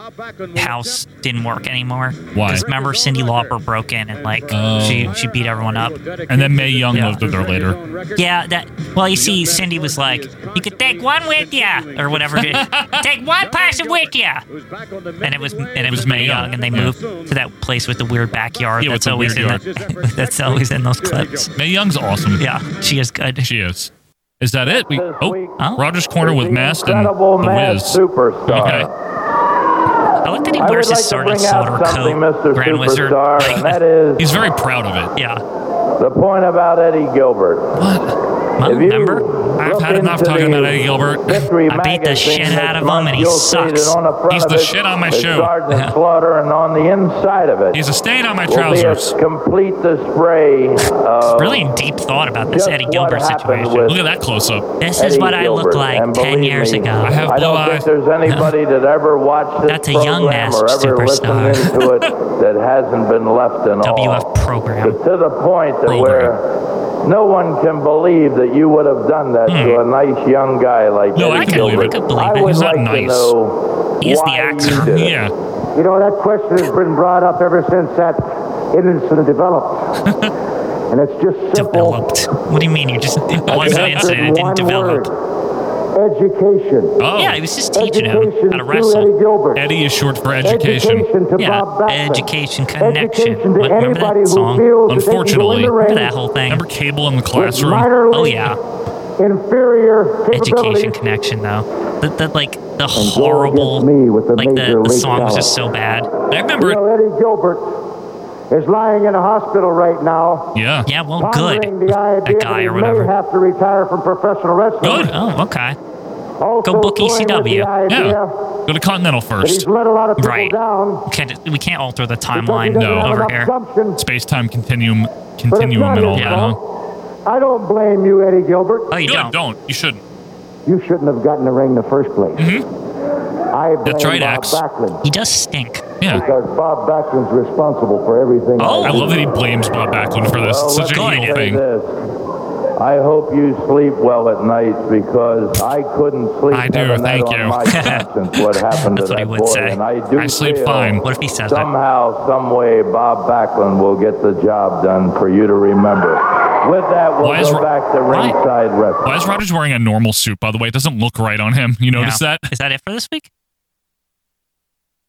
Speaker 2: house didn't work anymore?
Speaker 1: Why?
Speaker 2: Because remember Cindy Lauper broke in and like
Speaker 3: uh,
Speaker 1: Oh.
Speaker 2: she she beat everyone up.
Speaker 1: And then Mae Young
Speaker 2: Yeah.
Speaker 1: lived with her later.
Speaker 2: Yeah, that. Well, you see, Cindy was like, "You could take one with ya," or whatever. it
Speaker 1: (laughs)
Speaker 2: is. take one person with ya. And it was and it was Mae Young, and they moved to that place with the weird backyard.
Speaker 1: Yeah, with
Speaker 2: that's
Speaker 1: the
Speaker 2: always in
Speaker 1: weird
Speaker 2: the, (laughs) that's always in those clips.
Speaker 1: Mae Young's awesome.
Speaker 2: Yeah, she is good.
Speaker 1: She is. Is that it? We,
Speaker 2: Oh.
Speaker 1: oh, Rogers Corner with Mast and The
Speaker 10: Incredible Mass
Speaker 1: Wiz. Okay.
Speaker 10: Superstar.
Speaker 2: I like that he
Speaker 10: I would
Speaker 2: wears
Speaker 10: like
Speaker 2: his
Speaker 10: to
Speaker 2: sort of
Speaker 10: bring out
Speaker 2: silver
Speaker 10: something,
Speaker 2: coat,
Speaker 10: Mr.
Speaker 2: Grand Wizard.
Speaker 10: Superstar, and that is
Speaker 1: He's very proud of it.
Speaker 2: yeah,
Speaker 10: the point about Eddie Gilbert.
Speaker 2: well,
Speaker 10: If you
Speaker 2: remember?
Speaker 1: I've
Speaker 10: look
Speaker 1: had enough
Speaker 10: into
Speaker 1: talking
Speaker 10: the
Speaker 1: about Eddie Gilbert.
Speaker 10: Victory
Speaker 2: I beat the
Speaker 10: magazine
Speaker 2: shit
Speaker 10: this
Speaker 2: out of him
Speaker 10: month,
Speaker 2: and he
Speaker 10: you'll see that
Speaker 2: sucks.
Speaker 10: on the front
Speaker 1: He's
Speaker 10: of
Speaker 1: the
Speaker 10: it
Speaker 1: shit on my
Speaker 10: is
Speaker 1: shoe.
Speaker 10: Sergeant
Speaker 2: Yeah.
Speaker 10: Slaughter, and on the inside of it
Speaker 1: He's a stain on my
Speaker 10: will be
Speaker 1: trousers.
Speaker 10: a complete display of
Speaker 2: Really in deep thought about this
Speaker 10: just
Speaker 2: Eddie
Speaker 10: what
Speaker 2: Gilbert
Speaker 10: happened
Speaker 2: situation.
Speaker 10: with
Speaker 1: Look at that close up.
Speaker 2: This
Speaker 10: Eddie
Speaker 2: is what I looked
Speaker 10: Gilbert.
Speaker 2: like
Speaker 10: And
Speaker 2: ten
Speaker 10: believe
Speaker 2: years
Speaker 10: me,
Speaker 2: ago.
Speaker 1: I have
Speaker 10: I
Speaker 1: blue
Speaker 10: don't
Speaker 1: eyes.
Speaker 10: think there's anybody that ever watched this
Speaker 2: That's a young
Speaker 10: program or
Speaker 2: masked
Speaker 10: ever listened
Speaker 2: superstar.
Speaker 10: into
Speaker 2: (laughs)
Speaker 10: it that hasn't been left in
Speaker 2: WF
Speaker 10: awe.
Speaker 2: program.
Speaker 10: But to the point that
Speaker 1: Program.
Speaker 10: where no one can believe that you would have done that
Speaker 2: Hmm.
Speaker 10: to a nice young guy like
Speaker 1: No, I
Speaker 10: Eddie
Speaker 1: can
Speaker 10: Gilbert.
Speaker 1: believe it. I can
Speaker 2: believe it.
Speaker 10: would
Speaker 1: He's not
Speaker 10: like to
Speaker 1: nice.
Speaker 10: know
Speaker 2: He is the
Speaker 10: why you
Speaker 2: actor.
Speaker 10: did
Speaker 2: (laughs)
Speaker 10: it.
Speaker 1: Yeah.
Speaker 11: You know, that question has been brought up ever since that incident developed. and it's just simple.
Speaker 2: Developed. What do you mean?
Speaker 11: (laughs)
Speaker 2: You just it was an incident. It
Speaker 11: One
Speaker 2: didn't develop.
Speaker 11: word. Education.
Speaker 1: Oh.
Speaker 2: Yeah, he was just teaching him
Speaker 11: Education
Speaker 2: how to
Speaker 11: to
Speaker 2: wrestle.
Speaker 11: Eddie Gilbert.
Speaker 1: Eddie is short for education.
Speaker 11: to
Speaker 2: Yeah,
Speaker 11: Bob Backlund.
Speaker 2: education connection.
Speaker 11: Education to
Speaker 2: What- remember
Speaker 11: anybody who
Speaker 2: that song?
Speaker 11: feels that they can go in
Speaker 1: Unfortunately,
Speaker 11: the
Speaker 2: Remember
Speaker 11: ring
Speaker 2: that whole thing?
Speaker 1: remember Cable in the
Speaker 11: with
Speaker 1: classroom?
Speaker 11: minor
Speaker 2: Oh
Speaker 11: league
Speaker 2: yeah,
Speaker 11: inferior
Speaker 2: education
Speaker 11: capabilities.
Speaker 2: connection though. That that like
Speaker 11: go
Speaker 2: the horrible
Speaker 11: against me with the
Speaker 2: like the,
Speaker 11: major
Speaker 2: the
Speaker 11: league
Speaker 2: song was
Speaker 11: talent.
Speaker 2: just so bad.
Speaker 1: I
Speaker 11: You
Speaker 1: remember it.
Speaker 11: know, Eddie Gilbert is lying in a hospital right now.
Speaker 1: Yeah.
Speaker 2: Yeah, well, good.
Speaker 11: pondering The idea
Speaker 2: That guy
Speaker 11: he
Speaker 2: or whatever.
Speaker 11: May have to retire from professional wrestling.
Speaker 1: Good.
Speaker 2: Oh, okay.
Speaker 11: Also
Speaker 2: Go book E
Speaker 11: toying with
Speaker 2: ECW.
Speaker 11: The idea
Speaker 1: Yeah. Go to Continental
Speaker 11: that
Speaker 1: first.
Speaker 11: he's let a lot of people
Speaker 2: Right.
Speaker 11: down.
Speaker 2: Can, we can't alter the
Speaker 11: because he
Speaker 2: timeline
Speaker 11: doesn't
Speaker 1: No.
Speaker 11: have
Speaker 2: over
Speaker 11: enough
Speaker 2: here.
Speaker 11: gumption.
Speaker 1: Space time continuum
Speaker 11: But it's
Speaker 1: continuum
Speaker 11: not
Speaker 1: and all
Speaker 11: his
Speaker 1: that,
Speaker 11: fault.
Speaker 1: huh?
Speaker 11: I don't blame you, Eddie Gilbert.
Speaker 2: Oh, you
Speaker 1: Good,
Speaker 2: don't.
Speaker 1: You shouldn't.
Speaker 11: You shouldn't have gotten the ring in the first place.
Speaker 2: (laughs)
Speaker 11: I blame
Speaker 1: That's right,
Speaker 11: Bob
Speaker 1: Axe.
Speaker 11: Backlund
Speaker 2: He does stink.
Speaker 1: Yeah.
Speaker 11: because Bob Backlund's responsible for everything.
Speaker 2: Oh.
Speaker 1: I love that he blames Bob Backlund for
Speaker 10: Oh,
Speaker 1: this. It's such
Speaker 2: Well,
Speaker 1: a
Speaker 2: good.
Speaker 1: evil
Speaker 10: say
Speaker 1: thing.
Speaker 10: this. I hope you sleep well at night because I couldn't sleep.
Speaker 1: I do,
Speaker 10: having that
Speaker 1: thank
Speaker 10: on
Speaker 1: you. (laughs)
Speaker 10: my conscience, what happened to
Speaker 2: That's what he
Speaker 10: that
Speaker 2: would
Speaker 10: boy,
Speaker 2: say.
Speaker 10: and I do
Speaker 1: I sleep
Speaker 10: feel
Speaker 1: fine. What
Speaker 2: if he says that?
Speaker 10: somehow, some way, Bob Backlund will get the job done for you to remember. With that, we'll
Speaker 1: Why is
Speaker 10: go
Speaker 1: Ro-
Speaker 10: back to
Speaker 1: why-
Speaker 10: ringside wrestling.
Speaker 1: Why is Rogers wearing a normal suit, by the way? It doesn't look right on him. You notice
Speaker 2: Yeah.
Speaker 1: that?
Speaker 2: Is that it for this week?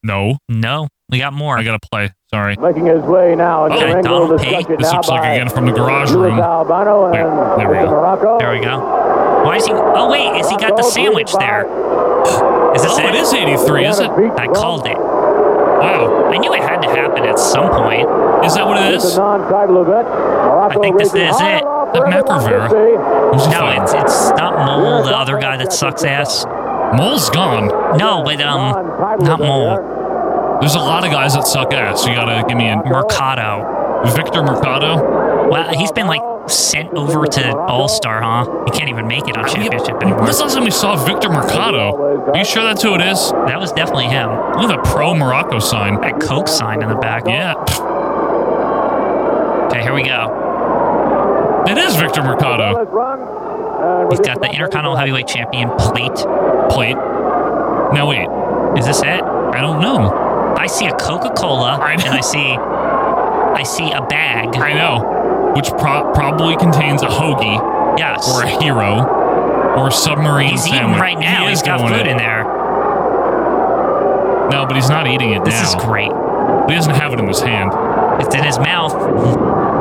Speaker 1: No.
Speaker 2: No, we got more.
Speaker 1: I gotta play. Sorry.
Speaker 11: Making his way now into
Speaker 1: Oh,
Speaker 11: the ring.
Speaker 2: Donald
Speaker 11: We'll discuss
Speaker 2: Payne.
Speaker 11: it
Speaker 1: This
Speaker 11: now
Speaker 1: looks like
Speaker 11: by
Speaker 1: again from the garage
Speaker 11: Luis
Speaker 1: room.
Speaker 11: Albano and
Speaker 1: Wait, there we
Speaker 11: Mr.
Speaker 1: go.
Speaker 11: Morocco.
Speaker 2: There we go. Why is he? Oh wait, is he got the
Speaker 11: Morocco,
Speaker 2: sandwich
Speaker 11: Levi.
Speaker 2: there? Is this
Speaker 1: Oh, it is 83, is it?
Speaker 2: I called it.
Speaker 1: Wow.
Speaker 2: I knew it had to happen at some point.
Speaker 1: Is that what it
Speaker 11: It's
Speaker 1: is?
Speaker 11: a non-title event. Morocco
Speaker 2: I think this
Speaker 11: reaching
Speaker 2: is
Speaker 11: high
Speaker 2: it.
Speaker 11: aloft
Speaker 1: That
Speaker 11: for
Speaker 1: Mac
Speaker 11: everyone to
Speaker 1: Rivera.
Speaker 11: see.
Speaker 1: Who's he
Speaker 2: No,
Speaker 1: fighting?
Speaker 2: it's it's not Mole, the other guy that sucks ass.
Speaker 1: Mole's gone.
Speaker 2: No, but um,
Speaker 11: Non-title
Speaker 2: not
Speaker 11: event
Speaker 2: Mole.
Speaker 11: there.
Speaker 1: There's a lot of guys that suck ass. You gotta give me a
Speaker 2: Mercado.
Speaker 1: Victor Mercado.
Speaker 2: Well, he's been like sent over to All Star, huh? He can't even make it on Championship anymore.
Speaker 1: When's the last time we saw Victor Mercado? Are you sure that's who it is?
Speaker 2: That was definitely him.
Speaker 1: Look at the pro Morocco sign.
Speaker 2: That Coke sign in the back.
Speaker 1: Yeah.
Speaker 2: Okay, here we go.
Speaker 1: It is Victor Mercado.
Speaker 11: Let's run. And we're
Speaker 2: He's
Speaker 11: just
Speaker 2: got the
Speaker 11: about ready to
Speaker 2: Intercontinental
Speaker 11: go.
Speaker 2: Heavyweight Champion plate.
Speaker 1: Plate. Now wait.
Speaker 2: Is this it?
Speaker 1: I don't know.
Speaker 2: I see a Coca Cola
Speaker 1: I know.
Speaker 2: and I see I see a bag.
Speaker 1: I know. Which pro- probably contains a hoagie
Speaker 2: Yes.
Speaker 1: or a hero or a submarine
Speaker 2: He's eating
Speaker 1: sandwich.
Speaker 2: right now.
Speaker 1: He
Speaker 2: He's
Speaker 1: is
Speaker 2: got
Speaker 1: going it.
Speaker 2: food in there.
Speaker 1: No, but he's not eating it
Speaker 2: This
Speaker 1: now.
Speaker 2: is great.
Speaker 1: He doesn't have it in his hand.
Speaker 2: It's in his mouth.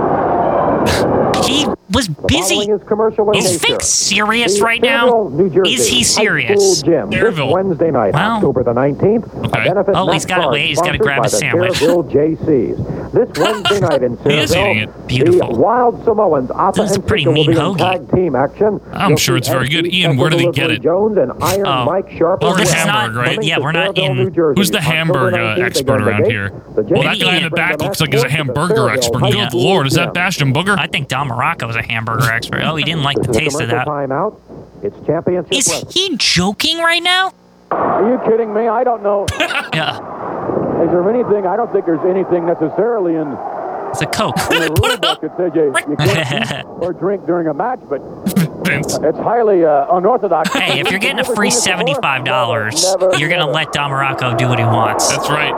Speaker 2: (laughs) He was busy.
Speaker 11: Following is commercial in
Speaker 2: Is
Speaker 11: nature.
Speaker 2: Fink serious
Speaker 11: The
Speaker 2: right now?
Speaker 11: Fayetteville, New Jersey
Speaker 2: Is he
Speaker 11: High
Speaker 2: serious?
Speaker 11: School gym this
Speaker 1: Fayetteville.
Speaker 11: Wednesday night,
Speaker 2: Wow.
Speaker 11: October the 19th.
Speaker 1: Okay.
Speaker 11: A benefit
Speaker 2: Oh, he's
Speaker 11: mass
Speaker 2: gotta
Speaker 11: card
Speaker 2: wait, he's gotta
Speaker 11: sponsored
Speaker 2: grab
Speaker 11: by
Speaker 2: a
Speaker 11: the
Speaker 2: sandwich.
Speaker 11: Fayetteville JCs. This Wednesday night in
Speaker 1: He is eating
Speaker 11: Fayetteville,
Speaker 1: it. Beautiful.
Speaker 11: the Wild Samoans Appa
Speaker 2: This is
Speaker 11: and
Speaker 2: pretty
Speaker 11: Chica will
Speaker 2: mean
Speaker 11: be in
Speaker 2: hoagie.
Speaker 11: tag team action.
Speaker 1: Oh, I'm
Speaker 11: You'll
Speaker 1: sure
Speaker 11: see
Speaker 1: it's very good.
Speaker 11: MC
Speaker 1: Ian, where do they
Speaker 11: Spencer
Speaker 1: get
Speaker 11: Leslie
Speaker 1: it?
Speaker 11: Jones and Iron
Speaker 2: Oh.
Speaker 11: Mike Sharp.
Speaker 2: Well,
Speaker 11: as
Speaker 2: this is
Speaker 11: well.
Speaker 2: not-
Speaker 1: Hamburg, right?
Speaker 11: Coming
Speaker 2: Yeah,
Speaker 11: to
Speaker 2: we're not
Speaker 11: Fayetteville,
Speaker 2: in-
Speaker 11: New Jersey,
Speaker 1: Who's the
Speaker 11: October
Speaker 1: hamburger
Speaker 11: 19th,
Speaker 1: expert
Speaker 11: again,
Speaker 1: around
Speaker 11: the
Speaker 1: here?
Speaker 11: the
Speaker 1: Well, that
Speaker 11: JCs
Speaker 1: guy in the
Speaker 11: bring
Speaker 1: back
Speaker 11: the
Speaker 1: looks like he's
Speaker 11: mascot to
Speaker 1: a
Speaker 11: the
Speaker 1: hamburger
Speaker 11: Fayetteville
Speaker 1: expert.
Speaker 11: High
Speaker 1: Good
Speaker 11: School
Speaker 1: lord, is
Speaker 11: gym.
Speaker 1: that Bastion Booger?
Speaker 2: I think Don Morocco is a hamburger expert. Oh, he didn't like the
Speaker 11: This is a
Speaker 2: taste of
Speaker 11: commercial
Speaker 2: that.
Speaker 11: Timeout. It's championship.
Speaker 2: Is
Speaker 11: West.
Speaker 2: he joking right now?
Speaker 11: Are you kidding me? I don't
Speaker 1: (laughs)
Speaker 11: know.
Speaker 2: Yeah,
Speaker 11: Is there anything? I don't think there's anything necessarily in
Speaker 2: it's
Speaker 11: (laughs)
Speaker 2: a
Speaker 1: (laughs)
Speaker 2: Coke.
Speaker 11: the rule book that says you, you can't eat or drink during a match, but
Speaker 1: Vince.
Speaker 11: it's highly uh, unorthodox.
Speaker 2: Hey, if you're getting a free seventy-five dollars,
Speaker 11: Never,
Speaker 2: you're gonna
Speaker 11: never.
Speaker 2: let Don Morocco do what he wants.
Speaker 1: That's right.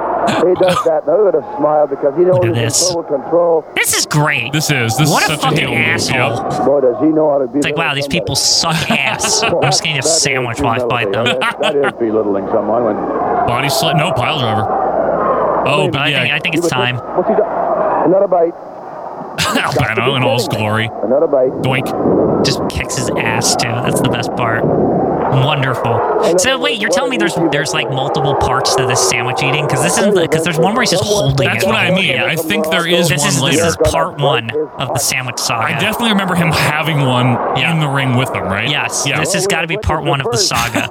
Speaker 11: He
Speaker 2: (laughs)
Speaker 11: does that. They would have smiled because he knows
Speaker 2: Look at this.
Speaker 11: control.
Speaker 2: This is great.
Speaker 1: This is this
Speaker 2: what
Speaker 1: is
Speaker 2: a
Speaker 1: such
Speaker 2: fucking
Speaker 1: a
Speaker 2: asshole.
Speaker 11: Boy, does he know how to be.
Speaker 2: It's like, wow, these
Speaker 1: (laughs)
Speaker 2: people suck ass. I'm just gonna eat a sandwich while I fight them.
Speaker 11: that is belittling someone.
Speaker 2: (laughs)
Speaker 11: When,
Speaker 1: Body slit. No pile driver. Oh,
Speaker 2: But
Speaker 1: but
Speaker 2: I
Speaker 1: yeah,
Speaker 2: think I think it's time.
Speaker 11: What's he do? Another bite.
Speaker 1: (laughs) Albano in all his glory.
Speaker 11: Another bite.
Speaker 2: (laughs)
Speaker 1: Doink.
Speaker 2: Just kicks his ass too. That's the best part. Wonderful. So wait, you're telling me there's there's like multiple parts to this sandwich eating? Because this isn't because there's one where he's just holding
Speaker 1: That's
Speaker 2: it.
Speaker 1: what I mean. I think there is
Speaker 2: This
Speaker 1: one
Speaker 2: is
Speaker 1: later.
Speaker 2: this is part one of the sandwich saga.
Speaker 1: I definitely remember him having one
Speaker 2: Yeah.
Speaker 1: in the ring with him, right?
Speaker 2: Yes,
Speaker 1: Yeah.
Speaker 2: this has got to be part one of
Speaker 1: (laughs)
Speaker 2: the saga.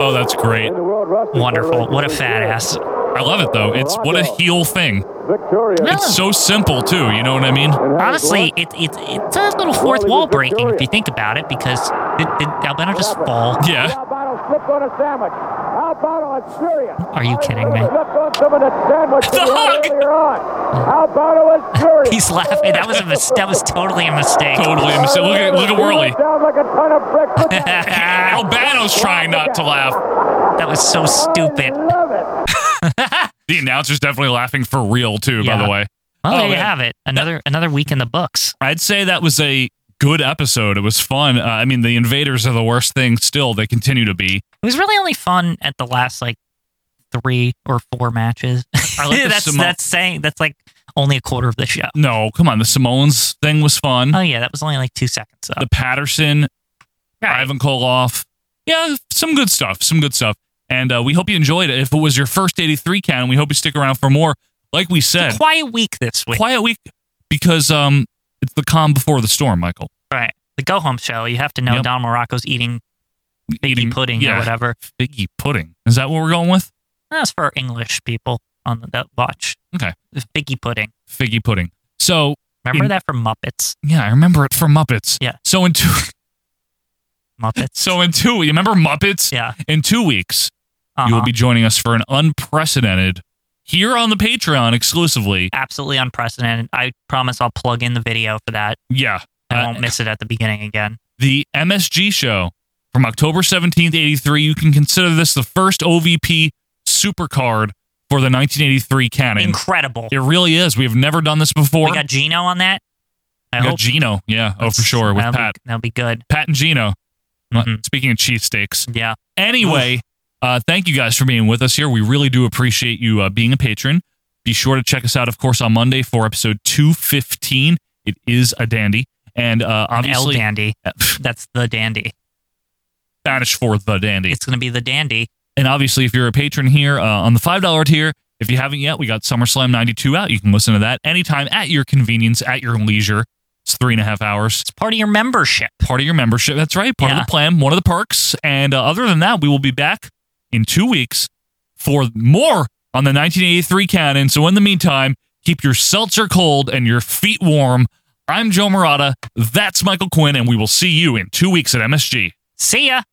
Speaker 1: oh, that's great.
Speaker 11: In the world wrestling
Speaker 2: Wonderful. What a
Speaker 11: Federation
Speaker 2: fat
Speaker 11: this year,
Speaker 2: ass.
Speaker 1: I love it though. It's what a heel thing.
Speaker 11: Victoria.
Speaker 2: Yeah.
Speaker 1: It's so simple too. You know what I mean?
Speaker 11: and has
Speaker 2: Honestly,
Speaker 11: won.
Speaker 2: it, it, it's a little fourth wall breaking if you think about it, because did, did Albano just fall?
Speaker 1: Yeah.
Speaker 11: Albano slipped on a sandwich. Albano and Furia.
Speaker 2: Are you kidding me?
Speaker 11: Slipped on some of the sandwich
Speaker 1: The
Speaker 11: that we had
Speaker 2: (laughs)
Speaker 1: hug!
Speaker 11: earlier on. Albano and Furia.
Speaker 2: (laughs) He's laughing. That was a mis- that was totally a mistake.
Speaker 1: Totally. a
Speaker 2: (laughs)
Speaker 1: mistake. Look at look at
Speaker 11: He
Speaker 1: Whirly.
Speaker 11: went down like a ton of bricks. Look at him.
Speaker 1: Albano's trying not to laugh.
Speaker 2: That was so stupid.
Speaker 11: I love it.
Speaker 1: The announcer's definitely laughing for real too. By
Speaker 2: Yeah.
Speaker 1: the way,
Speaker 2: Well,
Speaker 1: Oh,
Speaker 2: there you
Speaker 1: man.
Speaker 2: have it. Another another week in the books.
Speaker 1: I'd say that was a good episode. It was fun. Uh, I mean, the invaders are the worst thing. Still, they continue to be.
Speaker 2: It was really only fun at the last like three or four matches. (laughs)
Speaker 1: I like the Mm-hmm.
Speaker 2: that's
Speaker 1: Samo-
Speaker 2: that's saying that's like only a quarter of the show.
Speaker 1: No, come on. The Samoans thing was fun.
Speaker 2: Oh yeah, that was only like two seconds. Up.
Speaker 1: the Patterson,
Speaker 2: Right.
Speaker 1: Ivan Koloff. Yeah, some good stuff. Some good stuff. And uh, we hope you enjoyed it. If it was your first 83 count, we hope you stick around for more. Like we said,
Speaker 2: Quiet week this week.
Speaker 1: quiet week because um, it's the calm before the storm, Michael.
Speaker 2: Right. The go home show. You have to know
Speaker 1: Yep.
Speaker 2: Don Morocco's eating figgy
Speaker 1: Eating-
Speaker 2: pudding
Speaker 1: yeah.
Speaker 2: or whatever.
Speaker 1: Figgy pudding. Is that what we're going with?
Speaker 2: That's for English people on the, that watch.
Speaker 1: Okay.
Speaker 2: Figgy pudding.
Speaker 1: Figgy pudding. So,
Speaker 2: Remember
Speaker 1: In-
Speaker 2: that from Muppets?
Speaker 1: yeah, I remember it from Muppets.
Speaker 2: Yeah.
Speaker 1: So in two, (laughs)
Speaker 2: Muppets.
Speaker 1: so in two, (laughs) you remember Muppets?
Speaker 2: yeah.
Speaker 1: In two weeks,
Speaker 2: Uh-huh.
Speaker 1: you will be joining us for an unprecedented here on the Patreon exclusively.
Speaker 2: absolutely unprecedented. I promise I'll plug in the video for that.
Speaker 1: Yeah.
Speaker 2: I
Speaker 1: Uh,
Speaker 2: won't miss it at the beginning again.
Speaker 1: the MSG show from October 17th, 83. You can consider this the first OVP supercard for the 1983 canon.
Speaker 2: Incredible.
Speaker 1: it really is. We have never done this before.
Speaker 2: We got Gino on that. I
Speaker 1: We got
Speaker 2: hope.
Speaker 1: Gino. Yeah. Oh, for
Speaker 2: That's-
Speaker 1: sure. With
Speaker 2: that'll
Speaker 1: Pat.
Speaker 2: Be, that'll be good.
Speaker 1: Pat and Gino.
Speaker 2: Mhm.
Speaker 1: Speaking of cheesesteaks.
Speaker 2: Yeah.
Speaker 1: Anyway, uh, thank you guys for being with us here. We really do appreciate you uh, being a patron. Be sure to check us out, of course, on Monday for episode 215. It is a dandy. And uh,
Speaker 2: An El
Speaker 1: obviously, (laughs)
Speaker 2: Dandy. That's the dandy.
Speaker 1: Spanish for the dandy.
Speaker 2: It's going to be the dandy.
Speaker 1: And obviously, if you're a patron here uh, on the $5 tier, if you haven't yet, we got SummerSlam 92 out. You can listen to that anytime at your convenience, at your leisure. It's three and a half hours.
Speaker 2: It's part of your membership.
Speaker 1: Part of your membership. That's right. Part
Speaker 2: Yeah.
Speaker 1: of the plan, one of the perks. And uh, other than that, we will be back in two weeks for more on the 1983 canon. So in the meantime, keep your seltzer cold and your feet warm. I'm Joe Murata. That's Michael Quinn. And we will see you in two weeks at MSG.
Speaker 2: See ya.